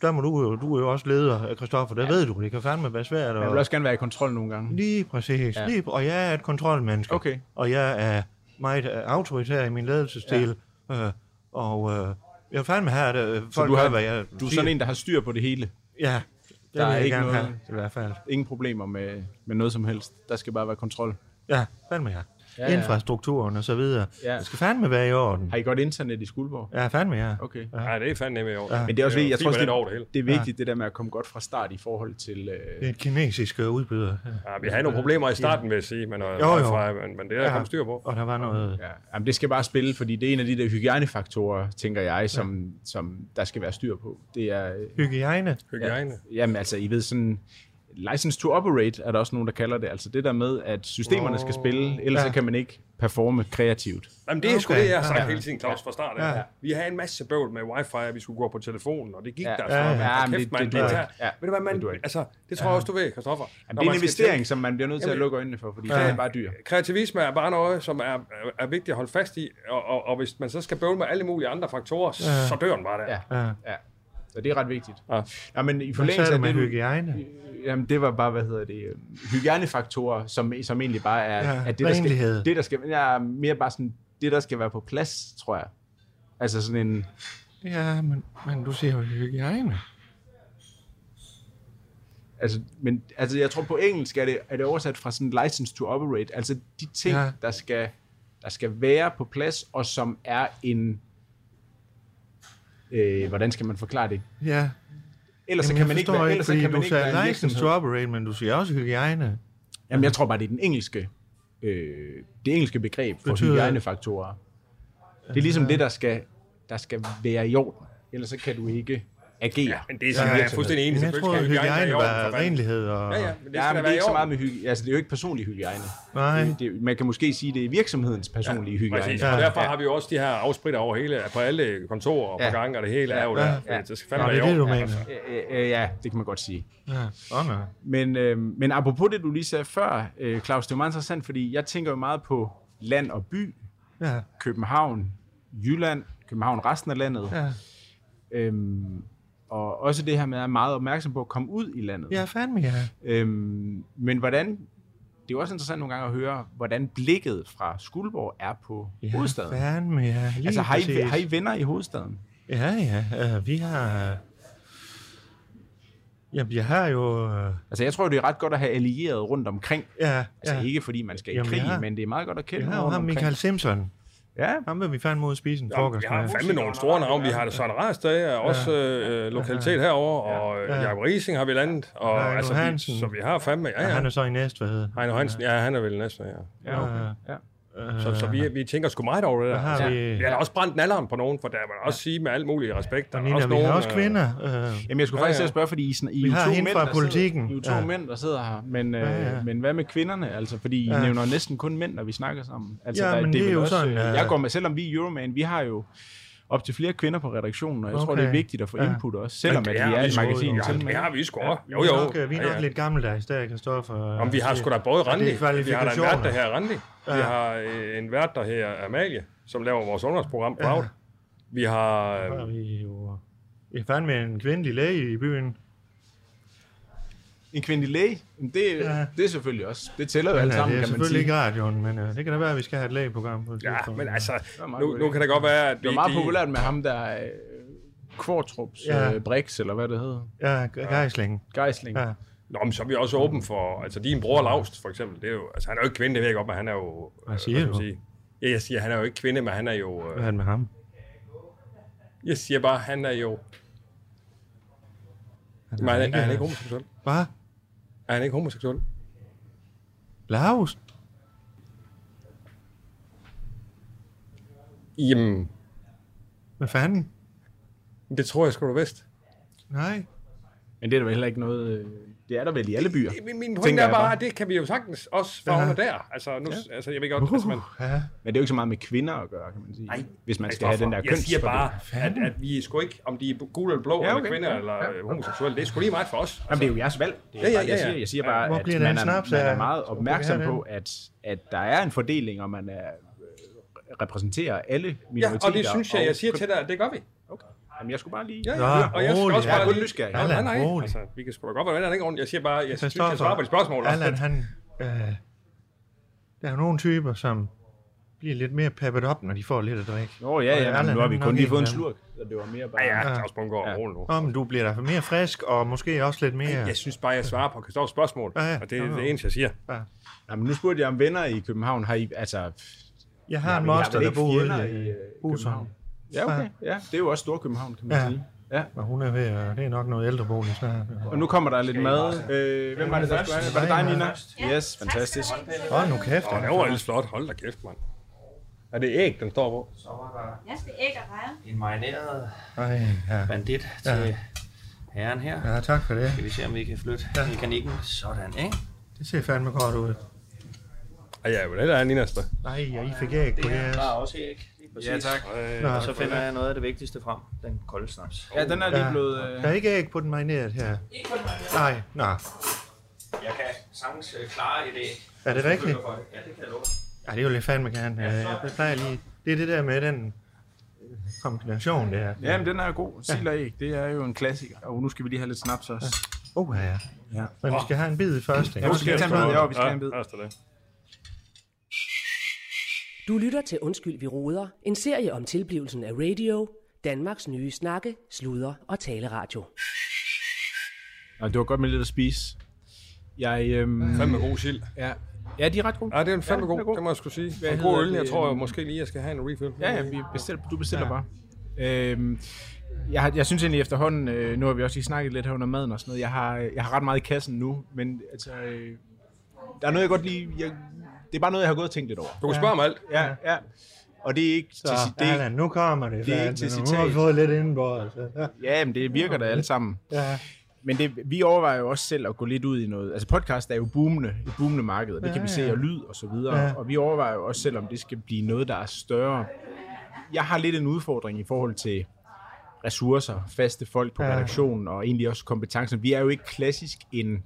Speaker 5: der må du jo, du er jo også leder, Kristoffer, der ja. ved du, det kan fandme være svært.
Speaker 9: Man vil
Speaker 5: Og,
Speaker 9: også gerne være i kontrol nogle gange.
Speaker 5: lige præcis,
Speaker 9: Ja.
Speaker 5: ja. lige, og jeg er et kontrolmenneske,
Speaker 9: Okay.
Speaker 5: og jeg er meget øh, autoritær i min ledelsesstil, ja. øh, og øh, jeg vil fandme have, at øh, folk
Speaker 9: Så du,
Speaker 5: gør,
Speaker 9: har,
Speaker 5: hvad jeg
Speaker 9: du er
Speaker 5: siger.
Speaker 9: sådan en, der har styr på det hele.
Speaker 5: Ja, det
Speaker 9: Der
Speaker 5: vil
Speaker 9: er
Speaker 5: jeg
Speaker 9: ikke
Speaker 5: gerne
Speaker 9: noget-
Speaker 5: have, i hvert fald.
Speaker 9: Ingen problemer med, med noget som helst. Der skal bare være kontrol.
Speaker 5: Ja, fandme ja. ja, ja. infrastrukturen og så videre.
Speaker 9: Ja.
Speaker 5: Ja. Det skal fandme være i orden.
Speaker 9: Har I godt internet i Skuldborg?
Speaker 5: Ja, fandme ja.
Speaker 9: Okay.
Speaker 6: Ja, det er fandme med i år.
Speaker 9: Men det er også vigtigt, jeg tror også,
Speaker 6: det,
Speaker 9: det,
Speaker 6: over det hele.
Speaker 9: det er vigtigt, det der med at komme godt fra start i forhold til... Øh,
Speaker 5: Det er et kinesisk øh, udbyder. Ja.
Speaker 6: Ja, vi havde nogle problemer i starten, vil jeg sige, men, øh,
Speaker 5: Jo, jo.
Speaker 6: Men, men det er der
Speaker 5: Ja.
Speaker 6: kommet styr på.
Speaker 5: Og der var noget...
Speaker 9: Ja, jamen det skal bare spille, fordi det er en af de der hygiejnefaktorer, tænker jeg, som, ja. som der skal være styr på. Det er, øh,
Speaker 5: Hygiejne.
Speaker 6: Hygiejne.
Speaker 9: jamen altså, I ved sådan, license to operate er der også nogen, der kalder det. Altså det der med, at systemerne skal spille, ellers ja.
Speaker 5: Ja.
Speaker 9: så kan man ikke performe kreativt.
Speaker 6: Jamen, det er sgu
Speaker 5: Okay.
Speaker 6: det, jeg har sagt
Speaker 5: Ja.
Speaker 6: hele tiden, Claus, fra starten.
Speaker 5: Ja.
Speaker 6: Ja. Vi havde en masse bøvl med wifi, og vi skulle gå på telefonen, og det gik
Speaker 9: Ja.
Speaker 6: ja. der.
Speaker 9: Ja,
Speaker 6: Ja,
Speaker 9: ja,
Speaker 6: ja,
Speaker 9: men
Speaker 6: kæft,
Speaker 9: det-
Speaker 6: man,
Speaker 9: det
Speaker 6: det,
Speaker 9: duer
Speaker 6: det,
Speaker 9: ikke.
Speaker 6: ja.
Speaker 9: Ja,
Speaker 6: Ved du hvad,
Speaker 9: det duer
Speaker 6: man,
Speaker 9: ikke.
Speaker 6: altså, det tror jeg også, du ved, Kristoffer.
Speaker 9: Jamen, det er en investering, som man bliver nødt til at
Speaker 6: Jamen,
Speaker 9: lukke øjnene for, fordi ja. det er bare dyr.
Speaker 6: Kreativisme er bare noget, som er, er vigtigt at holde fast i, og, og, og hvis man så skal bøvle med alle mulige andre faktorer, ja. så dør den bare der.
Speaker 9: Ja.
Speaker 6: Ja.
Speaker 5: Ja.
Speaker 9: Ja. Så det er ret vigtigt.
Speaker 6: Ja.
Speaker 9: Ja, men i
Speaker 5: Hvad
Speaker 9: forlængelse
Speaker 5: sagde
Speaker 9: af
Speaker 5: du med
Speaker 9: det, du,
Speaker 5: hygiejne?
Speaker 9: Jamen, det var bare, hvad hedder det, øh, hygiejnefaktorer, som, som egentlig bare er,
Speaker 5: Ja,
Speaker 9: er det, der skal,
Speaker 5: renlighed.
Speaker 9: det, der skal, ja, mere bare sådan, det, der skal være på plads, tror jeg. Altså sådan en,
Speaker 5: Ja, men, men du siger jo hygiejne.
Speaker 9: altså, men, altså jeg tror på engelsk er det, er det oversat fra sådan license to operate, altså de ting, ja.
Speaker 5: Ja.
Speaker 9: der, skal, der skal være på plads, og som er en, øh, hvordan skal man forklare det?
Speaker 5: Ja,
Speaker 9: Ellers
Speaker 5: Jamen,
Speaker 9: så kan
Speaker 5: jeg
Speaker 9: man ikke
Speaker 5: forstår
Speaker 9: være,
Speaker 5: ikke,
Speaker 9: ellers så
Speaker 5: fordi
Speaker 9: kan man
Speaker 5: du
Speaker 9: ikke være
Speaker 5: sagde
Speaker 9: en
Speaker 5: license
Speaker 9: virksomhed.
Speaker 5: to operate, men du siger også hygiejne.
Speaker 9: Jamen, jeg tror bare, det er den engelske, øh, det engelske begreb for
Speaker 5: Betyder-
Speaker 9: hygiejnefaktorer. Det er ligesom det, der skal, der skal være i orden. Ellers så kan du ikke agere.
Speaker 6: Men det er sådan, ja,
Speaker 5: Ja,
Speaker 6: jeg er fuldstændig enig.
Speaker 5: Men jeg
Speaker 6: Selvfølgelig
Speaker 5: troede,
Speaker 6: skal hygiejne være i
Speaker 5: hygiejne
Speaker 6: orden,
Speaker 5: var
Speaker 6: for fanden.
Speaker 5: renlighed og...
Speaker 6: Ja, ja, men det
Speaker 9: Ja, men
Speaker 6: skal
Speaker 9: det
Speaker 6: da
Speaker 9: er
Speaker 6: være i
Speaker 9: ikke så meget
Speaker 6: orden.
Speaker 9: med hygiejne. Altså, det er jo ikke personlig hygiejne.
Speaker 5: Nej.
Speaker 9: Det, det, man kan måske sige, det er virksomhedens personlige hygiejne.
Speaker 6: Præcis, og derfor har vi jo også de her afspritter over hele, på alle kontorer og
Speaker 9: Ja.
Speaker 6: på gange, og det hele er jo
Speaker 5: Ja.
Speaker 6: der. fordi Det skal
Speaker 5: Nå,
Speaker 6: fandme være
Speaker 5: det
Speaker 6: i
Speaker 5: er det, du
Speaker 6: orden.
Speaker 5: mener.
Speaker 9: Øh, øh, ja, det kan man godt sige.
Speaker 5: Ja, sådan er det.
Speaker 9: Men, øh, men apropos det, du lige sagde før, øh, Claus, det er jo meget interessant, fordi jeg tænker jo meget på land og by,
Speaker 5: Ja,
Speaker 9: København, Jylland, København, resten af landet.
Speaker 5: ja.
Speaker 9: Øhm, og også det her med at være meget opmærksom på at komme ud i landet.
Speaker 5: Ja, fandme ja.
Speaker 9: Øhm, men hvordan, det er jo også interessant nogle gange at høre, hvordan blikket fra Skuldborg er på ja,
Speaker 5: Ja,
Speaker 9: hovedstaden.
Speaker 5: fandme ja. Lige
Speaker 9: altså har I,
Speaker 5: præcis.
Speaker 9: har I venner i hovedstaden?
Speaker 5: Ja, ja. Øh, vi har... øh, Jamen, jeg har jo... øh,
Speaker 9: Altså jeg tror, det er ret godt at have allieret rundt omkring.
Speaker 5: Ja,
Speaker 9: Altså
Speaker 5: ja.
Speaker 9: ikke fordi man skal i
Speaker 5: Jamen,
Speaker 9: krig,
Speaker 5: jeg har-
Speaker 9: men det er meget godt at kende
Speaker 5: Jeg har jo
Speaker 9: nogen
Speaker 5: ham,
Speaker 9: omkring.
Speaker 5: Michael Simpson.
Speaker 9: Ja,
Speaker 5: Ham vil vi fandme ud og spise en
Speaker 6: Jamen,
Speaker 5: frokost
Speaker 6: vi har
Speaker 5: med.
Speaker 6: fandme nogle store navne. Vi har det Søren Rastad, er også øh, øh, lokalitet herover, og øh, Jacob Rising har vi landet. Og,
Speaker 5: Heino
Speaker 6: altså, vi,
Speaker 5: Hansen.
Speaker 6: så vi har fandme, ja,
Speaker 5: Ja,
Speaker 6: ja.
Speaker 5: han Øh, er så i Næstved.
Speaker 6: Heino Hansen, ja, han er vel næsten, ja.
Speaker 9: ja, okay. ja.
Speaker 6: Så, så vi, vi tænker sgu meget over det der.
Speaker 5: har
Speaker 6: Altså,
Speaker 5: vi-
Speaker 6: vi har da også brændt nalderen på nogen, for der må man også sige med alt muligt respekt. Der er
Speaker 5: Nina, vi har også kvinder. Øh,
Speaker 9: Jamen, jeg skulle
Speaker 6: Ja,
Speaker 9: faktisk til
Speaker 6: ja.
Speaker 9: at spørge, fordi I, sådan, I
Speaker 5: Vi
Speaker 9: er jo
Speaker 5: har
Speaker 9: to
Speaker 5: hende
Speaker 9: mænd,
Speaker 5: fra
Speaker 9: der
Speaker 5: politikken.
Speaker 9: Sidder, I er jo to ja.
Speaker 5: Ja.
Speaker 9: mænd, der sidder her, men, øh, ja,
Speaker 5: Ja,
Speaker 9: ja.
Speaker 5: ja.
Speaker 9: men hvad med kvinderne? Altså, fordi I ja.
Speaker 5: Ja.
Speaker 9: nævner næsten kun mænd, når vi snakker sammen. Altså,
Speaker 5: Ja,
Speaker 9: der-
Speaker 5: men det er
Speaker 9: vel
Speaker 5: jo
Speaker 9: også,
Speaker 5: sådan,
Speaker 9: øh,
Speaker 5: ja.
Speaker 9: Jeg går med, selvom vi er Euroman, vi har jo op til flere kvinder på redaktionen, og jeg okay. tror,
Speaker 5: Okay.
Speaker 9: det er vigtigt at få
Speaker 5: Ja.
Speaker 9: input også, selvom at vi er et
Speaker 6: sgu-
Speaker 9: magasin.
Speaker 6: ja,
Speaker 9: til
Speaker 6: det
Speaker 9: mænd.
Speaker 6: har vi sgu også. Jo,
Speaker 5: vi er
Speaker 6: jo.
Speaker 5: nok, øh, Vi er
Speaker 6: Ja,
Speaker 5: nok
Speaker 6: ja.
Speaker 5: lidt gammeldags der, Kristoffer.
Speaker 6: Om vi har
Speaker 5: øh,
Speaker 6: sgu da både Randi,
Speaker 5: det er
Speaker 6: vi har da en vært, der
Speaker 5: kvalifikationer.
Speaker 6: her Randi, vi har øh, en vært, der her Amalie, som laver vores underholdsprogram Proud. Vi har...
Speaker 5: Der er
Speaker 6: Øh,
Speaker 5: vi jo... Jeg fandt med en kvindelig læge i byen.
Speaker 9: En kvindelig læge, men det, ja.
Speaker 5: Ja.
Speaker 9: det er selvfølgelig også. Det tæller jo
Speaker 5: Ja,
Speaker 9: alt
Speaker 5: det er
Speaker 9: sammen, kan man
Speaker 5: selvfølgelig
Speaker 9: sige.
Speaker 5: ikke radioen, men øh, det kan da være, at vi skal have et lægeprogram på et
Speaker 6: ja,
Speaker 5: tidspunkt.
Speaker 6: men altså,
Speaker 9: var meget
Speaker 6: nu,
Speaker 9: god
Speaker 6: nu
Speaker 9: idé.
Speaker 6: kan det godt være, at vi...
Speaker 9: Det var meget
Speaker 6: de-
Speaker 9: populært med ham, der øh, Kvartrups
Speaker 5: Ja.
Speaker 9: øh, Brix, eller hvad det hedder.
Speaker 5: Ja, gejsling.
Speaker 9: Geisling.
Speaker 5: Ja.
Speaker 6: Nå, men så er vi også åben for... Altså, din bror Laust, for eksempel, det er jo... Altså, han er jo ikke kvinde, det ved jeg godt, men han er jo... øh,
Speaker 5: Hvad siger
Speaker 6: skal man
Speaker 5: du?
Speaker 6: sige? Ja, jeg siger, han er jo ikke kvinde, men han er jo...
Speaker 5: Hvad er
Speaker 6: Øh,
Speaker 5: det med ham?
Speaker 6: jeg siger bare, han er jo... Men er, er han ikke homoseksuel?
Speaker 5: Hvad?
Speaker 6: Er han ikke homoseksuel?
Speaker 5: Laus?
Speaker 6: Jamen,
Speaker 5: Hvad fanden?
Speaker 6: det tror jeg sgu du vidste.
Speaker 5: Nej.
Speaker 9: Men det er der vel heller ikke noget... Øh, det er der vel i alle byer.
Speaker 6: Min, min pointe
Speaker 9: Tænker
Speaker 6: er
Speaker 9: jeg
Speaker 6: bare,
Speaker 9: bare.
Speaker 6: at det kan vi jo sagtens også fagne ja. der. Altså, nu, ja. altså, jeg ved godt, uh. altså, man,
Speaker 5: Ja.
Speaker 9: Men det er jo ikke så meget med kvinder at gøre, kan man sige. Nej. Hvis man skal
Speaker 6: Ej,
Speaker 9: have den der
Speaker 6: Altså, Jeg siger
Speaker 9: kønsfordeling.
Speaker 6: bare, at, at vi er sgu ikke, om de er gule eller blå,
Speaker 9: Ja,
Speaker 6: ja,
Speaker 9: okay.
Speaker 6: okay. eller kvinder, eller ja. homoseksuelle, det er sgu lige meget for os.
Speaker 9: Jamen, det er jo jeres valg. Det er
Speaker 6: Ja, ja,
Speaker 9: bare det, Jeg
Speaker 6: ja, ja.
Speaker 9: siger, jeg siger bare,
Speaker 5: Hvor
Speaker 9: at
Speaker 5: bliver
Speaker 9: man
Speaker 5: der en
Speaker 9: er,
Speaker 5: snaps
Speaker 9: man er
Speaker 5: af?
Speaker 9: meget
Speaker 5: Hvor
Speaker 9: opmærksom
Speaker 5: bliver den?
Speaker 9: på, at, at der er en fordeling, og man er, repræsenterer alle
Speaker 6: Ja,
Speaker 9: minoriteter.
Speaker 6: og det synes jeg, jeg siger til dig, at det gør vi.
Speaker 9: Okay. Jamen, jeg skulle bare lige...
Speaker 6: Ja,
Speaker 5: Nå,
Speaker 6: ja. og jeg skal
Speaker 5: rolig.
Speaker 6: også
Speaker 9: Jeg er
Speaker 6: bare
Speaker 9: kun
Speaker 6: lige...
Speaker 9: nysgerrig.
Speaker 6: Nej, nej,
Speaker 5: Allan,
Speaker 6: nej.
Speaker 5: rolig.
Speaker 6: Altså, vi kan sgu da godt være venner den grund. Jeg siger bare, jeg synes, jeg
Speaker 5: Christoffer,
Speaker 6: svarer på de spørgsmål. også.
Speaker 5: Allan, han... Øh, der er nogle typer, som bliver lidt mere pappet op, når de får lidt at drikke.
Speaker 9: Nå ja,
Speaker 5: Og
Speaker 9: ja, men
Speaker 5: Erland,
Speaker 9: nu har
Speaker 5: han
Speaker 9: vi
Speaker 5: er
Speaker 9: kun
Speaker 5: nok
Speaker 9: lige
Speaker 5: en
Speaker 9: fået en
Speaker 5: af dem.
Speaker 9: slurk, så det var mere bare...
Speaker 6: Ja, Claus Bundgaard, rolig nu.
Speaker 5: Om du bliver da mere frisk, og måske også lidt mere...
Speaker 6: Jeg synes bare, jeg svarer på Christoffers spørgsmål,
Speaker 5: Ja, ja.
Speaker 6: og det er det eneste, jeg siger.
Speaker 9: Ja, men nu spurgte jeg om venner i København. Har I, altså,
Speaker 5: Jeg har en
Speaker 9: men I har
Speaker 5: moster,
Speaker 9: vel
Speaker 5: der
Speaker 9: ikke
Speaker 5: bor
Speaker 9: fjender
Speaker 5: ude i
Speaker 9: i,
Speaker 5: øh,
Speaker 9: øh,
Speaker 5: Husholm.
Speaker 9: København? Ja, okay. Ja, det er jo også Storkøbenhavn, kan man
Speaker 5: Ja.
Speaker 9: ja. sige. Ja.
Speaker 5: Og hun er ved, at- det er nok noget ældrebolig snart.
Speaker 9: Og nu kommer der lidt mad. Øh, hvem var det, der skulle have? Var det dig, Nina? Yes, fantastisk.
Speaker 5: Åh, nu kæft. altså.
Speaker 6: Og det var ellers flot. Hold da kæft, mand. Er det æg, den står på?
Speaker 2: Jeg skal æg og rejer.
Speaker 10: En marineret
Speaker 5: Ej, ja.
Speaker 10: bandit til herren her.
Speaker 5: ja, tak for det.
Speaker 10: Skal vi se, om vi kan flytte mekanikken. Sådan, ikke?
Speaker 5: Det ser fandme godt ud.
Speaker 6: Ej, ja, men det er Ninas, der.
Speaker 5: Ej, og I fik æg på jeres.
Speaker 10: Der er også æg. lige præcis.
Speaker 9: Ja, tak.
Speaker 5: Nå,
Speaker 10: Og så finder jeg noget af det vigtigste frem. Den kolde snaps.
Speaker 9: Ja, den er lige blevet... Øh,
Speaker 5: der er ikke æg på den marineret her. Nej, nå.
Speaker 10: Jeg kan sagtens øh, klare et æg.
Speaker 5: Er det
Speaker 10: Ja,
Speaker 5: rigtigt?
Speaker 10: det kan jeg love.
Speaker 5: Ja, det er jo lidt fandme gerne. Øh, Jeg plejer lige... Det er det der med den øh, kombination der.
Speaker 9: ja, men den er god. Sild og æg, det er jo en klassiker. Og nu skal vi lige have lidt snaps også.
Speaker 5: Åh, oh, ja.
Speaker 9: Ja.
Speaker 5: Men vi skal have en bid først. ikke?
Speaker 9: Ja, vi skal have en bid. Ja, vi skal have en bid.
Speaker 6: Ja, det.
Speaker 1: Du lytter til Undskyld, vi roder, en serie om tilblivelsen af radio, Danmarks nye snakke, sludre og taleradio.
Speaker 9: Og det var godt med lidt at spise. Jeg, øhm,
Speaker 6: Fandme god sild.
Speaker 9: ja. ja, de er ret gode.
Speaker 6: Ja, det er en fandme
Speaker 9: Ja, den
Speaker 6: god,
Speaker 9: er god.
Speaker 6: det må jeg skulle sige.
Speaker 9: Hvad
Speaker 6: Og en god
Speaker 9: hedder
Speaker 6: øl, jeg
Speaker 9: det?
Speaker 6: tror jeg måske lige, jeg skal have en refill.
Speaker 9: Ja, ja, vi bestiller, du bestiller ja. bare. Øhm, jeg, har, jeg synes egentlig efterhånden, øh, nu har vi også lige snakket lidt her under maden og sådan noget, jeg har, øh, jeg har ret meget i kassen nu, men altså, øh, der er noget, jeg godt lige, jeg, det er bare noget, jeg har gået og tænkt lidt over.
Speaker 6: Du kan spørge mig alt.
Speaker 9: Ja, ja. Og det er ikke til,
Speaker 5: Så,
Speaker 9: ci- det er,
Speaker 5: Erland, nu kommer det.
Speaker 9: det er
Speaker 5: fandme.
Speaker 9: ikke til
Speaker 5: Nu har
Speaker 9: citat.
Speaker 5: vi fået lidt indenbordet. Ja.
Speaker 9: ja, men det virker da alle sammen.
Speaker 5: ja.
Speaker 9: Men det, vi overvejer jo også selv at gå lidt ud i noget. Altså podcast er jo boomende, et boomende marked, og det kan vi se af lyd og så videre.
Speaker 5: Ja.
Speaker 9: Og vi overvejer jo også selv, om det skal blive noget, der er større. Jeg har lidt en udfordring i forhold til ressourcer, faste folk på
Speaker 5: Ja.
Speaker 9: redaktionen og egentlig også kompetencer. Vi er jo ikke klassisk en,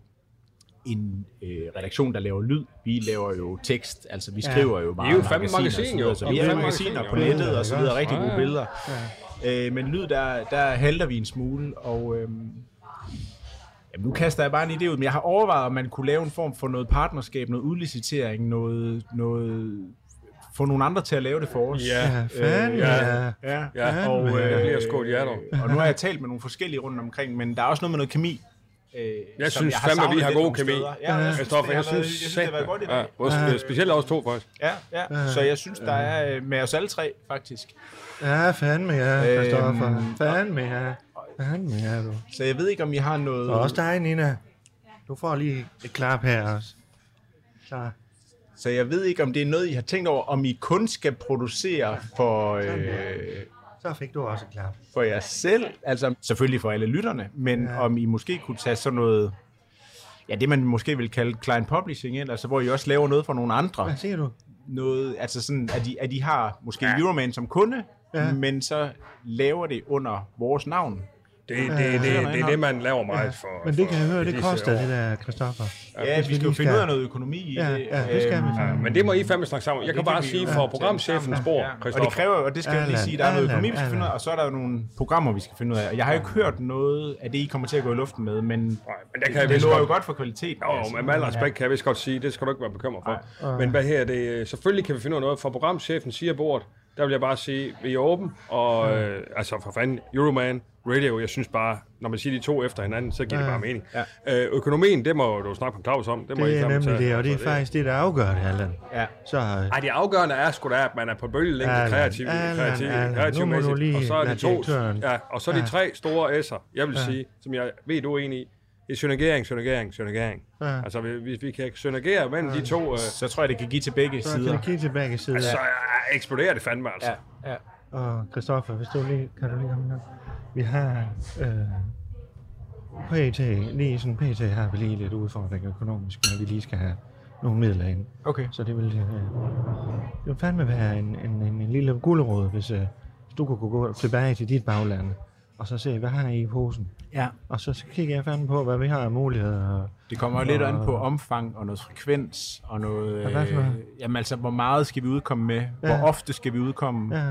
Speaker 9: en øh, redaktion, der laver lyd. Vi laver jo tekst, altså vi skriver jo bare
Speaker 6: I er jo fandme
Speaker 9: magasiner og
Speaker 6: magasin,
Speaker 9: så videre,
Speaker 6: jo.
Speaker 9: Så
Speaker 6: I
Speaker 9: vi
Speaker 6: er
Speaker 9: er jo
Speaker 6: fandme
Speaker 9: magasiner
Speaker 6: magasin,
Speaker 9: på
Speaker 6: jo.
Speaker 9: nettet og så videre, rigtig
Speaker 6: Ja,
Speaker 9: gode
Speaker 6: ja.
Speaker 9: billeder. Øh, men lyd, der, der hælder vi en smule, og... Øhm, Jamen, nu kaster jeg bare en idé ud, men jeg har overvejet, om man kunne lave en form for noget partnerskab, noget udlicitering, noget, noget få nogle andre til at lave det for os.
Speaker 6: Ja.
Speaker 5: Ja, fanden,
Speaker 9: ja.
Speaker 5: ja.
Speaker 9: ja.
Speaker 6: Ja,
Speaker 9: Og,
Speaker 6: og øh, bliver skåret hjerter.
Speaker 9: og nu har jeg talt med nogle forskellige rundt omkring, men der er også noget med noget kemi. Øh,
Speaker 6: Jeg
Speaker 9: som
Speaker 6: synes
Speaker 9: har
Speaker 6: fandme,
Speaker 9: savnet
Speaker 6: vi har
Speaker 9: lidt
Speaker 6: god
Speaker 9: nogle
Speaker 6: kemi.
Speaker 9: steder. Ja, jeg synes, det har
Speaker 6: Christoffer, jeg
Speaker 9: været-
Speaker 6: synes,
Speaker 9: jeg synes, det har været godt i dag.
Speaker 6: godt i dag. Specielt også to, faktisk.
Speaker 9: Ja, ja. Så jeg synes, der er øh, med os alle tre, faktisk.
Speaker 5: Ja, fandme ja,
Speaker 9: Øhm,
Speaker 5: Christoffer. Fandme ja. Fandme ja, du.
Speaker 9: Så jeg ved ikke, om I har noget...
Speaker 5: Og også dig, Nina. Du får lige et klap her også. Klar.
Speaker 9: Så jeg ved ikke, om det er noget, I har tænkt over, om I kun skal producere for, øh,
Speaker 5: Så fik du også et klap.
Speaker 9: for jer selv, altså selvfølgelig for alle lytterne, men ja. om I måske kunne tage sådan noget, ja det man måske vil kalde client publishing, ind, altså hvor I også laver noget for nogle andre.
Speaker 5: Hvad siger du?
Speaker 9: Noget, altså sådan, at I, at I har måske ja. Euroman som kunde,
Speaker 5: Ja.
Speaker 9: ja. men så laver det under vores navn.
Speaker 6: Det, det, det, det, det er det, man laver meget for.
Speaker 5: Men det kan jeg
Speaker 6: for
Speaker 5: høre,
Speaker 6: i
Speaker 5: det
Speaker 6: disse
Speaker 5: koster
Speaker 6: år.
Speaker 5: det der, Christoffer.
Speaker 9: Ja, vi skal jo
Speaker 5: lige
Speaker 9: finde ud
Speaker 5: skal-
Speaker 9: af noget økonomi i
Speaker 5: Ja,
Speaker 9: det. øhm,
Speaker 5: ja, det skal vi
Speaker 6: Ja,
Speaker 5: fandme.
Speaker 6: men det må I fandme snakke sammen. Jeg kan
Speaker 9: det
Speaker 6: bare
Speaker 9: kan vi
Speaker 6: sige
Speaker 9: jo
Speaker 6: for
Speaker 9: tale
Speaker 6: programchefens bord,
Speaker 9: Ja, og det
Speaker 6: Christoffer.
Speaker 9: kræver jo, og det skal jeg lige
Speaker 5: Erland,
Speaker 9: sige, der er noget
Speaker 5: Erland,
Speaker 9: økonomi, vi skal finde ud af,
Speaker 5: Erland.
Speaker 9: og så er der jo nogle programmer, vi skal finde ud af. Og Jeg har jo ikke hørt noget af det, I kommer til at gå i luften med, men
Speaker 6: Nej, men der kan jeg
Speaker 9: det, det
Speaker 6: vist
Speaker 9: lover jo
Speaker 6: godt-
Speaker 9: godt for altså. kvalitet.
Speaker 6: Jo, men med al respekt kan jeg vist godt sige, det skal du ikke være bekymret for. Men hvad her, det, øh, selvfølgelig kan vi finde ud af noget. Fra programchefen siger bordet, der vil jeg bare sige, vi er åben, og øh, altså for fanden, Euroman, Radio, jeg synes bare, når man siger de to efter hinanden, så giver det bare mening. Øh, økonomien, det må du snakke med Claus om. Det, må I
Speaker 5: Det er
Speaker 6: sammen
Speaker 5: nemlig
Speaker 6: tage.
Speaker 5: det, og det er
Speaker 6: Altså,
Speaker 5: faktisk det, der afgør det, Allan.
Speaker 9: Ja.
Speaker 5: Så øh,
Speaker 6: Ej, det afgørende er sgu da, at man er på bølgelængde
Speaker 5: Allan,
Speaker 6: kreativ,
Speaker 5: Allan,
Speaker 6: kreativ,
Speaker 5: Allan, nu
Speaker 6: kreativ
Speaker 5: må du lige
Speaker 6: og så er
Speaker 5: lade
Speaker 6: de to,
Speaker 5: direktøren.
Speaker 6: ja, og så er de tre store S'er, jeg vil sige, som jeg ved, du er enig i. Det er synergering, synergering, synergering.
Speaker 5: Ja.
Speaker 6: Altså, vi- hvis vi kan synergere mellem de to, øh,
Speaker 9: Så tror jeg, det kan give til begge
Speaker 5: så kan
Speaker 9: sider.
Speaker 5: vi kigge til begge sider.
Speaker 6: så øh, eksploderer det fandme, altså.
Speaker 9: Ja, ja.
Speaker 5: Og Christoffer, hvis du lige, kan du lige komme her? Vi har øh, PT, lige sådan PT har vi lige lidt udfordring økonomisk, når vi lige skal have nogle midler ind.
Speaker 9: Okay.
Speaker 5: Så det vil, øh, det vil fandme være en, en, en, en lille gulerod, hvis, øh, hvis du kunne gå- gå tilbage til dit bagland, og så se, hvad har I i posen?
Speaker 9: Ja.
Speaker 5: Og så kigger jeg fandme på, hvad vi har af muligheder.
Speaker 9: Det kommer jo lidt an på omfang og noget frekvens og noget...
Speaker 5: hvad for noget?
Speaker 9: jamen altså, hvor meget skal vi udkomme med? Hvor ofte skal vi udkomme?
Speaker 5: Ja.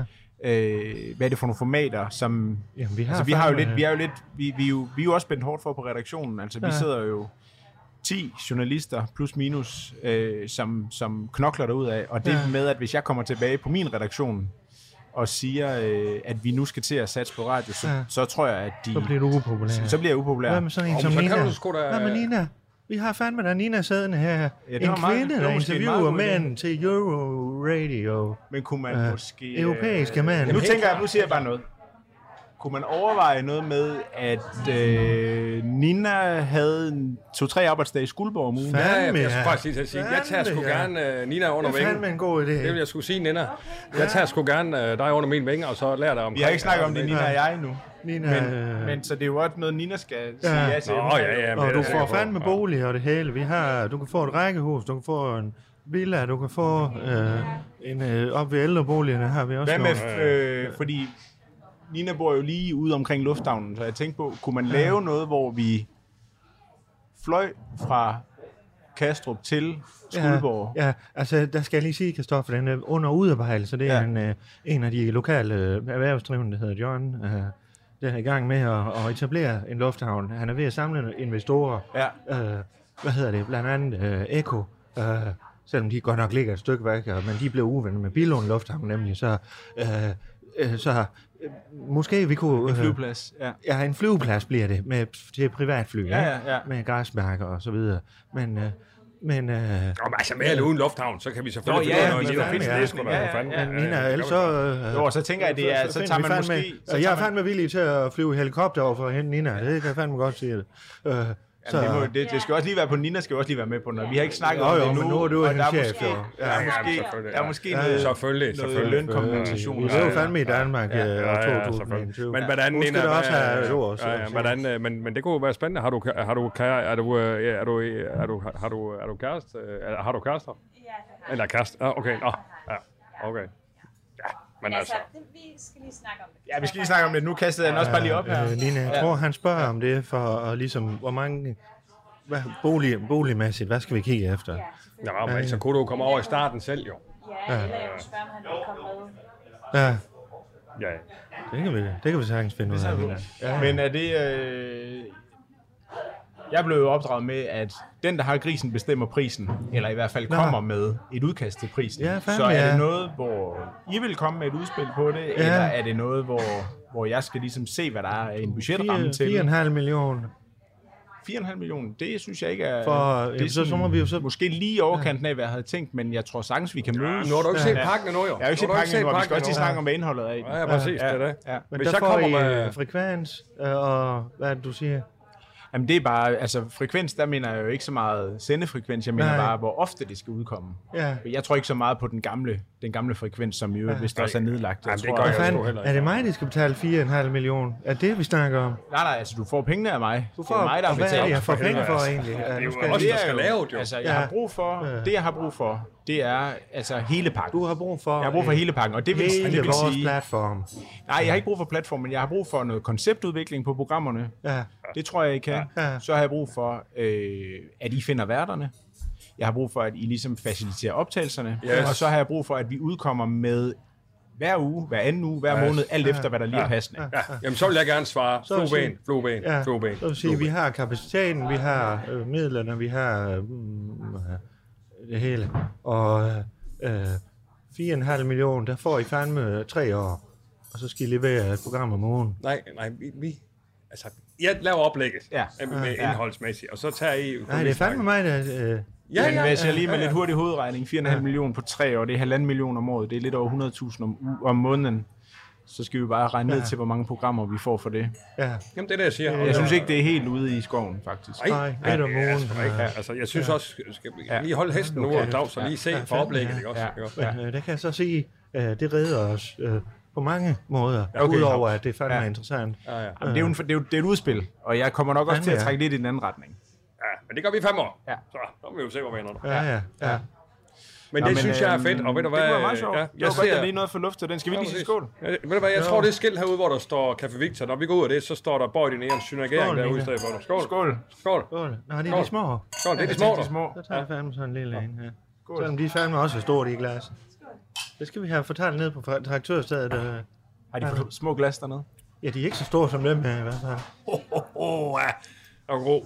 Speaker 9: Øh, hvad er det for nogle formater, som...
Speaker 5: Jamen, vi har
Speaker 9: altså, vi har jo
Speaker 5: fandme- øh,
Speaker 9: lidt... Vi er jo lidt... Vi, vi, er jo, vi er jo også spændt hårdt for på redaktionen. Altså, vi sidder jo... 10 journalister, plus minus, øh, som, som knokler derud af. Og det med, at hvis jeg kommer tilbage på min redaktion og siger, øh, at vi nu skal til at satse på radio, så,
Speaker 5: Ja.
Speaker 9: ja. så tror jeg, at de...
Speaker 5: Så bliver du upopulær.
Speaker 9: så, så bliver jeg upopulær.
Speaker 5: Hvad med sådan en
Speaker 6: Om,
Speaker 5: som
Speaker 6: så kan
Speaker 5: Nina?
Speaker 6: du sgu da-
Speaker 5: Hvad med Nina? Vi har fandme da Nina siddende her.
Speaker 9: Ja, det
Speaker 5: en
Speaker 9: var meget-
Speaker 5: kvinde,
Speaker 9: det var
Speaker 5: der
Speaker 9: måske en meget
Speaker 5: interviewer
Speaker 9: god idé.
Speaker 5: manden til Euro Radio.
Speaker 9: Men kunne man
Speaker 5: Ja.
Speaker 9: måske... øh,
Speaker 5: Europæiske mand.
Speaker 9: Nu tænker jeg, nu siger jeg bare noget. Kunne man overveje noget med, at øh, Nina havde en- to-tre arbejdsdage i Skuldborg om ugen?
Speaker 5: Fandme,
Speaker 6: Ja, jeg skulle
Speaker 5: ja.
Speaker 6: faktisk lige til at sige, jeg tager sgu
Speaker 5: Fandme, ja.
Speaker 6: gerne øh, Nina under
Speaker 5: Det er
Speaker 6: vingen.
Speaker 5: fandme en god idé.
Speaker 6: Det vil jeg skulle sige, Nina. Jeg tager sgu gerne øh, dig under min vinge, og så lærer dig om.
Speaker 9: Vi har ikke snakket om det, Nina og jeg endnu.
Speaker 5: Nina,
Speaker 9: Men,
Speaker 5: øh,
Speaker 9: men så det er jo også noget, Nina skal sige
Speaker 5: Ja.
Speaker 9: ja til.
Speaker 6: Nå, ja, ja. men altså,
Speaker 5: og
Speaker 6: det
Speaker 5: du
Speaker 6: er jeg
Speaker 5: får
Speaker 6: på.
Speaker 5: fandme
Speaker 6: Ja.
Speaker 5: bolig og det hele. Vi har, du kan få et rækkehus, du kan få en villa, du kan få øh, en, øh, op ved ældreboligerne har vi også
Speaker 9: Hvad med,
Speaker 5: nogle.
Speaker 9: øh, fordi Nina bor jo lige ude omkring lufthavnen, så jeg tænkte på, kunne man lave noget, hvor vi fløj fra Kastrup til Skuldborg?
Speaker 5: Ja, ja, altså der skal jeg lige sige, Kristoffer, den er under udarbejdelse. Det er
Speaker 9: Ja.
Speaker 5: ja. en, øh, en af de lokale øh, erhvervsdrivende, der hedder John, øh, der er i gang med at, at etablere en lufthavn. Han er ved at samle investorer.
Speaker 9: Ja.
Speaker 5: Øh, hvad hedder det? Blandt andet øh, Eko. Øh, selvom de godt nok ligger et stykke væk, og, men de blev uvenner med Billund Lufthavn nemlig, så, øh, øh, så øh, måske vi kunne...
Speaker 9: En
Speaker 5: øh,
Speaker 9: flyveplads, ja.
Speaker 5: Ja, en flyveplads bliver det, med, til privatfly,
Speaker 9: Ja,
Speaker 5: ikke?
Speaker 9: ja, ja.
Speaker 5: med græsmærker og så videre. Men, øh, men øh,
Speaker 6: Nå, men altså med eller uden lufthavn, så kan vi selvfølgelig
Speaker 9: Nå,
Speaker 6: finde
Speaker 9: ja,
Speaker 6: noget.
Speaker 9: men
Speaker 6: Nina,
Speaker 9: fandme,
Speaker 6: findes
Speaker 5: ja.
Speaker 6: det sgu da.
Speaker 9: Ja,
Speaker 6: for fanden.
Speaker 9: ja, ja.
Speaker 5: men Nina, ellers så... Øh,
Speaker 9: Jo, og så tænker jeg, det er, så tager
Speaker 5: finder
Speaker 9: man
Speaker 5: vi
Speaker 9: måske...
Speaker 5: fandme-
Speaker 9: Så
Speaker 5: jeg er
Speaker 9: tager man,
Speaker 5: fandme villig til at flyve helikopter over for at hente Nina. Det kan jeg fandme godt sige det. Øh, så,
Speaker 9: Jamen, det, må, det, det skal også lige være på, Nina skal jo også lige være med på noget. Vi har ikke snakket
Speaker 5: Jo,
Speaker 9: om
Speaker 5: jo,
Speaker 9: det
Speaker 5: men
Speaker 9: endnu,
Speaker 5: nu er du
Speaker 9: og
Speaker 5: en
Speaker 9: der er
Speaker 5: chef,
Speaker 9: måske,
Speaker 5: jo.
Speaker 9: der
Speaker 6: Ja,
Speaker 9: er
Speaker 6: ja,
Speaker 9: måske,
Speaker 6: selvfølgelig,
Speaker 9: der er
Speaker 6: ja.
Speaker 9: måske
Speaker 5: Ja,
Speaker 9: noget, noget
Speaker 6: Selvfølgelig, selvfølgelig.
Speaker 9: lønkompensation.
Speaker 5: vi
Speaker 9: Ja,
Speaker 5: er jo
Speaker 9: ja.
Speaker 5: fandme i Danmark øh, ja, ja,
Speaker 6: Ja, ja,
Speaker 5: ja,
Speaker 6: selvfølgelig.
Speaker 5: 2021.
Speaker 6: Men hvordan,
Speaker 5: Hun skal
Speaker 6: Nina,
Speaker 5: da også
Speaker 6: hvad-
Speaker 5: have ord, så
Speaker 6: Ja, ja,
Speaker 5: at sige.
Speaker 6: hvordan, øh, men, men det kunne jo være spændende. Har du, har du, kære- er du, øh, er du, er du, har du, er du kæreste? Øh, er- Har du kærester?
Speaker 2: Ja, det har
Speaker 6: Eller kæreste? Ah, okay. Nå, ja, okay. Ja, men
Speaker 2: Men altså,
Speaker 6: altså,
Speaker 2: det, vi skal lige snakke om det.
Speaker 9: Ja, vi skal lige snakke om det. Nu kastede jeg den også bare lige op her.
Speaker 5: Øh, Nina, jeg tror, han spørger om det, for og ligesom, hvor mange... Hvad, bolig, boligmæssigt, hvad skal vi kigge efter?
Speaker 2: Ja, selvfølgelig.
Speaker 6: ja, men, så kunne du komme over i starten selv, jo.
Speaker 2: Ja, eller jeg vil spørge, om han vil komme med.
Speaker 5: Ja,
Speaker 6: Ja,
Speaker 5: det kan vi, det kan vi sagtens finde ud af. Nina.
Speaker 9: Ja. Men er det... Øh... Jeg blev jo opdraget med, at den, der har grisen, bestemmer prisen. Eller i hvert fald
Speaker 5: Nå.
Speaker 9: kommer med et udkast til prisen.
Speaker 5: Ja, fandme,
Speaker 9: Så er
Speaker 5: ja.
Speaker 9: det noget, hvor I vil komme med et udspil på det? Ja. Eller er det noget, hvor, hvor jeg skal ligesom se, hvad der er en budgetramme til?
Speaker 5: 4,5 millioner.
Speaker 9: 4,5 millioner, det synes jeg ikke er...
Speaker 5: For-
Speaker 9: det er
Speaker 5: jamen, så- så må vi jo så-
Speaker 9: Måske lige i overkanten af, hvad jeg havde tænkt, men jeg tror sagtens, vi kan mødes.
Speaker 6: Nu har du ikke set pakken endnu, jo.
Speaker 9: Jeg har jo ikke set
Speaker 6: Nu har du
Speaker 9: pakken endnu, og vi skal også lige
Speaker 6: pakken
Speaker 9: snakke om, hvad indholdet er i den.
Speaker 6: endnu. Ja, præcis,
Speaker 9: Ja,
Speaker 6: det er det.
Speaker 9: ja.
Speaker 5: Men
Speaker 6: Hvis
Speaker 5: der
Speaker 6: jeg
Speaker 5: får
Speaker 6: kommer
Speaker 5: I
Speaker 6: med-
Speaker 5: øh, frekvens, øh, og hvad er det, du siger?
Speaker 9: Jamen det er bare, altså frekvens, der mener jeg jo ikke så meget sendefrekvens, jeg mener
Speaker 5: Nej.
Speaker 9: bare, hvor ofte det skal udkomme.
Speaker 5: Ja.
Speaker 9: Jeg tror ikke så meget på den gamle, den gamle frekvens, som jo, hvis der også er nedlagt. Jeg
Speaker 6: Jamen, det
Speaker 9: tror,
Speaker 6: gør
Speaker 5: Hvad
Speaker 9: at-
Speaker 6: jeg sgu
Speaker 5: fanden,
Speaker 6: heller ikke.
Speaker 5: er det mig, de skal betale 4,5 millioner? Er det, vi snakker om?
Speaker 9: Nej, nej, altså du får pengene af mig.
Speaker 5: Du
Speaker 9: det
Speaker 5: får,
Speaker 9: er mig, der har
Speaker 5: og hvad er
Speaker 9: betalt.
Speaker 5: det, jeg får penge for
Speaker 6: altså.
Speaker 5: egentlig? Ja,
Speaker 6: det er
Speaker 5: nu
Speaker 6: jo
Speaker 5: skal jeg
Speaker 6: også-
Speaker 5: lige-
Speaker 6: der skal
Speaker 9: er
Speaker 6: lave det jo.
Speaker 9: Altså, jeg har brug for,
Speaker 5: Ja.
Speaker 9: det jeg har brug for, det er altså hele pakken.
Speaker 5: Du har brug for,
Speaker 9: jeg har brug for
Speaker 5: en-
Speaker 9: hele pakken, og det vil,
Speaker 5: hele
Speaker 9: det vil
Speaker 5: vores
Speaker 9: sige,
Speaker 5: platform.
Speaker 9: nej, jeg har ikke brug for platformen, jeg har brug for noget konceptudvikling på programmerne,
Speaker 5: Ja,
Speaker 9: Det tror jeg, I kan.
Speaker 5: Ja.
Speaker 9: Ja. Så har jeg brug for, øh, at I finder værterne. Jeg har brug for, at I ligesom faciliterer optagelserne.
Speaker 6: Yes.
Speaker 9: Og så har jeg brug for, at vi udkommer med hver uge, hver anden uge, hver måned, alt efter, hvad der lige er passende.
Speaker 6: Ja, jamen så vil jeg gerne svare.
Speaker 5: vil jeg
Speaker 6: Flueben,
Speaker 5: sige-
Speaker 6: flueben,
Speaker 5: ja.
Speaker 6: flueben.
Speaker 5: Så vil sige, vi har kapaciteten, vi har øh, midlerne, vi har øh, mm, øh, det hele. Og øh, 4,5 millioner, der får I fandme øh, tre år. Og så skal I levere et program om ugen.
Speaker 6: Nej, nej, vi, vi altså, jeg laver oplægget
Speaker 9: Ja.
Speaker 6: øh, med
Speaker 9: Ja.
Speaker 6: indholdsmæssigt, og så tager I...
Speaker 5: Nej, det er fandme mig, der... Øh,
Speaker 6: Ja,
Speaker 9: Men
Speaker 6: ja,
Speaker 9: hvis jeg
Speaker 6: ja,
Speaker 9: lige med
Speaker 6: ja,
Speaker 9: lidt
Speaker 6: ja.
Speaker 9: hurtig hovedregning, 4,5 ja. millioner på tre år, det er 1,5 million om året, det er lidt over 100.000 om, u- om måneden, så skal vi bare regne ned til, hvor mange programmer vi får for det.
Speaker 5: ja,
Speaker 6: Jamen, det er det, jeg siger.
Speaker 9: Øh, Jeg synes ikke, det er helt ude i skoven, faktisk.
Speaker 5: nej, et om
Speaker 6: Ja,
Speaker 5: ugen.
Speaker 6: sgu da ikke.
Speaker 5: øh,
Speaker 6: Altså, jeg synes også, skal vi lige holde hesten nu og dag, så lige se for oplægget, ikke også?
Speaker 9: Ja.
Speaker 6: Ikke også?
Speaker 5: Men øh, der kan jeg så sige, øh, det redder os øh, på mange måder.
Speaker 9: Ja, okay.
Speaker 5: udover at det fandme er
Speaker 9: Ja.
Speaker 5: interessant.
Speaker 6: Ja, ja.
Speaker 9: Jamen, det, er jo en, det, er jo, det er et udspil, og jeg kommer nok også til at
Speaker 5: Fandme, ja.
Speaker 9: trække lidt i den anden retning.
Speaker 6: Ja, men det gør vi i fem år.
Speaker 9: Ja.
Speaker 6: Så, så må vi jo se, hvor vi ender.
Speaker 5: Ja, ja, ja.
Speaker 6: Men
Speaker 9: Nå,
Speaker 6: det synes jeg er
Speaker 9: øhm,
Speaker 6: fedt, og ved du hvad? øh,
Speaker 9: Det kunne være meget sjovt.
Speaker 6: Ja,
Speaker 9: Ja,
Speaker 6: jeg
Speaker 9: det var godt,
Speaker 6: ser-
Speaker 9: der lige noget for luft, og den skal vi lige sige
Speaker 6: præcis.
Speaker 9: skål.
Speaker 6: Ja, ved du hvad, jeg tror, det er et skilt herude, hvor der står Café Victor. Når vi går ud af det, så står der Bøjt i Neon Synergering
Speaker 5: Skål,
Speaker 6: derude i
Speaker 5: Nina.
Speaker 6: stedet for. Skål. Skål.
Speaker 9: Skål.
Speaker 6: Skål.
Speaker 5: Skål. Nå, det er de små.
Speaker 6: Skål. Det er de
Speaker 9: Små,
Speaker 6: små, der.
Speaker 9: små.
Speaker 5: Så tager jeg fandme sådan en lille en her. Selvom de fandme også er store, de glas. Det skal vi have fortalt ned på fra- traktørstedet. Øh.
Speaker 9: Har de fået små glas dernede?
Speaker 5: Ja, de er ikke så store som dem her i hvert fald.
Speaker 6: Åh, oh, ja. Og god.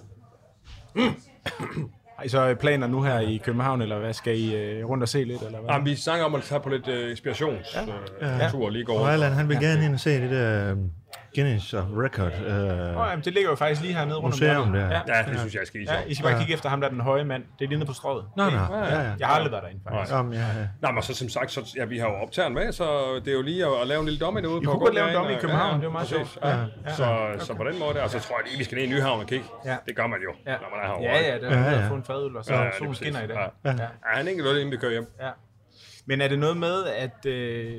Speaker 9: Har I så øh, planer nu her i København, eller hvad? Skal I øh, rundt og se lidt, eller hvad?
Speaker 6: Jamen, vi snakker om at tage på lidt uh, inspirationstur ja. uh, ja. lige går
Speaker 5: Og
Speaker 6: rundt.
Speaker 5: Allan, han vil gerne ind og se det der øhm, Guinness of Record. Øh,
Speaker 9: Nå, jamen, det ligger jo faktisk lige hernede rundt
Speaker 5: Museum
Speaker 9: om hjørnet.
Speaker 5: der.
Speaker 6: Ja, det synes jeg er skide
Speaker 9: Ja,
Speaker 6: sjovt.
Speaker 9: I skal bare kigge efter ham, der er den høje mand. Det er lige nede på strået.
Speaker 5: Nå, nå, ja, ja.
Speaker 9: Jeg har aldrig været derinde, faktisk.
Speaker 5: Om, ja, ja.
Speaker 6: Nej, men så som sagt, så, ja, vi har jo optageren med, så det er jo lige at, at lave en lille domme derude. I
Speaker 9: kunne godt lave en domme i København, det var meget sjovt.
Speaker 6: Ja, ja. Så, så på den måde, og så tror jeg lige, vi skal ned i Nyhavn og kigge.
Speaker 9: Ja.
Speaker 6: Det gør man jo, når man er herovre.
Speaker 9: ja, ja, det er ja,
Speaker 5: Ja,
Speaker 9: ja.
Speaker 5: ja.
Speaker 9: at få en fadøl, og så
Speaker 6: Ja,
Speaker 9: ja,
Speaker 6: ja, det er
Speaker 9: solen
Speaker 6: præcis.
Speaker 9: skinner i dag.
Speaker 6: Ja.
Speaker 9: Ja.
Speaker 6: Ja, en enkelt øl, inden vi kører hjem.
Speaker 9: Ja. Men er det noget med, at, øh,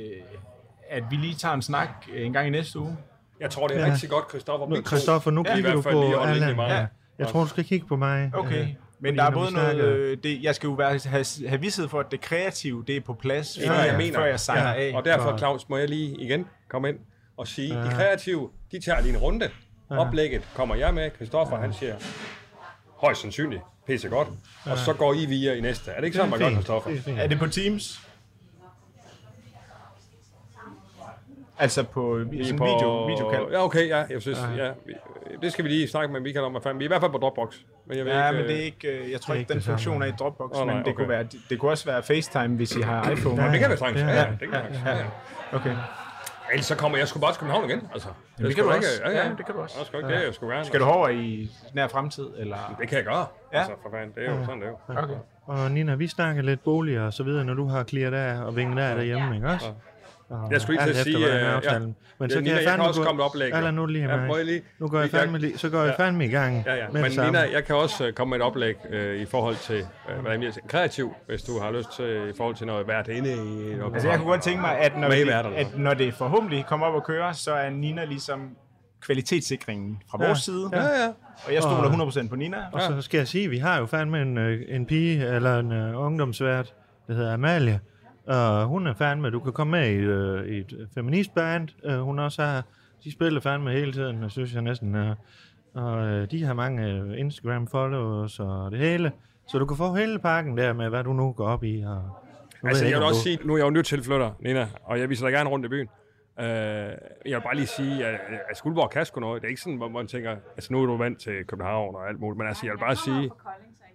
Speaker 9: at vi lige tager en snak øh, en gang i næste uge?
Speaker 6: Jeg tror, det er
Speaker 5: Ja.
Speaker 6: rigtig godt, Christoffer.
Speaker 5: Nu, Christoffer, nu
Speaker 9: Ja, i
Speaker 5: kigger
Speaker 6: hvert
Speaker 5: du
Speaker 6: fald
Speaker 5: på
Speaker 6: lige åndelig
Speaker 5: Allan.
Speaker 6: meget.
Speaker 5: Ja. Jeg
Speaker 6: Ja.
Speaker 5: tror, du skal kigge på mig.
Speaker 9: Okay.
Speaker 5: øh,
Speaker 9: Men
Speaker 5: fordi
Speaker 9: der er
Speaker 5: når
Speaker 9: både
Speaker 5: vi
Speaker 9: noget,
Speaker 5: snakker-
Speaker 9: øh, det, jeg skal jo være, have, have vidshed for, at det kreative, det er på plads, før,
Speaker 6: Ja,
Speaker 9: jeg,
Speaker 6: jeg mener.
Speaker 9: før jeg signer ja. af.
Speaker 6: Og derfor, Claus, må jeg lige igen komme ind og sige, de kreative, de tager lige en runde. Oplægget kommer jeg med. Christoffer, han siger, højst sandsynligt, pisse godt. Og så går I via i næste. Er det ikke sådan, man gør,
Speaker 5: Fint,
Speaker 6: Christoffer?
Speaker 5: det er fint.
Speaker 9: Er det på Teams? Altså på øh, sådan
Speaker 6: på-
Speaker 9: video, videokald?
Speaker 6: Ja, okay, ja. Jeg synes, ja. vi- Det skal vi lige snakke med Michael om, hvad fanden. Vi er i hvert fald på Dropbox. Men jeg ved
Speaker 9: Ja,
Speaker 6: ikke,
Speaker 9: men det
Speaker 6: øh,
Speaker 9: er ikke, øh, jeg tror
Speaker 5: det
Speaker 9: ikke,
Speaker 5: er ikke
Speaker 9: den
Speaker 5: det samme.
Speaker 9: funktion er i Dropbox,
Speaker 6: Åh, nej,
Speaker 9: men det, kunne
Speaker 6: okay.
Speaker 9: være, det, det kunne også være FaceTime, hvis I har iPhone.
Speaker 6: Det kan vi sagtens. Ja,
Speaker 5: Ja,
Speaker 6: ja,
Speaker 5: ja,
Speaker 6: det kan vi sagtens. Ja, ja.
Speaker 9: Okay.
Speaker 6: Ellers så kommer jeg sgu bare til København igen. Altså,
Speaker 9: det
Speaker 6: skal
Speaker 9: kan du
Speaker 6: ikke-
Speaker 9: også.
Speaker 6: Ja, ja,
Speaker 9: Ja, det kan du også.
Speaker 6: Jeg skal ikke det, jeg skulle gerne.
Speaker 9: Skal du over i nær fremtid, eller?
Speaker 6: Det kan jeg gøre.
Speaker 9: Ja.
Speaker 6: Altså, for fanden, det er jo sådan, det er jo.
Speaker 9: Okay.
Speaker 5: Og Nina, vi snakker lidt boliger og så videre, når du har clearet af og vinget af derhjemme, ikke også? Og
Speaker 6: Jeg skulle lige
Speaker 5: alt
Speaker 6: til at
Speaker 5: efter,
Speaker 6: sige,
Speaker 5: hvordan er
Speaker 6: øh, ja.
Speaker 5: aftalen.
Speaker 6: Ja,
Speaker 5: Men så kan
Speaker 6: Nina,
Speaker 5: jeg
Speaker 6: jeg kan
Speaker 5: fandme
Speaker 6: også
Speaker 5: gå-
Speaker 6: komme med oplæg, jo.
Speaker 5: Allan, nu lige
Speaker 6: Ja,
Speaker 5: med.
Speaker 6: må jeg lige-
Speaker 5: Nu går jeg
Speaker 6: Lige-
Speaker 5: fandme lige, så går jeg
Speaker 6: Ja.
Speaker 5: fandme i gang
Speaker 6: Ja, ja.
Speaker 5: med
Speaker 6: Men
Speaker 5: det samme.
Speaker 6: Nina, jeg kan også øh, komme med et oplæg øh, i forhold til, øh, hvordan jeg er kreativ, hvis du har lyst til, i forhold til noget værd inde i noget
Speaker 9: Altså, jeg kunne godt tænke mig, at når,
Speaker 6: Med i
Speaker 9: det,
Speaker 6: værterne.
Speaker 9: at når det forhåbentlig kommer op og kører, så er Nina ligesom kvalitetssikringen fra vores side.
Speaker 6: Ja, ja.
Speaker 9: Og jeg stoler 100% på Nina.
Speaker 5: Og så skal jeg sige, at vi har jo fandme en, øh, en pige, eller en uh, ungdomsvært, der hedder Amalie. Og hun er fandme, du kan komme med i, uh, i et feministband, uh, hun også har. De spiller fandme hele tiden, og synes jeg næsten. Uh, og uh, de har mange uh, Instagram-followers og det hele. Så du kan få hele pakken der med, hvad du nu går op i. Og, nu ved
Speaker 6: Altså,
Speaker 5: ikke,
Speaker 6: jeg vil
Speaker 5: om
Speaker 6: også
Speaker 5: du-
Speaker 6: sige, nu er jeg jo nyt tilflytter, Nina, og jeg viser dig gerne rundt i byen. Uh, jeg vil bare lige sige, at, at Skuldborg kan sgu noget. Det er ikke sådan, hvor man tænker, altså nu er du vant til København og alt muligt, men altså, jeg vil bare sige...
Speaker 2: Fra Kolding, så jeg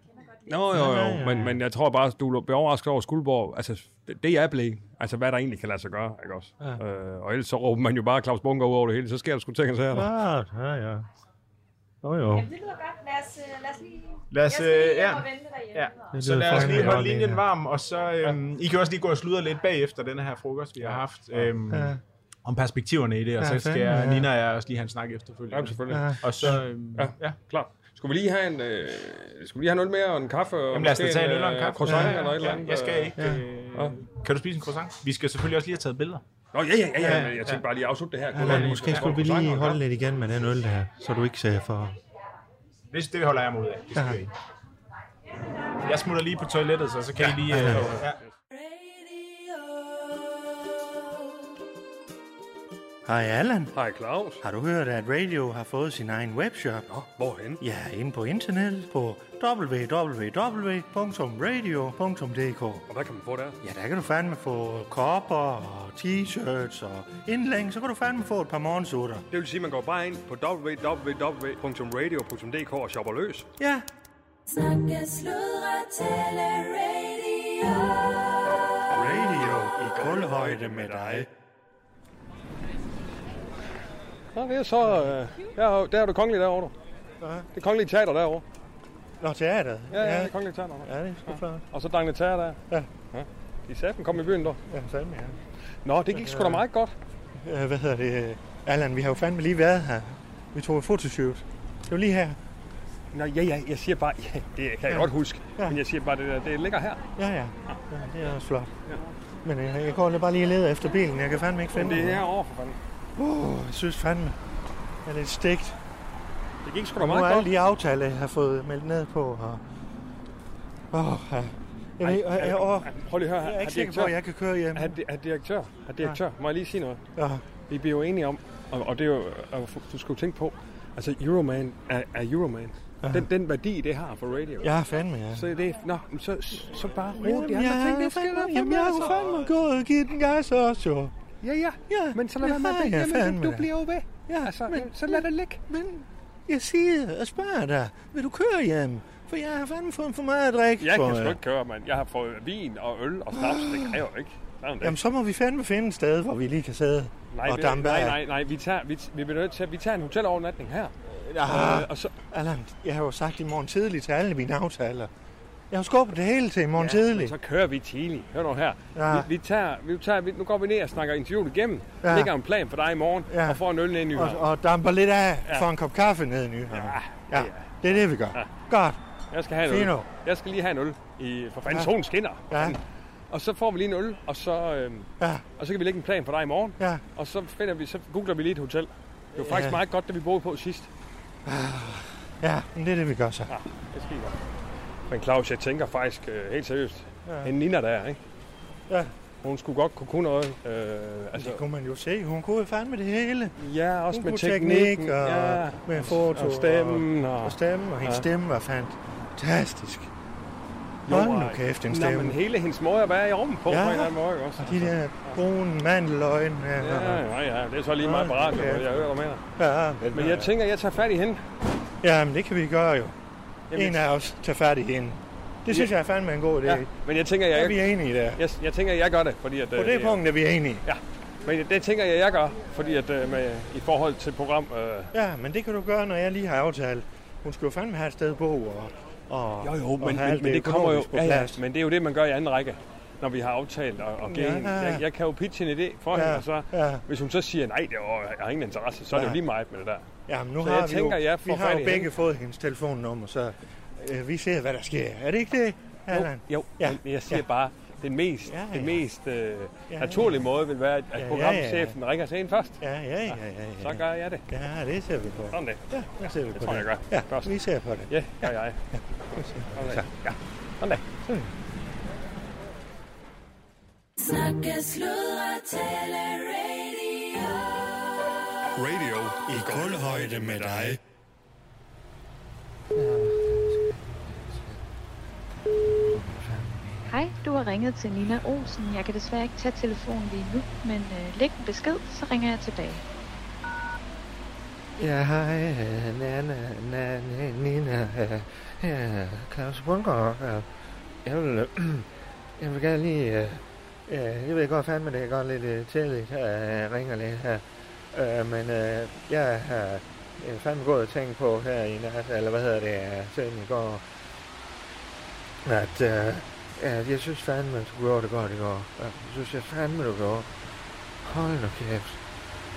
Speaker 2: kender godt lidt.
Speaker 6: Nå, jo, jo, jo. Men, men jeg tror bare, du bliver overrasket over Skuldborg. Altså, det, det er blevet. Altså, hvad der egentlig kan lade sig gøre, ikke også? Ja. Øh, og ellers så råber man jo bare Claus Bunker ud over det hele, så sker der sgu ting og sager. Ja.
Speaker 5: Ah, ja, ja. Jo, jo.
Speaker 2: Jamen, det lyder godt. Lad os, øh, lad os lige...
Speaker 9: Lad os,
Speaker 2: jeg skal lige
Speaker 9: øh,
Speaker 2: hjem
Speaker 9: ja.
Speaker 2: og vente derhjemme.
Speaker 9: Ja.
Speaker 2: og-
Speaker 5: Det
Speaker 9: Så
Speaker 5: lyder
Speaker 9: lad os
Speaker 5: fandme
Speaker 9: lige holde
Speaker 5: godt,
Speaker 9: linjen
Speaker 5: Nina.
Speaker 9: varm, og så øhm, I kan også lige gå og sludre lidt bagefter den her frokost, vi har haft, øhm,
Speaker 5: Ja.
Speaker 9: om perspektiverne i det, og
Speaker 5: Ja,
Speaker 9: så skal
Speaker 5: fandme,
Speaker 9: jeg,
Speaker 5: ja.
Speaker 9: Nina og jeg også lige have en snak efterfølgende.
Speaker 6: Jamen, selvfølgelig.
Speaker 5: Ja.
Speaker 6: Ja.
Speaker 9: Og så, øhm, ja. ja.
Speaker 6: Klar. Skulle vi lige have en, øh, skulle vi lige have noget mere og en kaffe? Og
Speaker 9: Jamen lad os da
Speaker 6: måske
Speaker 9: tage en øl og en
Speaker 6: øh,
Speaker 9: kaffe.
Speaker 6: croissant
Speaker 9: Ja, ja,
Speaker 6: eller et eller
Speaker 9: ja,
Speaker 6: andet.
Speaker 9: Jeg skal
Speaker 6: øh.
Speaker 9: ikke. Øh, kan du spise en croissant? Vi skal selvfølgelig også lige have taget billeder.
Speaker 6: Nå, ja, ja, ja, ja. men Jeg tænkte bare lige at afslutte det her. Kunne
Speaker 5: Men
Speaker 6: jeg
Speaker 5: måske
Speaker 6: lige-
Speaker 5: skulle vi lige holde lidt igen med den øl der, så du ikke ser for...
Speaker 9: Det, det holder jeg mod af. Det skal
Speaker 5: Ja.
Speaker 9: jeg. jeg smutter lige på toilettet, så, så kan I lige... Øh, ja.
Speaker 5: Hej Allan.
Speaker 6: Hej, Claus.
Speaker 5: Har du hørt, at Radio har fået sin egen webshop?
Speaker 6: Nå, hvorhen?
Speaker 5: Ja, inde på internettet på www.radio.dk.
Speaker 6: Og hvad kan man få der?
Speaker 5: Ja, der kan du fandme få kopper og t-shirts og indlæng, så kan du fandme få et par morgensutter.
Speaker 6: Det vil sige, at man går bare ind på www.radio.dk og shopper løs.
Speaker 5: Ja, radio i guldhøjde med dig.
Speaker 6: Nå, det er så... Øh, der, der er du kongelig derovre. Det er kongelige teater derovre.
Speaker 5: Nå, teateret.
Speaker 6: Ja, ja, det er kongelige teater. derovre.
Speaker 5: ja det er sgu flot.
Speaker 6: Og så Dagne Teater der.
Speaker 5: Ja.
Speaker 6: ja. De sagde, den kom i byen der.
Speaker 5: Ja, fandme ja.
Speaker 6: Nå, det gik sgu da meget godt.
Speaker 5: Øh, Hvad hedder det? Allan, vi har jo fandme lige været her. Vi tog et fotoshoot. Det var lige her.
Speaker 6: Nå, ja, ja, jeg siger bare... Ja, det kan jeg godt huske.
Speaker 5: Ja.
Speaker 6: Men jeg siger bare, det, der, det ligger her.
Speaker 5: Ja, ja. ja det er også flot. Men øh, jeg går lige bare lige og leder efter bilen. Jeg kan fandme ikke finde
Speaker 6: Det er
Speaker 5: den.
Speaker 6: herovre, for fanden.
Speaker 5: Uh, jeg synes fandme, jeg er lidt stegt.
Speaker 6: Det gik sgu da
Speaker 5: Nu
Speaker 6: meget
Speaker 5: er alle
Speaker 6: godt.
Speaker 5: de aftaler, jeg har fået meldt ned på. Og... Oh, ja. Jeg, ved, jeg, jeg, åh,
Speaker 6: Prøv lige at høre her.
Speaker 5: jeg er
Speaker 6: Herr
Speaker 5: ikke sikker på,
Speaker 6: direktør.
Speaker 5: at jeg kan køre hjem.
Speaker 6: Herr di- herr direktør, herr direktør, må jeg lige sige noget?
Speaker 5: Ja.
Speaker 6: Vi bliver jo enige om, og, og det er jo, og du skal jo tænke på, altså Euroman er, er Euroman. Den, den værdi, det har for radio.
Speaker 5: Ja, fandme, ja.
Speaker 6: Så det, nå, men så, så bare ro
Speaker 5: Jamen,
Speaker 6: de
Speaker 5: jeg,
Speaker 6: andre ting,
Speaker 5: er
Speaker 6: det skal
Speaker 5: fandme,
Speaker 6: der
Speaker 5: jamen, jeg har jo fandme gået og givet den gas også, jo.
Speaker 6: altså. Ja, ja,
Speaker 5: Ja,
Speaker 6: ja, men så lad
Speaker 5: det
Speaker 6: være med
Speaker 5: har
Speaker 6: det.
Speaker 5: jeg
Speaker 6: Jamen,
Speaker 5: fandme
Speaker 6: du, du
Speaker 5: da.
Speaker 6: bliver jo ved.
Speaker 5: Ja,
Speaker 6: altså,
Speaker 5: men-
Speaker 6: så lad det ligge.
Speaker 5: Men jeg siger og spørger dig, vil du køre hjem? For jeg har fandme fået for meget at drikke.
Speaker 6: Jeg
Speaker 5: for,
Speaker 6: kan sgu
Speaker 5: øh,
Speaker 6: ikke køre, mand. Jeg har fået vin og øl og snaps. Det kan jeg jo ikke. Sådan det.
Speaker 5: Jamen, så må vi fandme finde et sted, hvor vi lige kan sidde
Speaker 6: nej,
Speaker 5: og
Speaker 6: vi-
Speaker 5: dampe
Speaker 6: nej,
Speaker 5: af.
Speaker 6: nej, nej, vi tager, vi, vi, bliver nødt til, at- vi tager en hotelovernatning her.
Speaker 5: Ah,
Speaker 6: Øh, og så,
Speaker 5: Allan, jeg har jo sagt i morgen tidligt til alle mine aftaler. Jeg har skubbet det hele til i morgen ja,
Speaker 6: men
Speaker 5: tidligt.
Speaker 6: så kører vi tidligt. Hør nu her.
Speaker 5: Ja.
Speaker 6: Vi, vi, tager, vi tager, vi, nu går vi ned og snakker interviewet igennem.
Speaker 5: Ja.
Speaker 6: Ja. Lægger en plan for dig i morgen
Speaker 5: Ja.
Speaker 6: ja. og får en øl ned i
Speaker 5: Og,
Speaker 6: Nyhavn.
Speaker 5: og damper lidt af ja.
Speaker 6: Ja.
Speaker 5: for en kop kaffe ned i Nyhavn.
Speaker 6: Ja,
Speaker 5: ja. Det er det, vi gør. Ja. Godt.
Speaker 6: Jeg skal have en
Speaker 5: Fino.
Speaker 6: øl. Jeg skal lige have en øl. I, for fanden,
Speaker 5: Ja.
Speaker 6: ja. solen skinner.
Speaker 5: Ja.
Speaker 6: Og så får vi lige en øl, og så, øh,
Speaker 5: Ja.
Speaker 6: og så kan vi lægge en plan for dig i morgen.
Speaker 5: Ja.
Speaker 6: Og så, finder vi, så googler vi lige et hotel. Det var faktisk
Speaker 5: Ja.
Speaker 6: meget godt, det vi boede på sidst.
Speaker 5: Ja, men det er det, vi gør så. Ja.
Speaker 6: Det skal I godt. Men Claus, jeg tænker faktisk øh, helt seriøst. Ja. Hende Nina der, ikke?
Speaker 5: Ja.
Speaker 6: Hun skulle godt kunne kunne noget. Øh, altså,
Speaker 5: Det kunne man jo se. Hun kunne jo fandme det hele.
Speaker 6: ja, også
Speaker 5: Hun
Speaker 6: med
Speaker 5: kunne
Speaker 6: teknikken.
Speaker 5: teknik og
Speaker 6: ja,
Speaker 5: med foto.
Speaker 6: og stemmen. Og,
Speaker 5: Og, og stemme, og hendes ja.
Speaker 6: Ja.
Speaker 5: stemme var fantastisk. Hold nu kæft, en
Speaker 6: Nå,
Speaker 5: stemme.
Speaker 6: men hele hendes måde at være i rummet på,
Speaker 5: Ja.
Speaker 6: ja. på en eller anden måde, ikke også?
Speaker 5: De der brune mandeløgne.
Speaker 6: Ja, ja, ja, det er så lige meget på
Speaker 5: Hold nu
Speaker 6: radio,
Speaker 5: kæft. øh,
Speaker 6: jeg hører dig med dig.
Speaker 5: ja.
Speaker 6: Men jeg tænker, jeg tager fat i hende.
Speaker 5: ja, men det kan vi gøre jo.
Speaker 6: Jamen,
Speaker 5: En af os tager fat i hende. Det synes jeg er fandme en god idé.
Speaker 6: ja,
Speaker 5: Ja.
Speaker 6: men jeg tænker,
Speaker 5: Er
Speaker 6: jeg,
Speaker 5: vi
Speaker 6: jeg,
Speaker 5: enige der?
Speaker 6: jeg, jeg tænker, jeg gør det, fordi at...
Speaker 5: På
Speaker 6: øh,
Speaker 5: det punkt er vi enige.
Speaker 6: Ja, men det tænker jeg, jeg gør, fordi at øh, med, i forhold til program... Øh,
Speaker 5: Ja, men det kan du gøre, når jeg lige har aftalt. Hun skal jo fandme have et sted at bo og, og
Speaker 6: Jo, jo,
Speaker 5: og
Speaker 6: men,
Speaker 5: have
Speaker 6: men,
Speaker 5: alt
Speaker 6: men det kommer jo...
Speaker 5: økonomisk på
Speaker 6: Ja, ja,
Speaker 5: plads.
Speaker 6: men det er jo det, man gør i anden række, når vi har aftalt og, og
Speaker 5: Ja.
Speaker 6: ja. jeg, jeg kan jo pitche en idé for
Speaker 5: Ja,
Speaker 6: ja. hende, og så...
Speaker 5: ja.
Speaker 6: Hvis hun så siger, nej, det var, jeg har ingen interesse, så er det
Speaker 5: Ja.
Speaker 6: jo lige meget med det der.
Speaker 5: Jamen, nu
Speaker 6: Så
Speaker 5: har
Speaker 6: jeg
Speaker 5: vi
Speaker 6: tænker,
Speaker 5: jo,
Speaker 6: jeg
Speaker 5: vi
Speaker 6: får
Speaker 5: har
Speaker 6: fat
Speaker 5: jo
Speaker 6: i
Speaker 5: begge
Speaker 6: hende.
Speaker 5: fået hendes telefonnummer, så øh, vi ser, hvad der sker. Er det ikke det, Allan?
Speaker 6: Jo,
Speaker 5: Ja.
Speaker 6: ja. men jeg siger
Speaker 5: Ja.
Speaker 6: ja. bare, den mest,
Speaker 5: Ja,
Speaker 6: ja,
Speaker 5: ja.
Speaker 6: ja. Den mest øh,
Speaker 5: ja.
Speaker 6: naturlige måde vil være, at at
Speaker 5: ja,
Speaker 6: programchefen ja, ja. ringer til en først.
Speaker 5: Ja, ja, ja, ja, ja.
Speaker 6: Så gør jeg det.
Speaker 5: Ja, det ser vi på.
Speaker 6: Sådan det.
Speaker 5: Ja, det ser vi på.
Speaker 6: tror jeg, jeg gør.
Speaker 5: Ja,
Speaker 6: Først.
Speaker 5: vi ser på det.
Speaker 6: Ja, gør jeg. Sådan der. Ja, sådan der.
Speaker 3: Radio i kulhøjde med dig.
Speaker 11: Hej, du har ringet til Nina Olsen. Jeg kan desværre ikke tage telefonen lige nu, men øh, læg en besked, så ringer jeg tilbage.
Speaker 5: Ja, hej, øh, Nana, Nana, Nina, øh, ja, Claus Bundgaard. øh, Jeg vil, øh, jeg vil gerne lige, øh, øh, jeg ved godt fandme, det er godt lidt øh, tidligt, øh, jeg ringer lidt her. Øh, Men øh, jeg har øh, fandme gået og tænkt på her i nat, eller hvad hedder det, øh, siden i går, at øh, ja, jeg synes fandme, du gjorde det godt i går. Øh, Jeg synes, jeg fandme, du gjorde. Hold nu kæft.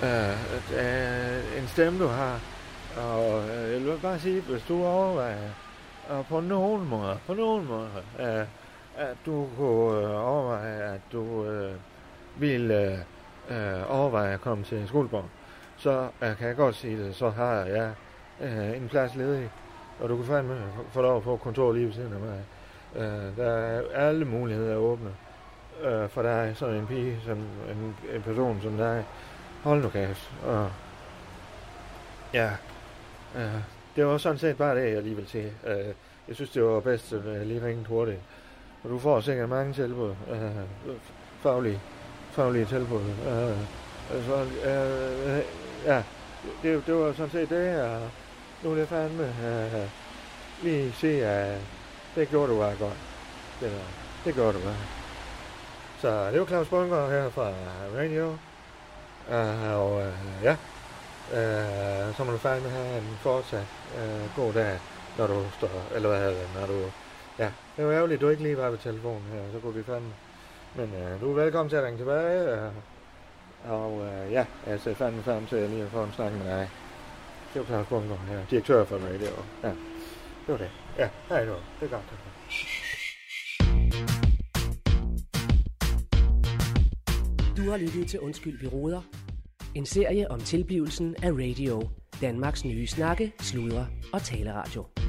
Speaker 5: Øh, øh, en stemme, du har. Og øh, jeg vil bare sige, hvis du overvejer, og på nogen måde, på nogen måde, øh, at du kunne øh, overveje, at du øh, ville øh, øh, overveje at komme til Skuldborg, så øh, kan jeg godt sige det, så har jeg øh, en plads ledig, og du kan fandme få lov på kontor lige ved siden af mig. Øh, der er alle muligheder åbne øh, for dig, som en pige, som en, en person som dig. Hold nu kæft. Og... Ja. ja. Det var sådan set bare det, jeg lige vil sige. Øh, jeg synes, det var bedst, at jeg lige ringede hurtigt. Og du får sikkert mange tilbud. Øh, faglige, faglige tilbud. Øh, altså, øh, øh, ja. Det, det var sådan set det, og nu vil jeg fandme øh, lige se, at det gjorde du bare godt. Det, der. det gjorde du bare. Så det var Claus Bunker her fra Radio. Øh, og øh, ja, øh, så må du fandme have en fortsat øh, god dag, når du står, eller hvad hedder det, når du, ja, det var ærgerligt, du ikke lige var ved telefonen her, så kunne vi fandme, men øh, du er velkommen til at ringe tilbage, øh, og øh, ja, jeg ser fandme frem til lige at få en snak med dig. Det var Claus Bunker her, direktør for Radio, ja, det var det, ja, hej du, det er godt, det er godt.
Speaker 1: Du har lyttet til Undskyld, vi råder. En serie om tilblivelsen af radio. Danmarks nye snakke, sludre og taleradio.